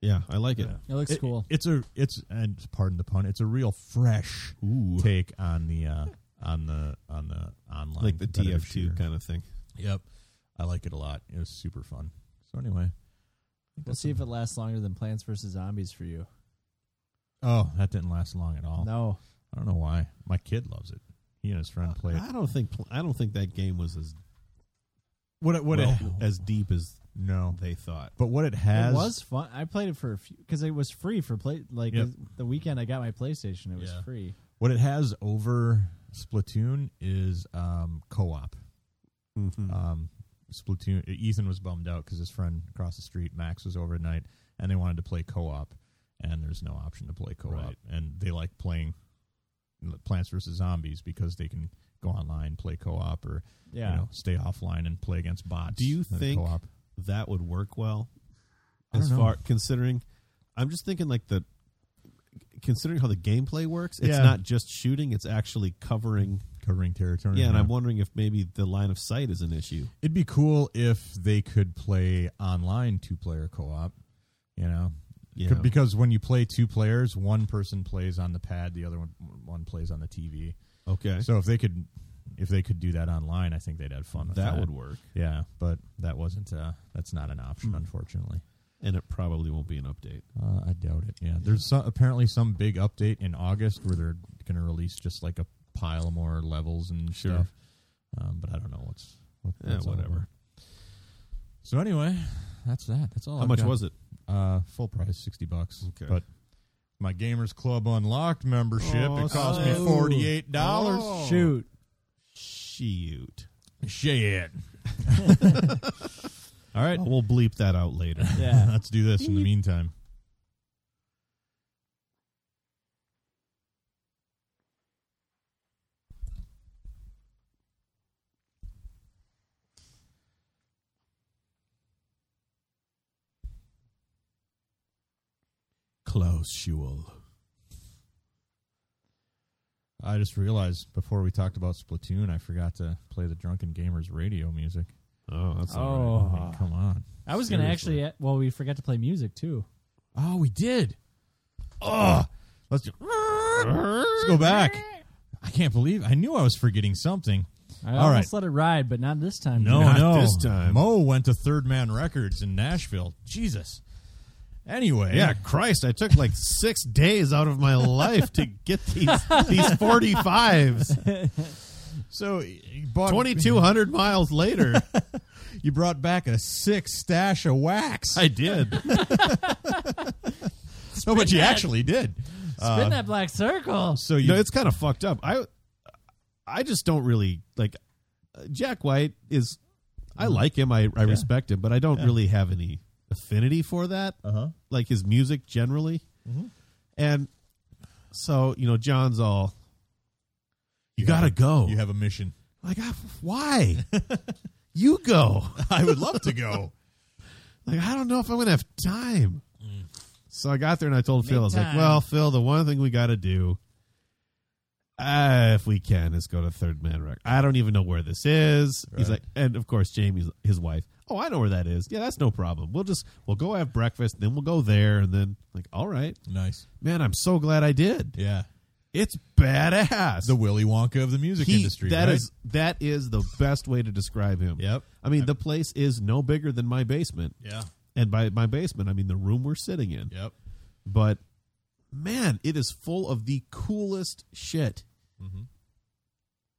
Speaker 1: Yeah, I like it.
Speaker 3: It looks
Speaker 2: It-
Speaker 3: cool.
Speaker 2: It's a it's and pardon the pun. It's a real fresh
Speaker 1: Ooh,
Speaker 2: take on the uh, on the on the online
Speaker 1: like the
Speaker 2: competitive shooter.
Speaker 1: TF2 kind of thing.
Speaker 2: Yep, I like it a lot. It was super fun. So anyway,
Speaker 3: We'll see if it lasts longer than Plants vs Zombies for you.
Speaker 2: oh, that didn't last long at all.
Speaker 3: No,
Speaker 2: I don't know why. My kid loves it. He and his friend play it.
Speaker 1: I don't think pl- I don't think that game was as
Speaker 2: What it, what
Speaker 1: well,
Speaker 2: it,
Speaker 1: as deep as
Speaker 2: no,
Speaker 1: they thought.
Speaker 2: but what it has
Speaker 3: it was fun. I played it for a few because it was free for play. Like
Speaker 2: Yep.
Speaker 3: the weekend I got my PlayStation, it was
Speaker 2: Yeah.
Speaker 3: free.
Speaker 2: What it has over Splatoon is um, co-op.
Speaker 1: Mhm.
Speaker 2: Um, Splatoon. Ethan was bummed out because his friend across the street, Max, was over tonight, and they wanted to play co-op, and there's no option to play co-op,
Speaker 1: Right.
Speaker 2: and they like playing Plants vs Zombies because they can go online, play co-op, or
Speaker 3: Yeah,
Speaker 2: you know, stay offline and play against bots.
Speaker 1: Do you
Speaker 2: in the
Speaker 1: think-
Speaker 2: co-op?
Speaker 1: that would work well
Speaker 2: I
Speaker 1: as
Speaker 2: don't know.
Speaker 1: far considering i'm just thinking like the considering how the gameplay works it's
Speaker 2: Yeah.
Speaker 1: not just shooting it's actually covering
Speaker 2: covering territory?
Speaker 1: yeah and i'm wondering if maybe the line of sight is an issue
Speaker 2: It'd be cool if they could play online two player co op, you know?
Speaker 1: Yeah.
Speaker 2: C- Because when you play two players, one person plays on the pad, the other one one plays on the TV.
Speaker 1: okay
Speaker 2: So if they could if they could do that online, I think they'd have
Speaker 1: that,
Speaker 2: fun with that.
Speaker 1: would work
Speaker 2: Yeah, but that wasn't uh that's not an
Speaker 1: Hmm.
Speaker 2: option unfortunately.
Speaker 1: and it probably won't be an update
Speaker 2: Uh, I doubt it. Yeah. There's some, apparently some big update in August where they're going to release just like a pile more levels and
Speaker 1: Sure.
Speaker 2: stuff. Um, but I don't know what's what,
Speaker 1: Yeah,
Speaker 2: what's all
Speaker 1: whatever.
Speaker 2: about. So anyway, that's that. That's all.
Speaker 1: how much was it
Speaker 2: Uh, full price, sixty bucks.
Speaker 1: Okay.
Speaker 2: But my Gamers Club Unlocked membership
Speaker 1: Oh,
Speaker 2: it cost me
Speaker 3: so-
Speaker 2: forty eight dollars.
Speaker 3: shoot.
Speaker 1: shoot
Speaker 2: Shit. all right.
Speaker 1: we'll bleep that out later
Speaker 3: Yeah,
Speaker 2: Let's do this in the meantime.
Speaker 1: clausule
Speaker 2: I just realized before we talked about Splatoon, I forgot to play the Drunken Gamers radio music.
Speaker 1: oh that's all right
Speaker 3: Oh.
Speaker 2: I mean, come on.
Speaker 3: I was gonna
Speaker 2: Seriously.
Speaker 3: actually. Well, we forgot to play music too.
Speaker 2: Oh, we did. Oh, let's do. Let's go back. I can't believe I knew I was forgetting something.
Speaker 3: I
Speaker 2: All
Speaker 3: almost let it ride, but not this time.
Speaker 2: No,
Speaker 1: Not
Speaker 2: no.
Speaker 1: this time.
Speaker 2: Mo went to Third Man Records in Nashville. Jesus. Anyway,
Speaker 1: yeah, Christ! I took like six days out of my life to get these these forty fives.
Speaker 2: So you bought
Speaker 1: 2,200 miles later,
Speaker 2: You brought back a six stash of wax.
Speaker 1: I did.
Speaker 2: no, but you actually did.
Speaker 3: Spin
Speaker 2: Uh,
Speaker 3: that black circle.
Speaker 2: So
Speaker 1: You
Speaker 2: you
Speaker 1: know, it's kind of fucked up. I, I just don't really like. uh, Jack White is, I
Speaker 2: Mm-hmm.
Speaker 1: like him. I, I respect him, but I don't really have any affinity for that.
Speaker 2: uh-huh.
Speaker 1: Like his music generally,
Speaker 2: Mm-hmm.
Speaker 1: and so you know, John's all. You, gotta
Speaker 2: have a-
Speaker 1: go.
Speaker 2: You have a mission.
Speaker 1: like I, why? you go.
Speaker 2: I would love to go.
Speaker 1: Like, I don't know if I'm going to have time.
Speaker 2: Mm.
Speaker 1: So I got there and I told Phil, I was like,
Speaker 3: time.
Speaker 1: well, Phil, the one thing we got to do, uh, if we can, is go to Third Man Record. I don't even know where this is. He's
Speaker 2: Right.
Speaker 1: like, and of course, Jamie's his wife. Oh, I know where that is. Yeah, that's no problem. We'll just, we'll go have breakfast, then we'll go there. And then, like, all right.
Speaker 2: nice.
Speaker 1: Man, I'm so glad I did.
Speaker 2: Yeah.
Speaker 1: It's badass.
Speaker 2: The Willy Wonka of the music
Speaker 1: He-
Speaker 2: industry.
Speaker 1: that
Speaker 2: right?
Speaker 1: is- that is the best way to describe him.
Speaker 2: Yep.
Speaker 1: I mean, the place is no bigger than my basement.
Speaker 2: Yeah.
Speaker 1: And by my basement, I mean the room we're sitting in.
Speaker 2: Yep.
Speaker 1: But man, it is full of the coolest shit.
Speaker 2: Mm-hmm.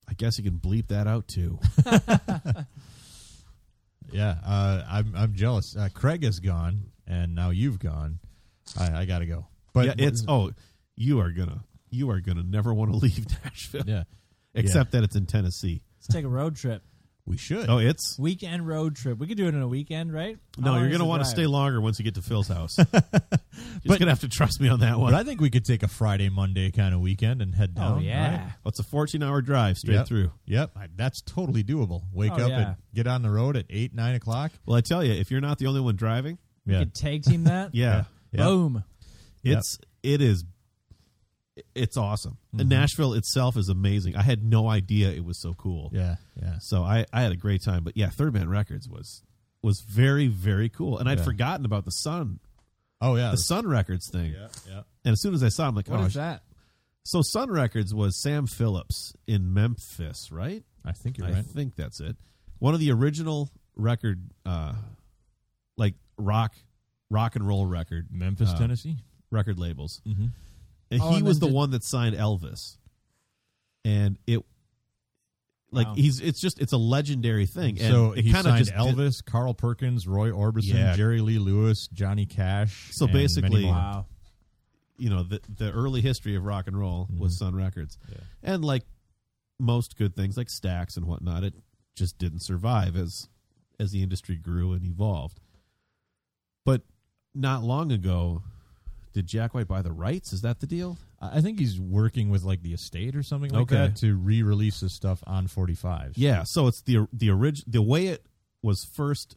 Speaker 1: I guess you can bleep that out too.
Speaker 2: Yeah, uh, I'm I'm jealous. Uh, Craig is gone, and now you've gone. I, I gotta go. But
Speaker 1: yeah, it's oh, you are gonna you are gonna never want to leave Nashville,
Speaker 2: yeah.
Speaker 1: except that it's in Tennessee.
Speaker 3: Let's take a road trip.
Speaker 2: We should.
Speaker 1: Oh, it's
Speaker 3: Weekend road trip. We could do it in a weekend, right? How
Speaker 1: no,
Speaker 3: long
Speaker 1: you're
Speaker 3: is
Speaker 1: gonna
Speaker 3: the
Speaker 1: want to
Speaker 3: drive?
Speaker 1: stay longer once you get to Phil's house. You're just gonna have to trust me on that
Speaker 2: but
Speaker 1: one.
Speaker 2: I think we could take a Friday Monday kind of weekend and head down.
Speaker 3: Oh yeah.
Speaker 2: right?
Speaker 1: Well, it's a 14 hour drive straight
Speaker 2: Yep.
Speaker 1: through.
Speaker 2: Yep, I- that's totally doable. Wake
Speaker 3: Oh,
Speaker 2: up
Speaker 3: yeah.
Speaker 2: and get on the road at eight nine o'clock.
Speaker 1: Well, I tell you, if you're not the only one driving,
Speaker 2: Yeah.
Speaker 3: Could tag team that.
Speaker 1: yeah,
Speaker 2: Yeah.
Speaker 3: Boom.
Speaker 1: it's it is it's awesome.
Speaker 2: Mm-hmm.
Speaker 1: And Nashville itself is amazing. I had no idea it was so cool.
Speaker 2: Yeah, yeah.
Speaker 1: So I, I had a great time. But yeah, Third Man Records was was very very cool. And I'd
Speaker 2: Yeah.
Speaker 1: forgotten about the Sun
Speaker 2: Oh yeah,
Speaker 1: the Sun Records thing.
Speaker 2: yeah.
Speaker 1: And as soon as I saw, it, I'm like,
Speaker 3: What
Speaker 1: oh,
Speaker 3: is
Speaker 1: sh-
Speaker 3: that?
Speaker 1: so Sun Records was Sam Phillips in Memphis, right?
Speaker 2: I think you're
Speaker 1: I
Speaker 2: right.
Speaker 1: think that's it. One of the original record, uh, like rock, rock and roll record
Speaker 2: Memphis,
Speaker 1: uh,
Speaker 2: Tennessee.
Speaker 1: record labels.
Speaker 2: Mm-hmm.
Speaker 1: And
Speaker 3: Oh,
Speaker 1: he
Speaker 3: and
Speaker 1: was the
Speaker 3: then did-
Speaker 1: one that signed Elvis. And it, like
Speaker 3: Wow.
Speaker 1: he's, it's just it's a legendary thing. And
Speaker 2: so
Speaker 1: it
Speaker 2: he
Speaker 1: kind of
Speaker 2: signed
Speaker 1: just did-
Speaker 2: Elvis, Carl Perkins, Roy Orbison,
Speaker 1: Yeah.
Speaker 2: Jerry Lee Lewis, Johnny Cash.
Speaker 1: So
Speaker 2: and many
Speaker 1: basically-
Speaker 2: more.
Speaker 3: Wow.
Speaker 1: you know the the early history of rock and roll was Sun Records,
Speaker 2: Mm-hmm. Yeah.
Speaker 1: and like most good things like Stax and whatnot, it just didn't survive as as the industry grew and evolved. But not long ago, did Jack White buy the rights? Is that the deal?
Speaker 2: I I think he's working with like the estate or something like
Speaker 1: Okay.
Speaker 2: that to re-release his stuff on 45s.
Speaker 1: Yeah, so it's the the orig- the way it was first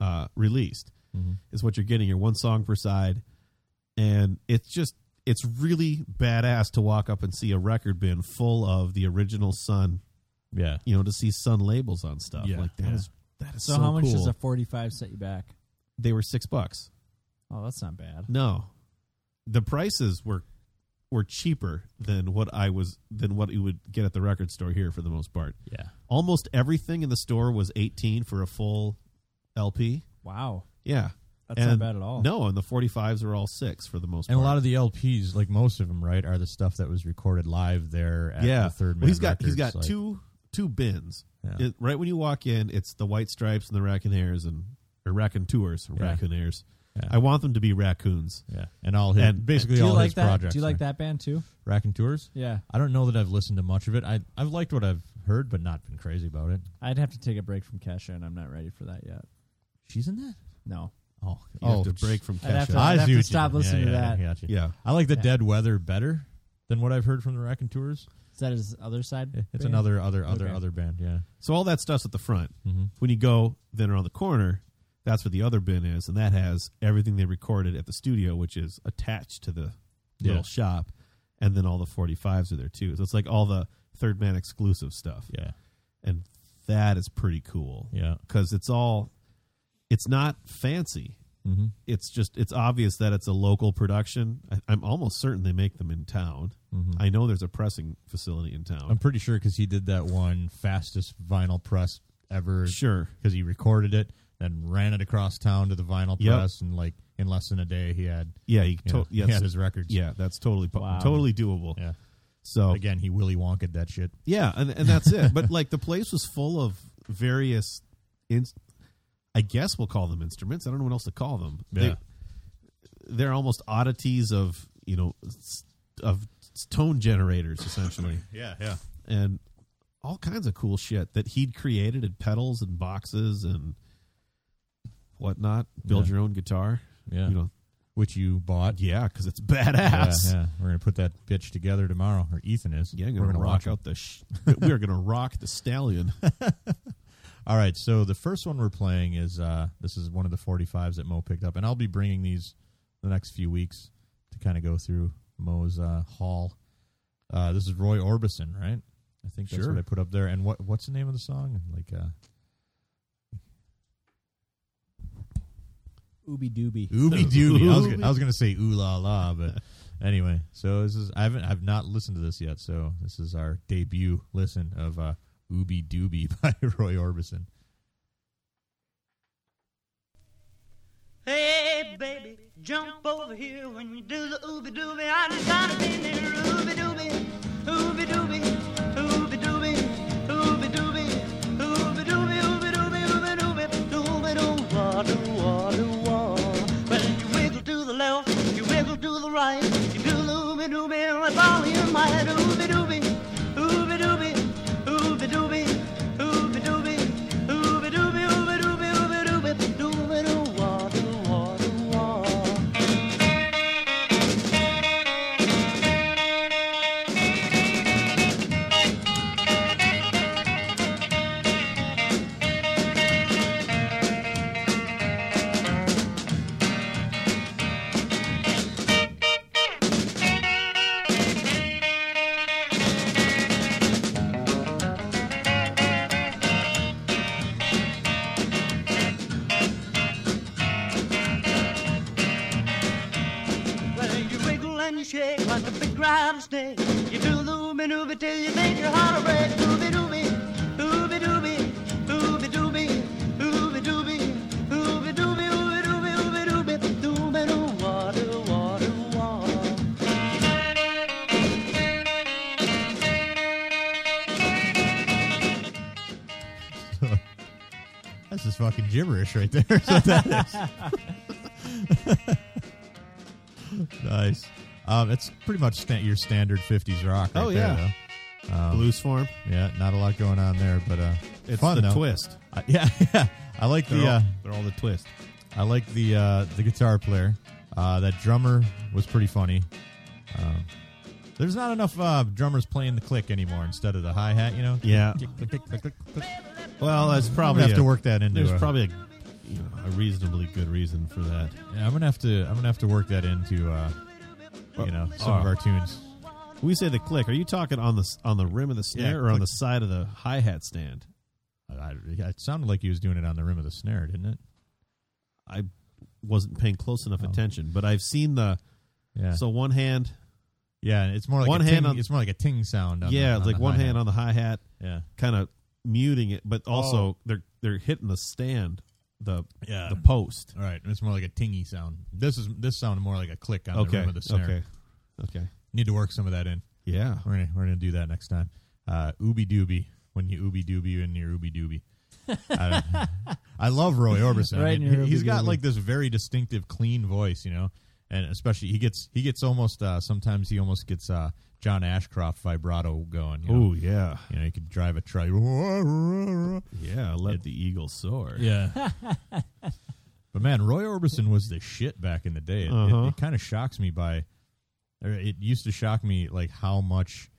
Speaker 1: uh, released
Speaker 2: Mhm.
Speaker 1: is what you're getting. Your one song per side, and it's just it's really badass to walk up and see a record bin full of the original Sun
Speaker 2: yeah.
Speaker 1: you know, to see Sun labels on stuff.
Speaker 2: Yeah,
Speaker 1: like that is
Speaker 2: yeah.
Speaker 1: that is
Speaker 3: So,
Speaker 1: so,
Speaker 3: how much
Speaker 1: cool.
Speaker 3: does a 45 set you back?
Speaker 1: they were six bucks.
Speaker 3: Oh, that's not bad.
Speaker 1: No, the prices were were cheaper than what I was than what you would get at the record store here for the most part.
Speaker 2: Yeah.
Speaker 1: Almost everything in the store was eighteen for a full LP.
Speaker 3: Wow.
Speaker 1: Yeah,
Speaker 3: That's not bad at all.
Speaker 1: No, and the forty fives are all six for the most
Speaker 2: And
Speaker 1: part.
Speaker 2: a lot of the LPs, like most of them, right, are the stuff that was recorded live there at
Speaker 1: yeah,
Speaker 2: the Third Man
Speaker 1: Well, he's got
Speaker 2: Records,
Speaker 1: he's got
Speaker 2: like-
Speaker 1: two two bins.
Speaker 2: Yeah.
Speaker 1: It- right when you walk in, it's the White Stripes and the Raccoonairs and or Raccoontours,
Speaker 2: Yeah.
Speaker 1: Raccoonairs.
Speaker 2: Yeah.
Speaker 1: I want them to be raccoons.
Speaker 2: Yeah. And all his
Speaker 1: And-
Speaker 2: basically
Speaker 3: Do you
Speaker 2: all
Speaker 3: like
Speaker 2: his
Speaker 3: that?
Speaker 2: projects.
Speaker 3: Do you like that band too?
Speaker 2: Rack and Tours?
Speaker 3: Yeah.
Speaker 2: I don't know that I've listened to much of it. I I've liked what I've heard, but not been crazy about it.
Speaker 3: I'd have to take a break from Kesha, and I'm not ready for that yet.
Speaker 2: She's in that.
Speaker 3: No.
Speaker 2: Oh,
Speaker 1: You have to break from
Speaker 3: I'd have
Speaker 1: Kesha.
Speaker 3: to- I'd
Speaker 2: see
Speaker 3: have to
Speaker 2: what you
Speaker 3: stop
Speaker 2: mean.
Speaker 3: listening
Speaker 2: Yeah,
Speaker 3: to
Speaker 2: yeah,
Speaker 3: that.
Speaker 2: I got you.
Speaker 1: yeah,
Speaker 2: I like the
Speaker 3: Yeah.
Speaker 2: Dead Weather better than what I've heard from the Rack and Tours.
Speaker 3: Is that his other side?
Speaker 2: It's
Speaker 3: band?
Speaker 2: another other other
Speaker 3: Okay.
Speaker 2: other band. Yeah.
Speaker 1: So all that stuff's at the front.
Speaker 2: Mm-hmm.
Speaker 1: When you go then around the corner, that's where the other bin is, and that has everything they recorded at the studio, which is attached to the
Speaker 2: Yeah.
Speaker 1: little shop, and then all the forty fives are there too. So it's like all the third man exclusive stuff,
Speaker 2: Yeah.
Speaker 1: and that is pretty cool
Speaker 2: Yeah.
Speaker 1: because it's all, it's not fancy.
Speaker 2: Mm-hmm.
Speaker 1: It's just it's obvious that it's a local production. I, I'm almost certain they make them in town.
Speaker 2: Mm-hmm.
Speaker 1: I know there's a pressing facility in town.
Speaker 2: I'm pretty sure because he did that one fastest vinyl press ever.
Speaker 1: sure.
Speaker 2: Because he recorded it, then ran it across town to the vinyl
Speaker 1: Yep.
Speaker 2: press, and like in less than a day, he had
Speaker 1: Yeah, you
Speaker 2: you
Speaker 1: to-
Speaker 2: know,
Speaker 1: yeah,
Speaker 2: he
Speaker 1: it's-
Speaker 2: had his records.
Speaker 1: Yeah, Oh. that's totally po-
Speaker 3: Wow.
Speaker 1: totally doable.
Speaker 2: yeah.
Speaker 1: So
Speaker 2: Again, he Willy Wonked that shit.
Speaker 1: yeah, and, and that's it. But like the place was full of various, in- I guess we'll call them instruments. I don't know what else to call them.
Speaker 2: Yeah.
Speaker 1: They, are almost oddities of you know s- of s- tone generators essentially,
Speaker 2: Yeah, yeah.
Speaker 1: and all kinds of cool shit that he'd created in pedals and boxes and whatnot. Build
Speaker 2: Yeah.
Speaker 1: your own guitar.
Speaker 2: Yeah.
Speaker 1: You know,
Speaker 2: Which you bought.
Speaker 1: yeah, because it's
Speaker 2: Yeah,
Speaker 1: badass.
Speaker 2: yeah. We're going to put that bitch together tomorrow, or Ethan is.
Speaker 1: Yeah,
Speaker 2: We're
Speaker 1: going to
Speaker 2: gonna
Speaker 1: rock
Speaker 2: watch it.
Speaker 1: out the. Sh- we are going to rock the stallion.
Speaker 2: All right, so the first one we're playing is uh, this is one of the 45s that Mo picked up, and I'll be bringing these the next few weeks to kind of go through Mo's uh, haul. Uh, this is Roy Orbison, right? I think that's
Speaker 1: Sure.
Speaker 2: what I put up there. And what what's the name of the song? Like uh,
Speaker 3: Ooby Dooby.
Speaker 2: Ooby Dooby. I was gonna, I was gonna say Ooh La La, but anyway. So this is I haven't I've not listened to this yet. So this is our debut listen of uh, Ooby Dooby by Roy Orbison.
Speaker 7: Hey, baby, jump over here when you do the ooby dooby. I just gotta be near ooby dooby, ooby dooby, ooby dooby, ooby dooby, ooby dooby, ooby dooby, ooby dooby, dooby doo wah doo wah doo wah. Well, you wiggle to the left, you wiggle to the right, you do the ooby dooby with all your might. Ooby dooby, ooby dooby, ooby dooby, ooby dooby, ooby dooby, ooby dooby, ooby dooby, dooby doo wah doo wah doo wah. shake like a big rattlesnake. You do the ooby dooby till you think your heart will break. Ooby dooby, ooby dooby, ooby dooby, ooby dooby, ooby dooby, ooby dooby, ooby dooby, dooby doo, water, water, water.
Speaker 2: That's just fucking gibberish right there. That's what that is. nice. Um, that's pretty much sta- your standard '50s rock. Right
Speaker 1: Oh,
Speaker 2: there,
Speaker 1: yeah.
Speaker 2: though. Um,
Speaker 1: Blues form.
Speaker 2: Yeah, not a lot going on there, but uh,
Speaker 1: It's
Speaker 2: fun
Speaker 1: the
Speaker 2: though.
Speaker 1: twist.
Speaker 2: Uh, yeah, yeah. I like
Speaker 1: They're,
Speaker 2: the
Speaker 1: all,
Speaker 2: uh,
Speaker 1: they're all the twist.
Speaker 2: I like the uh, the guitar player. Uh, that drummer was pretty funny. Um, there's not enough uh, drummers playing the click anymore instead of the hi hat. You know.
Speaker 1: Yeah.
Speaker 2: Click, click, click, click, click, click.
Speaker 1: Well, that's
Speaker 2: I'm
Speaker 1: probably
Speaker 2: gonna have to
Speaker 1: a-
Speaker 2: work that into.
Speaker 1: Oh, There's
Speaker 2: a-
Speaker 1: probably a, you know, a reasonably good reason for that.
Speaker 2: Yeah, I'm gonna have to. I'm gonna have to work that into. Uh, you know, some of
Speaker 1: Oh.
Speaker 2: our tunes.
Speaker 1: We say the click. Are you talking on the s- on the rim of the snare
Speaker 2: Yeah,
Speaker 1: or on
Speaker 2: click.
Speaker 1: the side of the hi hat stand?
Speaker 2: I, I- it sounded like he was doing it on the rim of the snare, didn't it?
Speaker 1: I wasn't paying close enough
Speaker 2: Oh.
Speaker 1: attention, but I've seen the
Speaker 2: Yeah.
Speaker 1: so one hand,
Speaker 2: yeah, and it's more like
Speaker 1: One
Speaker 2: a
Speaker 1: hand
Speaker 2: ting,
Speaker 1: on-
Speaker 2: It's more like a ting sound. On
Speaker 1: yeah,
Speaker 2: the,
Speaker 1: it's like one hand on the hi hat,
Speaker 2: Yeah,
Speaker 1: kind of muting it,
Speaker 2: Oh.
Speaker 1: but also they're they're hitting the stand, the
Speaker 2: yeah.
Speaker 1: the post.
Speaker 2: All right, it's more like a tingy sound. This is this sounded more like a click on the
Speaker 1: okay,
Speaker 2: rim of the snare.
Speaker 1: okay, okay.
Speaker 2: Need to work some of that in.
Speaker 1: Yeah,
Speaker 2: We're gonna we're gonna do that next time. Uh, ooby dooby when you ooby dooby in your ooby dooby. I, don't- I love Roy Orbison.
Speaker 3: Right
Speaker 2: I
Speaker 3: in
Speaker 2: mean,
Speaker 3: your
Speaker 2: he- he's got
Speaker 3: ooby-dooby.
Speaker 2: like this very distinctive, clean voice, you know, and especially he gets he gets almost uh, sometimes he almost gets uh, John Ashcroft vibrato going. You know?
Speaker 1: Oh yeah,
Speaker 2: you know, you could drive a truck.
Speaker 1: yeah. Let the eagle soar.
Speaker 2: Yeah. but man, Roy Orbison was the shit back in the day. It,
Speaker 1: Uh-huh.
Speaker 2: kind of shocks me by, or it used to shock me like how much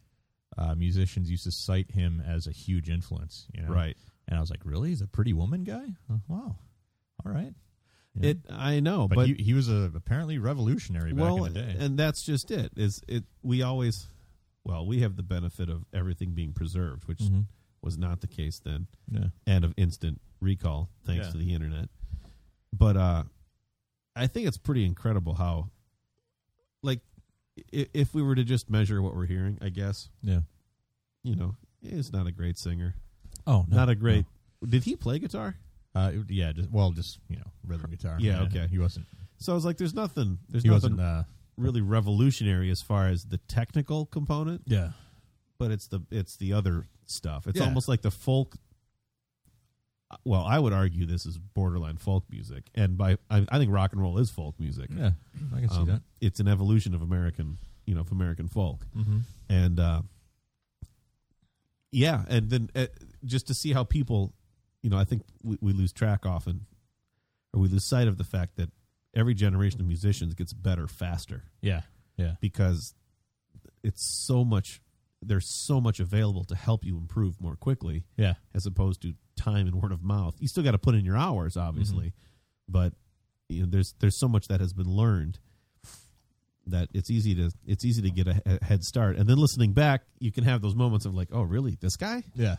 Speaker 2: uh, musicians used to cite him as a huge influence. You know,
Speaker 1: Right.
Speaker 2: And I was like, really? He's a pretty woman guy? Oh, wow. All right. Yeah.
Speaker 1: It. I know,
Speaker 2: But,
Speaker 1: but
Speaker 2: he, he was a apparently revolutionary back in the day.
Speaker 1: and that's just it. Is it? We always, well, we have the benefit of everything being preserved, which
Speaker 2: Mhm.
Speaker 1: was not the case then,
Speaker 2: yeah.
Speaker 1: and of instant recall thanks
Speaker 2: Yeah.
Speaker 1: to the internet. But uh, I think it's pretty incredible how, like, i- if we were to just measure what we're hearing, I guess
Speaker 2: Yeah.
Speaker 1: you know, he's not a great singer,
Speaker 2: Oh, no,
Speaker 1: not a great.
Speaker 2: no.
Speaker 1: Did he play guitar?
Speaker 2: Uh, it- yeah, just well, just you know, rhythm guitar.
Speaker 1: Yeah, okay.
Speaker 2: He wasn't.
Speaker 1: So I was like, there's nothing. There's
Speaker 2: he
Speaker 1: nothing
Speaker 2: wasn't. Uh,
Speaker 1: really revolutionary as far as the technical component.
Speaker 2: yeah,
Speaker 1: but it's the it's the other stuff. It's
Speaker 2: Yeah.
Speaker 1: almost like the folk. Well, I would argue this is borderline folk music, and by I, I think rock and roll is folk music.
Speaker 2: yeah. I can see
Speaker 1: Um,
Speaker 2: that.
Speaker 1: It's an evolution of American, you know, of American folk,
Speaker 2: Mm-hmm.
Speaker 1: and uh, yeah, and then uh, just to see how people, you know, I think we, we lose track often, or we lose sight of the fact that every generation of musicians gets better faster
Speaker 2: Yeah, yeah.
Speaker 1: because it's so much there's so much available to help you improve more quickly
Speaker 2: Yeah.
Speaker 1: as opposed to time and word of mouth you still got to put in your hours obviously but you know there's there's so much that has been learned that it's easy to it's easy to get a, a head start and then listening back you can have those moments of like oh really this guy
Speaker 2: Yeah.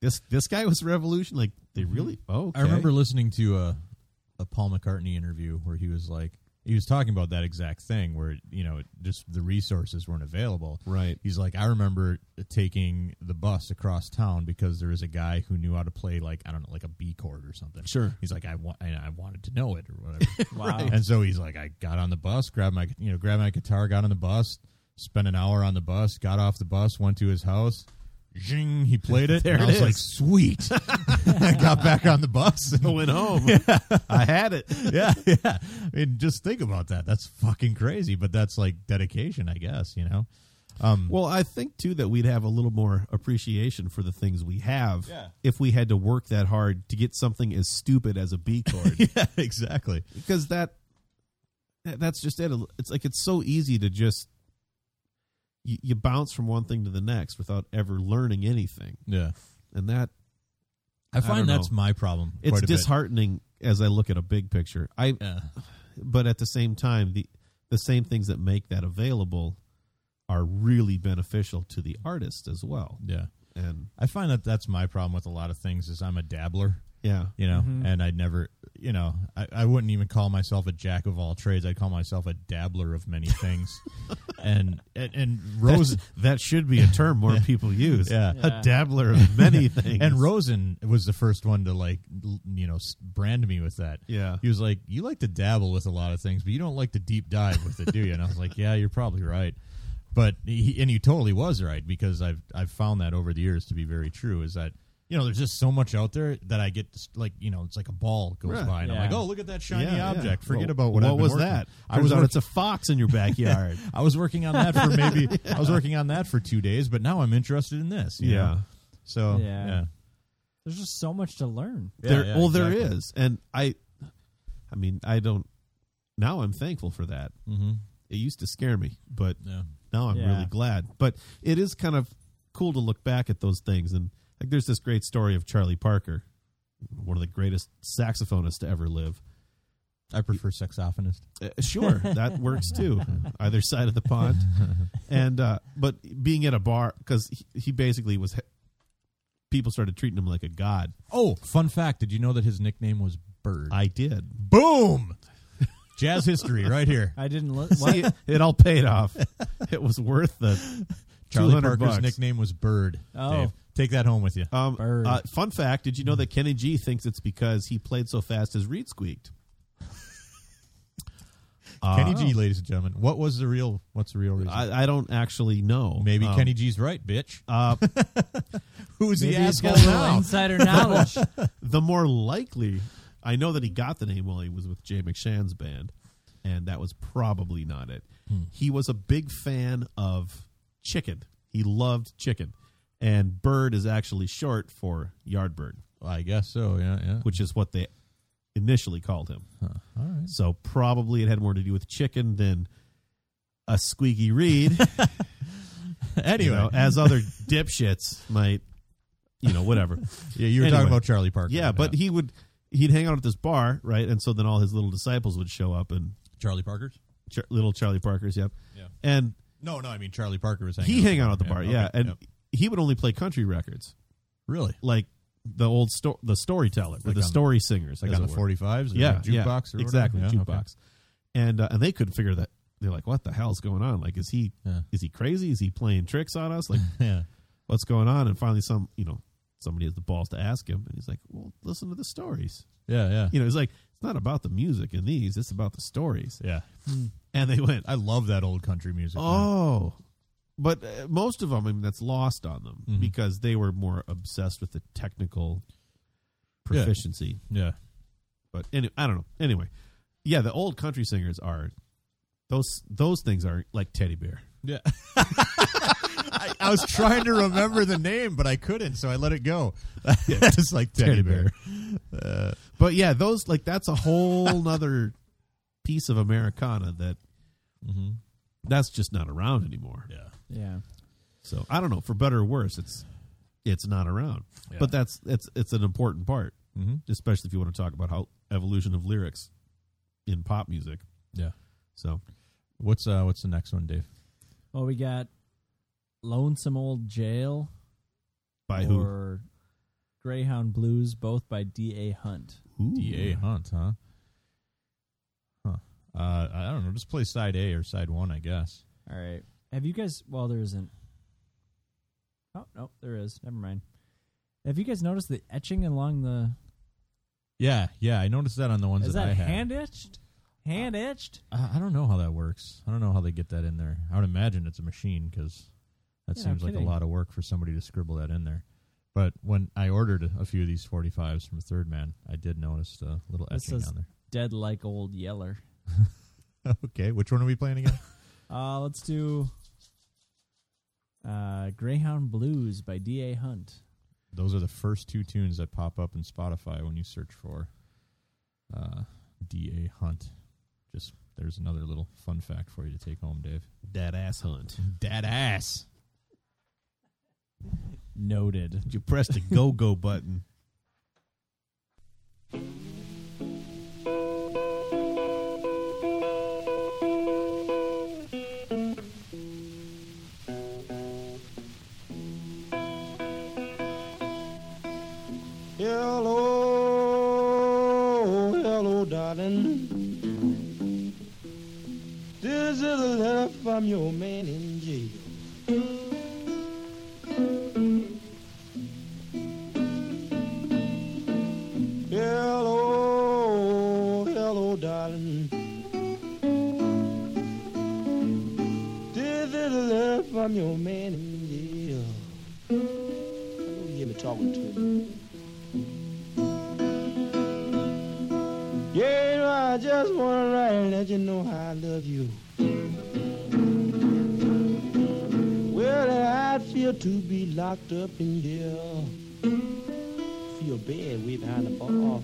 Speaker 1: this this guy was revolution like they really oh okay.
Speaker 2: I remember listening to a a Paul McCartney interview where he was like he was talking about that exact thing where you know just the resources weren't available.
Speaker 1: right
Speaker 2: He's like I remember taking the bus across town because there was a guy who knew how to play like I don't know like a B chord or something.
Speaker 1: Sure.
Speaker 2: He's like I want and I wanted to know it or whatever.
Speaker 3: Wow.
Speaker 2: And so he's like, I got on the bus, grabbed my you know, grabbed my guitar, got on the bus, spent an hour on the bus, got off the bus, went to his house. Zing, he played it.
Speaker 1: There
Speaker 2: and I
Speaker 1: it
Speaker 2: was
Speaker 1: is.
Speaker 2: like, sweet. I got back on the bus. And,
Speaker 1: went home i had it
Speaker 2: yeah, yeah. I mean, just think about that. That's fucking crazy, but that's like dedication, I guess, you know. Um
Speaker 1: Well, I think too that we'd have a little more appreciation for the things we have
Speaker 2: Yeah.
Speaker 1: if we had to work that hard to get something as stupid as a B chord,
Speaker 2: yeah, exactly.
Speaker 1: because that that- that's just it. It's like it's so easy to just you, you bounce from one thing to the next without ever learning anything,
Speaker 2: Yeah.
Speaker 1: and that
Speaker 2: I find
Speaker 1: don't
Speaker 2: that's
Speaker 1: know.
Speaker 2: my problem.
Speaker 1: it's
Speaker 2: quite a bit.
Speaker 1: disheartening as I look at a big picture. I
Speaker 2: Yeah.
Speaker 1: but at the same time the the same things that make that available are really beneficial to the artist as well,
Speaker 2: Yeah.
Speaker 1: and
Speaker 2: I find that that's my problem with a lot of things is I'm a dabbler.
Speaker 1: Yeah.
Speaker 2: you know
Speaker 1: Mm-hmm.
Speaker 3: Mhm.
Speaker 2: and i'd never you know I, I wouldn't even call myself a jack of all trades i'd call myself a dabbler of many things and and, and rosen
Speaker 1: That's- that should be a term more people use.
Speaker 2: Yeah.
Speaker 1: A dabbler of many things.
Speaker 2: and rosen was the first one to like l- you know s- brand me with that
Speaker 1: Yeah.
Speaker 2: he was like you like to dabble with a lot of things but you don't like to deep dive with it do you and i was like yeah you're probably right but he and he totally was right because i've i've found that over the years to be very true is that you know, there's just so much out there that I get just, like, you know, it's like a ball goes
Speaker 1: Right.
Speaker 2: by, and I'm
Speaker 3: Yeah.
Speaker 2: like, oh, look at that shiny
Speaker 1: Yeah, yeah.
Speaker 2: object. Forget
Speaker 1: Well,
Speaker 2: about what.
Speaker 1: What
Speaker 2: I've been
Speaker 1: was
Speaker 2: working-
Speaker 1: that?
Speaker 2: I
Speaker 1: Turns
Speaker 2: was
Speaker 1: out
Speaker 2: work-
Speaker 1: it's a fox in your backyard.
Speaker 2: I was working on that for maybe. I was working on that for two days, but now I'm interested in this. you know? So
Speaker 3: Yeah.
Speaker 2: yeah. yeah.
Speaker 3: There's just so much to learn.
Speaker 1: there,
Speaker 2: yeah,
Speaker 1: well, there
Speaker 2: exactly.
Speaker 1: is, and I, I mean, I don't. Now I'm thankful for that.
Speaker 2: Mhm.
Speaker 1: It used to scare me, but
Speaker 2: Yeah.
Speaker 1: now I'm
Speaker 3: Yeah.
Speaker 1: really glad. But it is kind of cool to look back at those things, and like, there's this great story of Charlie Parker, one of the greatest saxophonists to ever live.
Speaker 2: I prefer saxophonist.
Speaker 1: Uh, sure, that works too. Either side of the pond, and uh, but being at a bar because he, he basically was. People started treating him like a god.
Speaker 2: Oh, fun fact! Did you know that his nickname was Bird?
Speaker 1: I did.
Speaker 2: boom, jazz history right here.
Speaker 3: I didn't look.
Speaker 1: See, it all paid off. It was worth the
Speaker 2: Charlie
Speaker 1: 200
Speaker 2: Parker's
Speaker 1: bucks.
Speaker 2: nickname was Bird.
Speaker 3: Oh.
Speaker 2: Dave, take that home with you.
Speaker 1: Um,
Speaker 3: Bird.
Speaker 1: uh, fun fact: Did you know that Kenny G thinks it's because he played so fast his reed squeaked?
Speaker 2: Uh, Kenny G, ladies and gentlemen. What was the real? What's the real reason?
Speaker 1: oh. I, I don't actually know.
Speaker 2: Maybe
Speaker 1: Um,
Speaker 2: Kenny G's right, bitch.
Speaker 1: Uh,
Speaker 2: Who's
Speaker 3: Maybe
Speaker 2: the
Speaker 3: he's
Speaker 2: asshole
Speaker 3: got a little
Speaker 2: now?
Speaker 3: insider knowledge.
Speaker 1: the more likely, I know that he got the name while he was with Jay McShan's band, and that was probably not it.
Speaker 2: Hmm.
Speaker 1: He was a big fan of chicken. He loved chicken, and bird is actually short for yard bird.
Speaker 2: I guess so. Yeah, yeah.
Speaker 1: which is what they initially called him.
Speaker 2: All right.
Speaker 1: So probably it had more to do with chicken than a squeaky reed, you
Speaker 2: Anyway,
Speaker 1: know, as other dipshits might, you know, whatever.
Speaker 2: yeah, you were
Speaker 1: Anyway.
Speaker 2: talking about Charlie Parker.
Speaker 1: Yeah, but he would he'd hang out at this bar, right? And so then all his little disciples would show up and
Speaker 2: Charlie Parker's.
Speaker 1: Ch- little Charlie Parker's, yep.
Speaker 2: Yeah.
Speaker 1: And
Speaker 2: No, no, I mean Charlie Parker was hanging.
Speaker 1: he
Speaker 2: out
Speaker 1: hang out at the bar, yeah,
Speaker 2: okay,
Speaker 1: and
Speaker 2: yep.
Speaker 1: he would only play country records,
Speaker 2: really,
Speaker 1: like the old sto- the storyteller, or
Speaker 2: Like
Speaker 1: the
Speaker 2: on-
Speaker 1: story singers,
Speaker 2: like
Speaker 1: as
Speaker 2: on the
Speaker 1: it were.
Speaker 2: forty fives,
Speaker 1: yeah,
Speaker 2: jukebox,
Speaker 1: yeah,
Speaker 2: or whatever?
Speaker 1: exactly
Speaker 2: Yeah,
Speaker 1: jukebox,
Speaker 2: okay.
Speaker 1: and uh, and they couldn't figure that. They're like, what the hell's going on? Like, is he
Speaker 2: Yeah.
Speaker 1: is he crazy? Is he playing tricks on us? Like,
Speaker 2: Yeah,
Speaker 1: what's going on? And finally, some you know somebody has the balls to ask him, and he's like, well, listen to the stories.
Speaker 2: yeah, yeah,
Speaker 1: You know, he's like, it's not about the music in these; it's about the stories.
Speaker 2: yeah.
Speaker 1: And they went,
Speaker 2: I love that old country music. man.
Speaker 1: Hmm. oh. But uh, most of them, I mean, that's lost on them
Speaker 2: Mhm.
Speaker 1: because they were more obsessed with the technical
Speaker 2: Yeah.
Speaker 1: proficiency.
Speaker 2: yeah,
Speaker 1: but any, I don't know. Anyway, yeah, the old country singers are those those things are like teddy bear.
Speaker 2: yeah. I, I was trying to remember the name, but I couldn't, so I let it go. It's like
Speaker 1: Teddy
Speaker 2: teddy, bear.
Speaker 1: But yeah, those like that's a whole nother piece of Americana that
Speaker 2: Mhm.
Speaker 1: that's just not around anymore.
Speaker 2: Yeah,
Speaker 3: yeah.
Speaker 1: So I don't know, for better or worse, it's it's not around.
Speaker 2: Yeah.
Speaker 1: But that's it's it's an important part,
Speaker 2: Mhm.
Speaker 1: especially if you want to talk about how evolution of lyrics in pop music.
Speaker 2: yeah.
Speaker 1: So
Speaker 2: What's uh, what's the next one, Dave?
Speaker 3: Well, we got Lonesome Old Jail
Speaker 1: by who?
Speaker 3: or Greyhound Blues, both by D.A. Hunt.
Speaker 1: Ooh.
Speaker 2: D.A. Hunt, huh? Huh. Uh, I don't know. Just play side A or side one, I guess.
Speaker 3: All right. Have you guys? Well, there isn't. Oh no, there is. Never mind. Have you guys noticed the etching along the?
Speaker 2: Yeah, yeah. I noticed that on the ones
Speaker 3: Is that
Speaker 2: I had.
Speaker 3: hand etched? Hand etched?
Speaker 2: I I don't know how that works. I don't know how they get that in there. I would imagine it's a machine because that
Speaker 3: Yeah, no
Speaker 2: seems like a
Speaker 3: kidding.
Speaker 2: lot of work for somebody to scribble that in there. But when I ordered a few of these 45s from Third Man, I did notice a little
Speaker 3: This
Speaker 2: etching
Speaker 3: is-
Speaker 2: on
Speaker 3: Dead like old Yeller.
Speaker 2: there. okay, which one are we playing again?
Speaker 3: Uh, let's do. Uh, Greyhound Blues by D.A. Hunt.
Speaker 2: Those are the first two tunes that pop up in Spotify when you search for uh, D.A. Hunt. Just there's another little fun fact for you to take home, Dave.
Speaker 1: That ass hunt.
Speaker 2: That ass.
Speaker 3: Noted.
Speaker 1: You pressed the go go button.
Speaker 5: Hello,
Speaker 7: darling. This is a letter from your man in jail. Hello, hello, darling. This is a letter from your man in jail. I know you hear me talking to him. Yeah, you know, I just wanna write and let you know how I love you. Well, I'd feel to be locked up in here. Feel bad way behind the bar.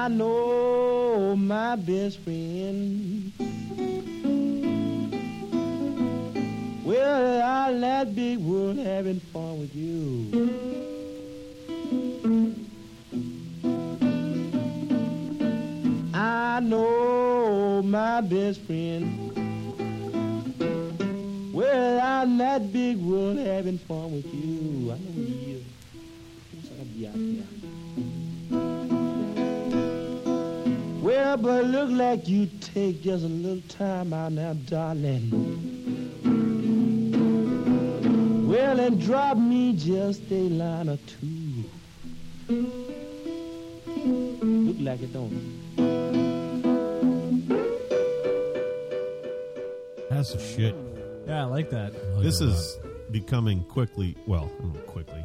Speaker 7: I know my best friend. Well, I that big world having fun with you. I know my best friend. Well, I'm that big world having fun with you. I know you. Wish I could be out there. Well, but look like you take just a little time out now, darling. Well, and drop me just a line or two. Look like it don't.
Speaker 2: That's some shit.
Speaker 3: Oh, Yeah, I like that.
Speaker 1: This is becoming quickly, well, I don't know, quickly.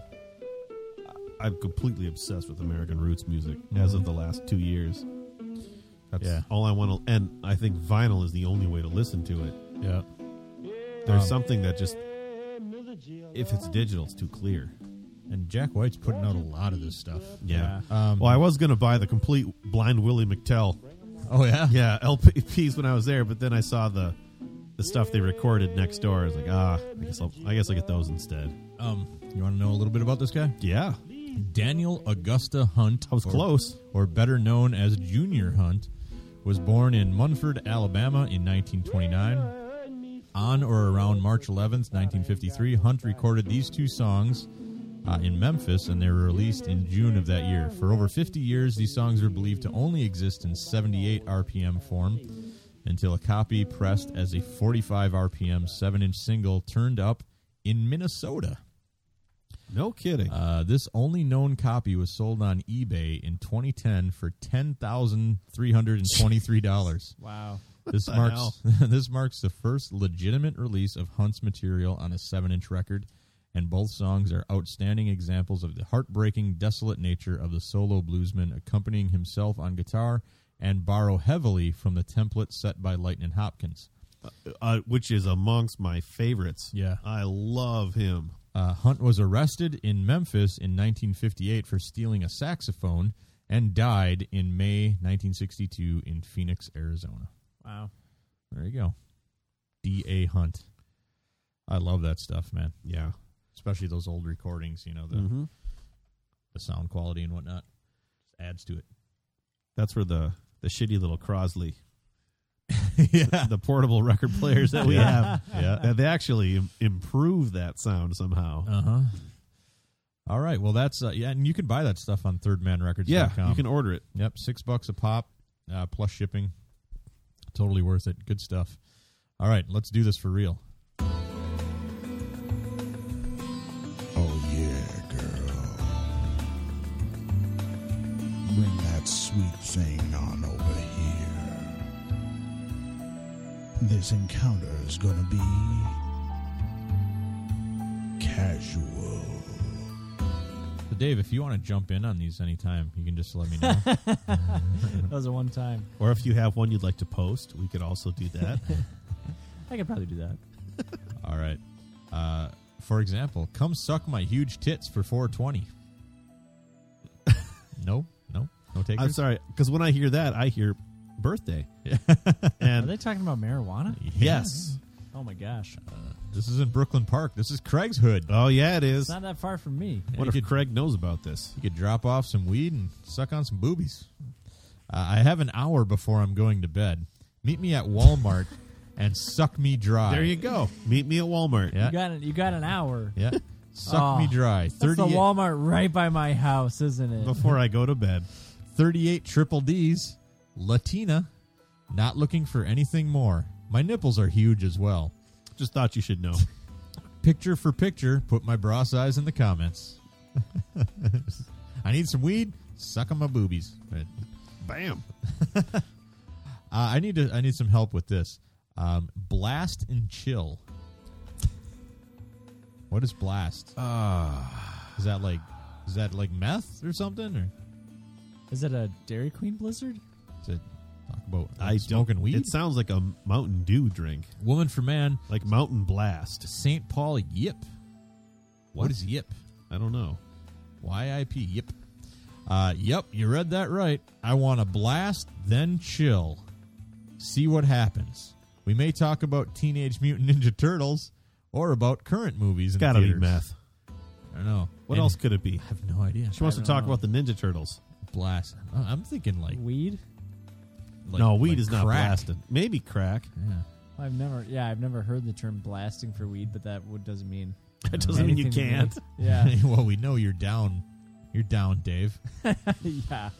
Speaker 1: I- I'm completely obsessed with American roots music as of the last two years. That's
Speaker 2: Mm-hmm. Yeah.
Speaker 1: all I want to, and I think vinyl is the only way to listen to it.
Speaker 2: Yeah.
Speaker 1: There's
Speaker 2: Um,
Speaker 1: something that just, if it's digital, it's too clear.
Speaker 2: And Jack White's putting out a lot of this stuff.
Speaker 1: Yeah.
Speaker 2: Um,
Speaker 1: Well, I was going to buy the complete Blind Willie McTell,
Speaker 2: oh yeah.
Speaker 1: yeah, LPs when I was there, but then I saw the the stuff they recorded next door. I was like, ah, I guess I'll, I guess I'll get those instead.
Speaker 2: Um, you want to know a little bit about this guy?
Speaker 1: Yeah,
Speaker 2: Daniel Augusta Hunt.
Speaker 1: I was
Speaker 2: or-
Speaker 1: close.
Speaker 2: or better known as Junior Hunt, was born in Munford, Alabama in 1929. On or around March 11th, 1953, Hunt recorded these two songs uh, in Memphis and they were released in June of that year. For over 50 years, these songs were believed to only exist in 78 RPM form until a copy pressed as a 45 RPM 7 inch single turned up in Minnesota.
Speaker 1: No kidding.
Speaker 2: Uh, this only known copy was sold on eBay in 2010 for ten thousand three hundred and twenty-three dollars.
Speaker 3: Wow.
Speaker 2: This
Speaker 1: the
Speaker 2: marks this marks the first legitimate release of Hunt's material on a seven-inch record, and both songs are outstanding examples of the heartbreaking, desolate nature of the solo bluesman accompanying himself on guitar and borrow heavily from the template set by Lightnin' Hopkins.
Speaker 1: uh, which is amongst my favorites.
Speaker 2: Yeah.
Speaker 1: I love him.
Speaker 2: Uh, Hunt was arrested in Memphis in 1958 for stealing a saxophone and died in May 1962 in Phoenix, Arizona.
Speaker 3: Wow.
Speaker 2: There you go. D.A. Hunt. I love that stuff, man.
Speaker 1: Yeah,
Speaker 2: Especially those old recordings, you know, the,
Speaker 1: Mhm.
Speaker 2: the sound quality and whatnot. Just adds to
Speaker 1: that's where the the shitty little Crosley,
Speaker 2: it. yeah.
Speaker 1: the portable record players that we
Speaker 2: Yeah.
Speaker 1: have, that they actually im- improve that sound somehow.
Speaker 2: Uh huh. All right. Well, that's, uh, yeah, and you can buy that stuff on thirdmanrecords.com.
Speaker 1: yeah, you can order it.
Speaker 2: Yep, six bucks a pop, uh, plus shipping. Totally worth it. Good stuff. All right, let's do this for real.
Speaker 8: Oh yeah, girl. Bring that sweet thing on over here. This encounter is gonna be casual.
Speaker 2: So, Dave, if you want to jump in on these anytime, you can just let me know.
Speaker 3: That was a one time.
Speaker 1: Or if you have one you'd like to post, we could also do that.
Speaker 3: I could probably do that.
Speaker 2: All right. Uh, for example, come suck my huge tits for 420. no, no, no
Speaker 1: I'm
Speaker 2: takers.
Speaker 1: sorry, because when I hear that, I hear birthday.
Speaker 3: Are
Speaker 1: and
Speaker 3: they talking about marijuana?
Speaker 1: yes,
Speaker 3: Oh my gosh.
Speaker 2: This isn't Brooklyn Park. This is Craig's Hood.
Speaker 1: oh yeah, it is.
Speaker 3: It's not that far from me.
Speaker 1: What if Craig knows about this?
Speaker 2: You could drop off some weed and suck on some boobies. Uh, I have an hour before I'm going to bed. Meet me at Walmart and suck me dry.
Speaker 1: There you go. Meet me at Walmart.
Speaker 2: Yeah.
Speaker 3: You got an, you got an hour.
Speaker 2: Yeah. Suck me
Speaker 3: Oh,
Speaker 2: dry.
Speaker 3: That's the
Speaker 2: 38,
Speaker 3: Walmart right by my house, isn't it?
Speaker 1: before I go to bed.
Speaker 2: 38 triple D's. Latina. Not looking for anything more. My nipples are huge as well.
Speaker 1: Just thought you should know.
Speaker 2: Picture for picture, put my bra size in the comments. I need some weed. Suck on my boobies. Right.
Speaker 1: Bam.
Speaker 2: Uh, I need to. I need some help with this. Um, blast and chill. What is blast?
Speaker 1: Uh,
Speaker 2: is that like is that like meth or something? Or
Speaker 3: Is it a Dairy Queen Blizzard?
Speaker 2: is it talk about like,
Speaker 1: I
Speaker 2: smoking
Speaker 1: don't,
Speaker 2: weed?
Speaker 1: It sounds like a Mountain Dew drink,
Speaker 2: Woman for man,
Speaker 1: like Mountain Blast.
Speaker 2: Saint Paul Yip. what is Yip?
Speaker 1: I don't know.
Speaker 2: YIP Yip. Uh, yep, you read that right. I want to blast, then chill. See what happens. We may talk about Teenage Mutant Ninja Turtles or about current movies. in
Speaker 1: Gotta be
Speaker 2: theaters.
Speaker 1: meth.
Speaker 2: I don't know.
Speaker 1: What
Speaker 2: And-
Speaker 1: else could it be?
Speaker 2: I have no idea.
Speaker 1: She wants
Speaker 3: I
Speaker 1: to
Speaker 3: don't
Speaker 1: talk
Speaker 3: know.
Speaker 1: about the Ninja Turtles.
Speaker 2: Blast. I- I'm thinking like,
Speaker 3: Weed?
Speaker 2: like-
Speaker 1: no, weed
Speaker 2: like
Speaker 1: is not
Speaker 2: crack.
Speaker 1: blasted. Maybe crack.
Speaker 2: Yeah.
Speaker 3: I've never, yeah, I've never heard the term blasting for weed, but that would, doesn't mean
Speaker 1: That doesn't mean you
Speaker 3: anything to me.
Speaker 1: can't.
Speaker 3: Yeah,
Speaker 2: well, we know you're down. You're down, Dave.
Speaker 3: yeah.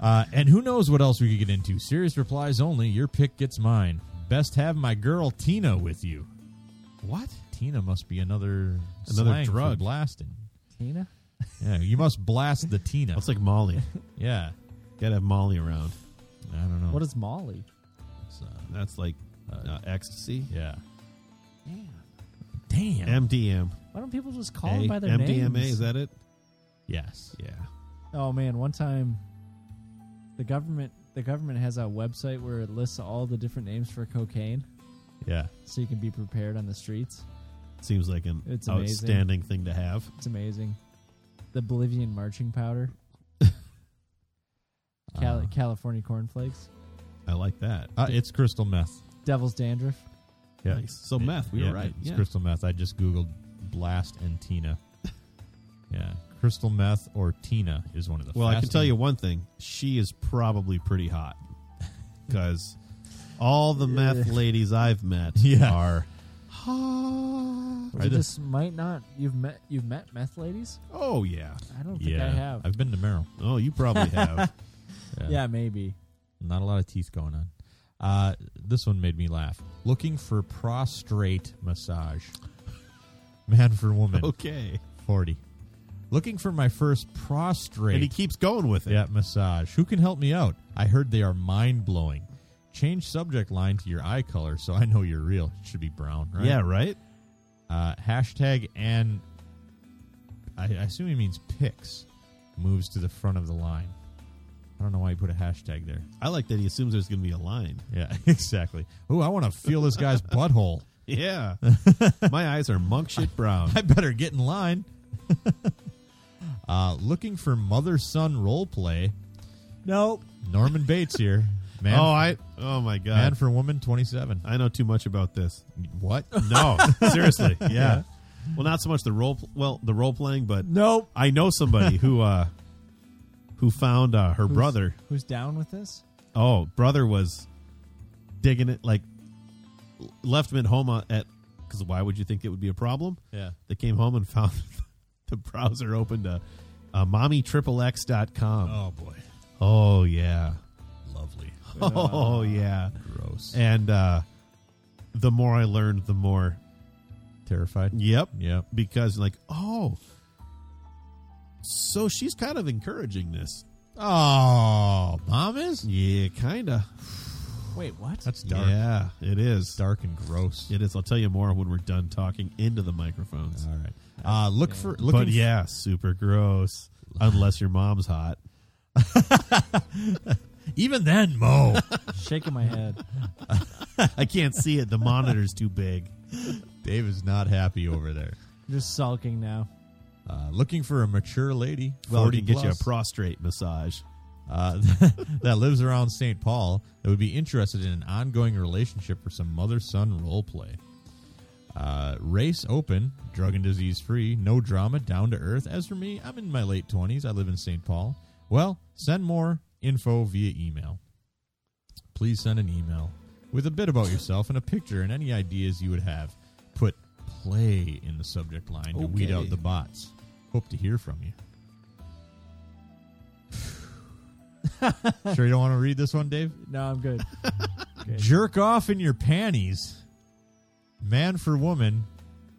Speaker 2: Uh, and who knows what else we could get into? Serious replies only. Your pick gets mine. Best have my girl Tina with you. What? Tina must be another
Speaker 1: Another
Speaker 2: slang for
Speaker 1: drug.
Speaker 2: blasting.
Speaker 3: Tina?
Speaker 2: Yeah, you must blast the Tina.
Speaker 1: That's like Molly.
Speaker 2: Yeah,
Speaker 1: Gotta have Molly around.
Speaker 2: I don't know.
Speaker 3: What is Molly?
Speaker 2: It's, uh,
Speaker 1: That's like uh, ecstasy.
Speaker 2: yeah. Damn.
Speaker 1: MDM.
Speaker 3: Why don't people just call them
Speaker 1: A-
Speaker 3: by their
Speaker 1: MDMA,
Speaker 3: names?
Speaker 1: is that it?
Speaker 2: yes.
Speaker 1: Yeah.
Speaker 3: Oh man, one time the government the government has a website where it lists all the different names for cocaine
Speaker 2: Yeah.
Speaker 3: so you can be prepared on the streets.
Speaker 1: Seems like an
Speaker 3: It's amazing.
Speaker 1: outstanding thing to have.
Speaker 3: It's amazing. The Bolivian marching powder, Cal-
Speaker 2: Uh,
Speaker 3: California cornflakes,
Speaker 1: I like that.
Speaker 2: uh, it's crystal meth.
Speaker 3: devil's dandruff.
Speaker 2: Yeah.
Speaker 1: Nice. So Oh, meth, we
Speaker 2: yeah,
Speaker 1: were right.
Speaker 2: It's
Speaker 1: Yeah.
Speaker 2: crystal meth. I just googled blast and Tina. yeah, crystal meth or Tina is one of the.
Speaker 1: Well, I can
Speaker 2: fastest-
Speaker 1: tell you one thing. She is probably pretty hot because all the meth ladies I've met
Speaker 2: Yeah.
Speaker 1: are hot.
Speaker 3: You just might not. You've met you've met meth ladies.
Speaker 1: Oh yeah.
Speaker 3: I don't think
Speaker 2: Yeah,
Speaker 3: I have.
Speaker 2: I've been to Merrill.
Speaker 1: Oh, you probably have.
Speaker 3: yeah, maybe.
Speaker 2: Not a lot of teeth going on. Uh, this one made me laugh. Looking for prostrate massage. Man for woman,
Speaker 3: Oh.
Speaker 1: okay.
Speaker 2: forty. Looking for my first prostrate.
Speaker 1: And he keeps going with it.
Speaker 2: Yeah, massage. Who can help me out? I heard they are mind blowing. Change subject line to your eye color so I know you're real. It should be brown, right?
Speaker 1: Yeah, right?
Speaker 2: Uh, hashtag and I, I assume he means pics moves to the front of the line. I don't know why you put a hashtag there.
Speaker 1: I like that he assumes there's going to be a line.
Speaker 2: Yeah, exactly. Ooh, I want to feel this guy's butthole.
Speaker 1: Yeah. My eyes are monk shit brown.
Speaker 2: I better get in line. uh, looking for mother son role play.
Speaker 3: Nope.
Speaker 2: Norman Bates here. Man,
Speaker 1: oh, I Oh my god.
Speaker 2: man for woman 27.
Speaker 1: I know too much about this.
Speaker 2: What?
Speaker 1: No, seriously. Yeah. Well, not so much the role pl- well, the role playing, but
Speaker 3: Nope.
Speaker 1: I know somebody who uh who found uh, her brother.
Speaker 3: Who's down with this?
Speaker 1: Oh, brother was digging it like left him at home uh, at cuz why would you think it would be a problem?
Speaker 2: Yeah.
Speaker 1: They came home and found the browser open to uh, mommyxxx.com.
Speaker 2: Oh boy.
Speaker 1: Oh yeah.
Speaker 2: Lovely.
Speaker 1: Oh yeah.
Speaker 2: Gross.
Speaker 1: And uh the more I learned, the more
Speaker 2: Terrified.
Speaker 1: yep,
Speaker 2: Yep.
Speaker 1: because like, oh. So she's kind of encouraging this.
Speaker 2: Oh, mom is?
Speaker 1: Yeah, kind of.
Speaker 3: Wait, what?
Speaker 2: That's dark.
Speaker 1: Yeah, it is.
Speaker 2: Dark and gross.
Speaker 1: It is. I'll tell you more when we're done talking into the microphones.
Speaker 2: All right. Uh, look for looking
Speaker 1: But
Speaker 2: for-
Speaker 1: yeah, super gross. Unless your mom's hot.
Speaker 2: even then, Mo.
Speaker 3: Shaking my head.
Speaker 1: I can't see it. The monitor's too big.
Speaker 2: Dave is not happy over there.
Speaker 3: I'm just sulking now.
Speaker 2: Uh, looking for a mature lady.
Speaker 1: Well, we
Speaker 2: 40
Speaker 1: can get you a
Speaker 2: plus.
Speaker 1: prostrate massage.
Speaker 2: uh, that lives around St. Paul that would be interested in an ongoing relationship for some mother son role play. Uh, race open, drug and disease free, no drama, down to earth. As for me, I'm in my late 20s. I live in St. Paul. Well, send more info via email. Please send an email with a bit about yourself and a picture and any ideas you would have. Put play in the subject line to weed
Speaker 1: Okay.
Speaker 2: out the bots. Hope to hear from you. sure you don't want to read this one, Dave?
Speaker 3: No, I'm good.
Speaker 2: Jerk off in your panties. Man for woman,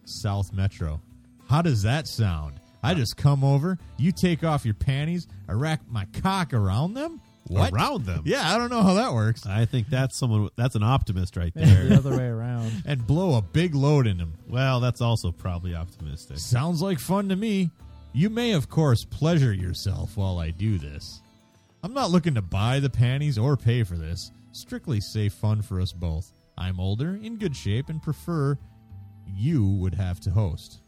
Speaker 2: South Metro. How does that sound? I just come over, you take off your panties, I rack my cock around them? What?
Speaker 1: Around them.
Speaker 2: Yeah, I don't know how that works.
Speaker 1: I think that's someone. That's an optimist right
Speaker 3: Yeah, the
Speaker 1: there.
Speaker 3: other way around.
Speaker 2: And blow a big load in them.
Speaker 1: well, that's also probably optimistic.
Speaker 2: Sounds like fun to me. You may, of course, pleasure yourself while I do this. I'm not looking to buy the panties or pay for this. Strictly safe fun for us both. I'm older, in good shape, and prefer you would have to host.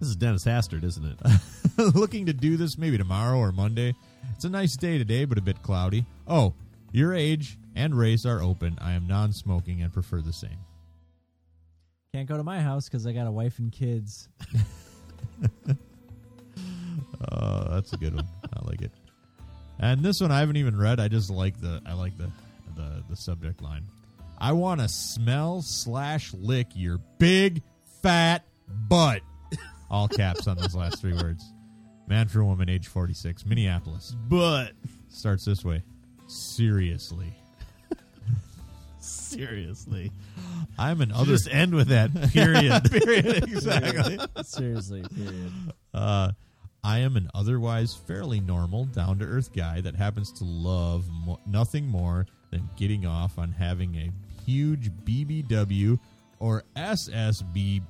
Speaker 1: This is Dennis Hastert, isn't it?
Speaker 2: looking to do this maybe tomorrow or Monday. It's a nice day today, but a bit cloudy. Oh, your age and race are open. I am non smoking and prefer the same.
Speaker 3: Can't go to my house because I got a wife and kids.
Speaker 2: Oh, that's a good one. I like it. And this one I haven't even read. I just like the I like the the, the subject line. I want to smell slash lick your big fat butt. All caps on those last three words. Man for woman, age forty six, Minneapolis.
Speaker 1: but
Speaker 2: Starts this way. Seriously,
Speaker 1: seriously,
Speaker 2: I'm an
Speaker 1: I'll
Speaker 2: other.
Speaker 1: just end with that. Period.
Speaker 2: period. Exactly.
Speaker 3: Seriously, period.
Speaker 2: Uh, I am an otherwise fairly normal, down to earth guy that happens to love mo- nothing more than getting off on having a huge BBW or SSBBW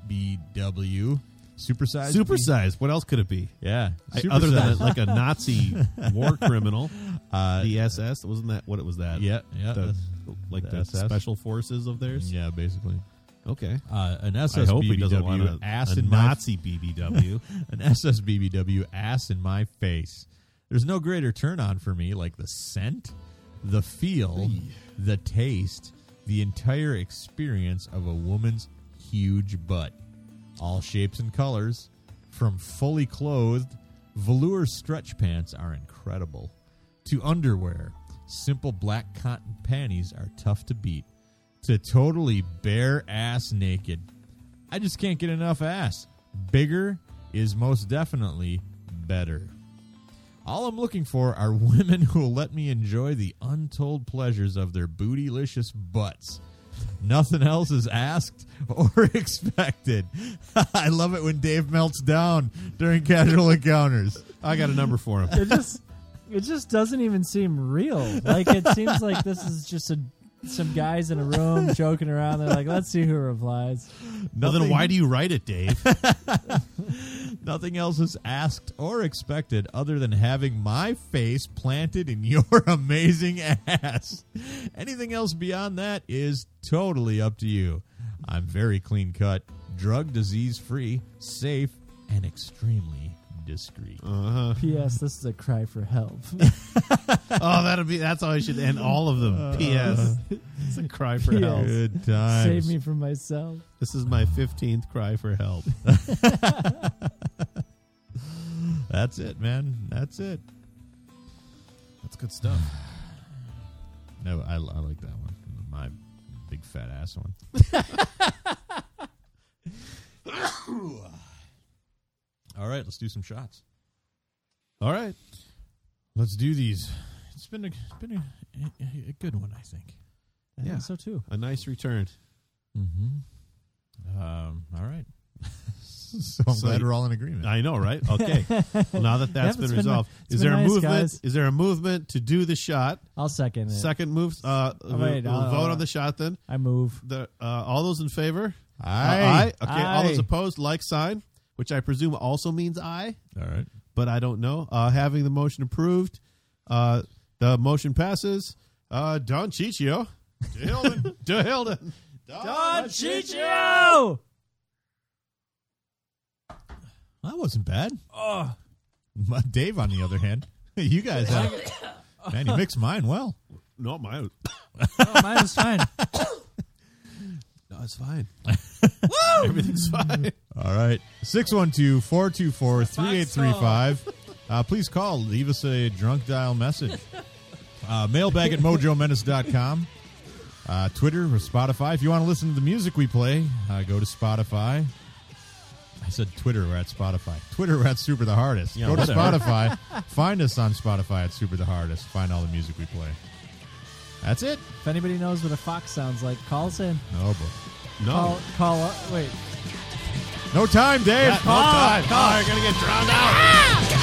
Speaker 2: supersized.
Speaker 1: Supersized. What else could it be?
Speaker 2: yeah.
Speaker 1: I- other than
Speaker 2: supersized.
Speaker 1: like a Nazi war criminal,
Speaker 2: Uh,
Speaker 1: the SS. Wasn't that what it was? That
Speaker 2: yeah, yeah,
Speaker 1: the,
Speaker 2: that's-
Speaker 1: like
Speaker 2: the
Speaker 1: the,
Speaker 2: SS?
Speaker 1: special forces of theirs.
Speaker 2: yeah, basically.
Speaker 1: Okay.
Speaker 2: Uh, an
Speaker 1: I hope he doesn't want
Speaker 2: SSBBW
Speaker 1: a,
Speaker 2: ass
Speaker 1: a
Speaker 2: in my
Speaker 1: Nazi BBW.
Speaker 2: an SSBBW ass in my face. There's no greater turn on for me like the scent, the feel, the taste, the entire experience of a woman's huge butt. All shapes and colors, from fully clothed, velour stretch pants are incredible, to underwear. Simple black cotton panties are tough to beat, to totally bare ass naked. I just can't get enough ass. Bigger is most definitely better. All I'm looking for are women who will let me enjoy the untold pleasures of their bootylicious butts. Nothing else is asked or expected. I love it when Dave melts down during casual encounters.
Speaker 1: I got a number for him.
Speaker 3: It just, it just doesn't even seem real. Like it seems like this is just a some guys in a room joking around. They're like, let's see who replies.
Speaker 1: Well, then
Speaker 2: Nothing-
Speaker 1: why do you write it, Dave?
Speaker 2: Nothing else is asked or expected other than having my face planted in your amazing ass. Anything else beyond that is totally up to you. I'm very clean cut, drug disease free, safe, and extremely discreet.
Speaker 1: Uh-huh.
Speaker 3: P.S. This is a cry for help.
Speaker 1: oh, that'll be. That's how I should end all of them. P.S. Uh-huh. It's a cry for help.
Speaker 3: P.S.
Speaker 2: Good times.
Speaker 3: Save me from myself.
Speaker 1: This is my fifteenth cry for help.
Speaker 2: That's it, man. That's it.
Speaker 1: That's good stuff.
Speaker 2: No, I, I like that one. My big fat ass one. All right, let's do some shots.
Speaker 1: All right.
Speaker 2: Let's do these. It's been a, it's been a, a, a good one, I think.
Speaker 3: I think
Speaker 1: Yeah.
Speaker 3: so too.
Speaker 1: A nice return.
Speaker 2: Mm-hmm. Um, all right. so I'm
Speaker 1: So
Speaker 2: glad
Speaker 1: you-
Speaker 2: we're all in agreement.
Speaker 1: I know, right? Okay. Well, now that that's
Speaker 3: it's
Speaker 1: been
Speaker 3: been-
Speaker 1: resolved,
Speaker 3: it's
Speaker 1: is
Speaker 3: been
Speaker 1: there a
Speaker 3: nice,
Speaker 1: movement?
Speaker 3: guys.
Speaker 1: Is there a movement to do the shot?
Speaker 3: I'll second it.
Speaker 1: Second moves. Uh, we'll,
Speaker 3: wait,
Speaker 1: we'll
Speaker 3: uh,
Speaker 1: vote on the shot then.
Speaker 3: I move.
Speaker 1: The uh, all those in favor?
Speaker 2: Aye.
Speaker 1: Uh, Okay. All those
Speaker 3: Aye.
Speaker 1: opposed, like sign, which I presume also means aye,
Speaker 2: all right.
Speaker 1: but I don't know. Uh, having the motion approved, uh, the motion passes. Uh, Don Ciccio, De Hilden, De Hilden.
Speaker 3: Don Chicho!
Speaker 2: That wasn't bad. Oh, but Dave, on the other hand, you guys, had, man, you mixed mine well.
Speaker 1: No, my
Speaker 3: Oh, mine was fine.
Speaker 1: no, it's fine. Everything's fine.
Speaker 2: All right. 612 424 3835. Uh, Please call. Leave us a drunk dial message. Uh, mailbag at mojomenace.com. Uh, Twitter or Spotify. If you want to listen to the music we play, uh, go to Spotify. said Twitter. We're at Spotify. Twitter. We're at Super the Hardest.
Speaker 1: Yeah,
Speaker 2: Go to
Speaker 1: whatever.
Speaker 2: Spotify. find us on Spotify at Super the Hardest. Find all the music we play. That's it.
Speaker 3: If anybody knows what a fox sounds like, call us in.
Speaker 2: No, boy.
Speaker 1: No.
Speaker 3: Call, call up. Wait.
Speaker 2: No time, Dave.
Speaker 1: Not- no time.
Speaker 2: Oh, you're gonna get drowned out.
Speaker 7: Ah!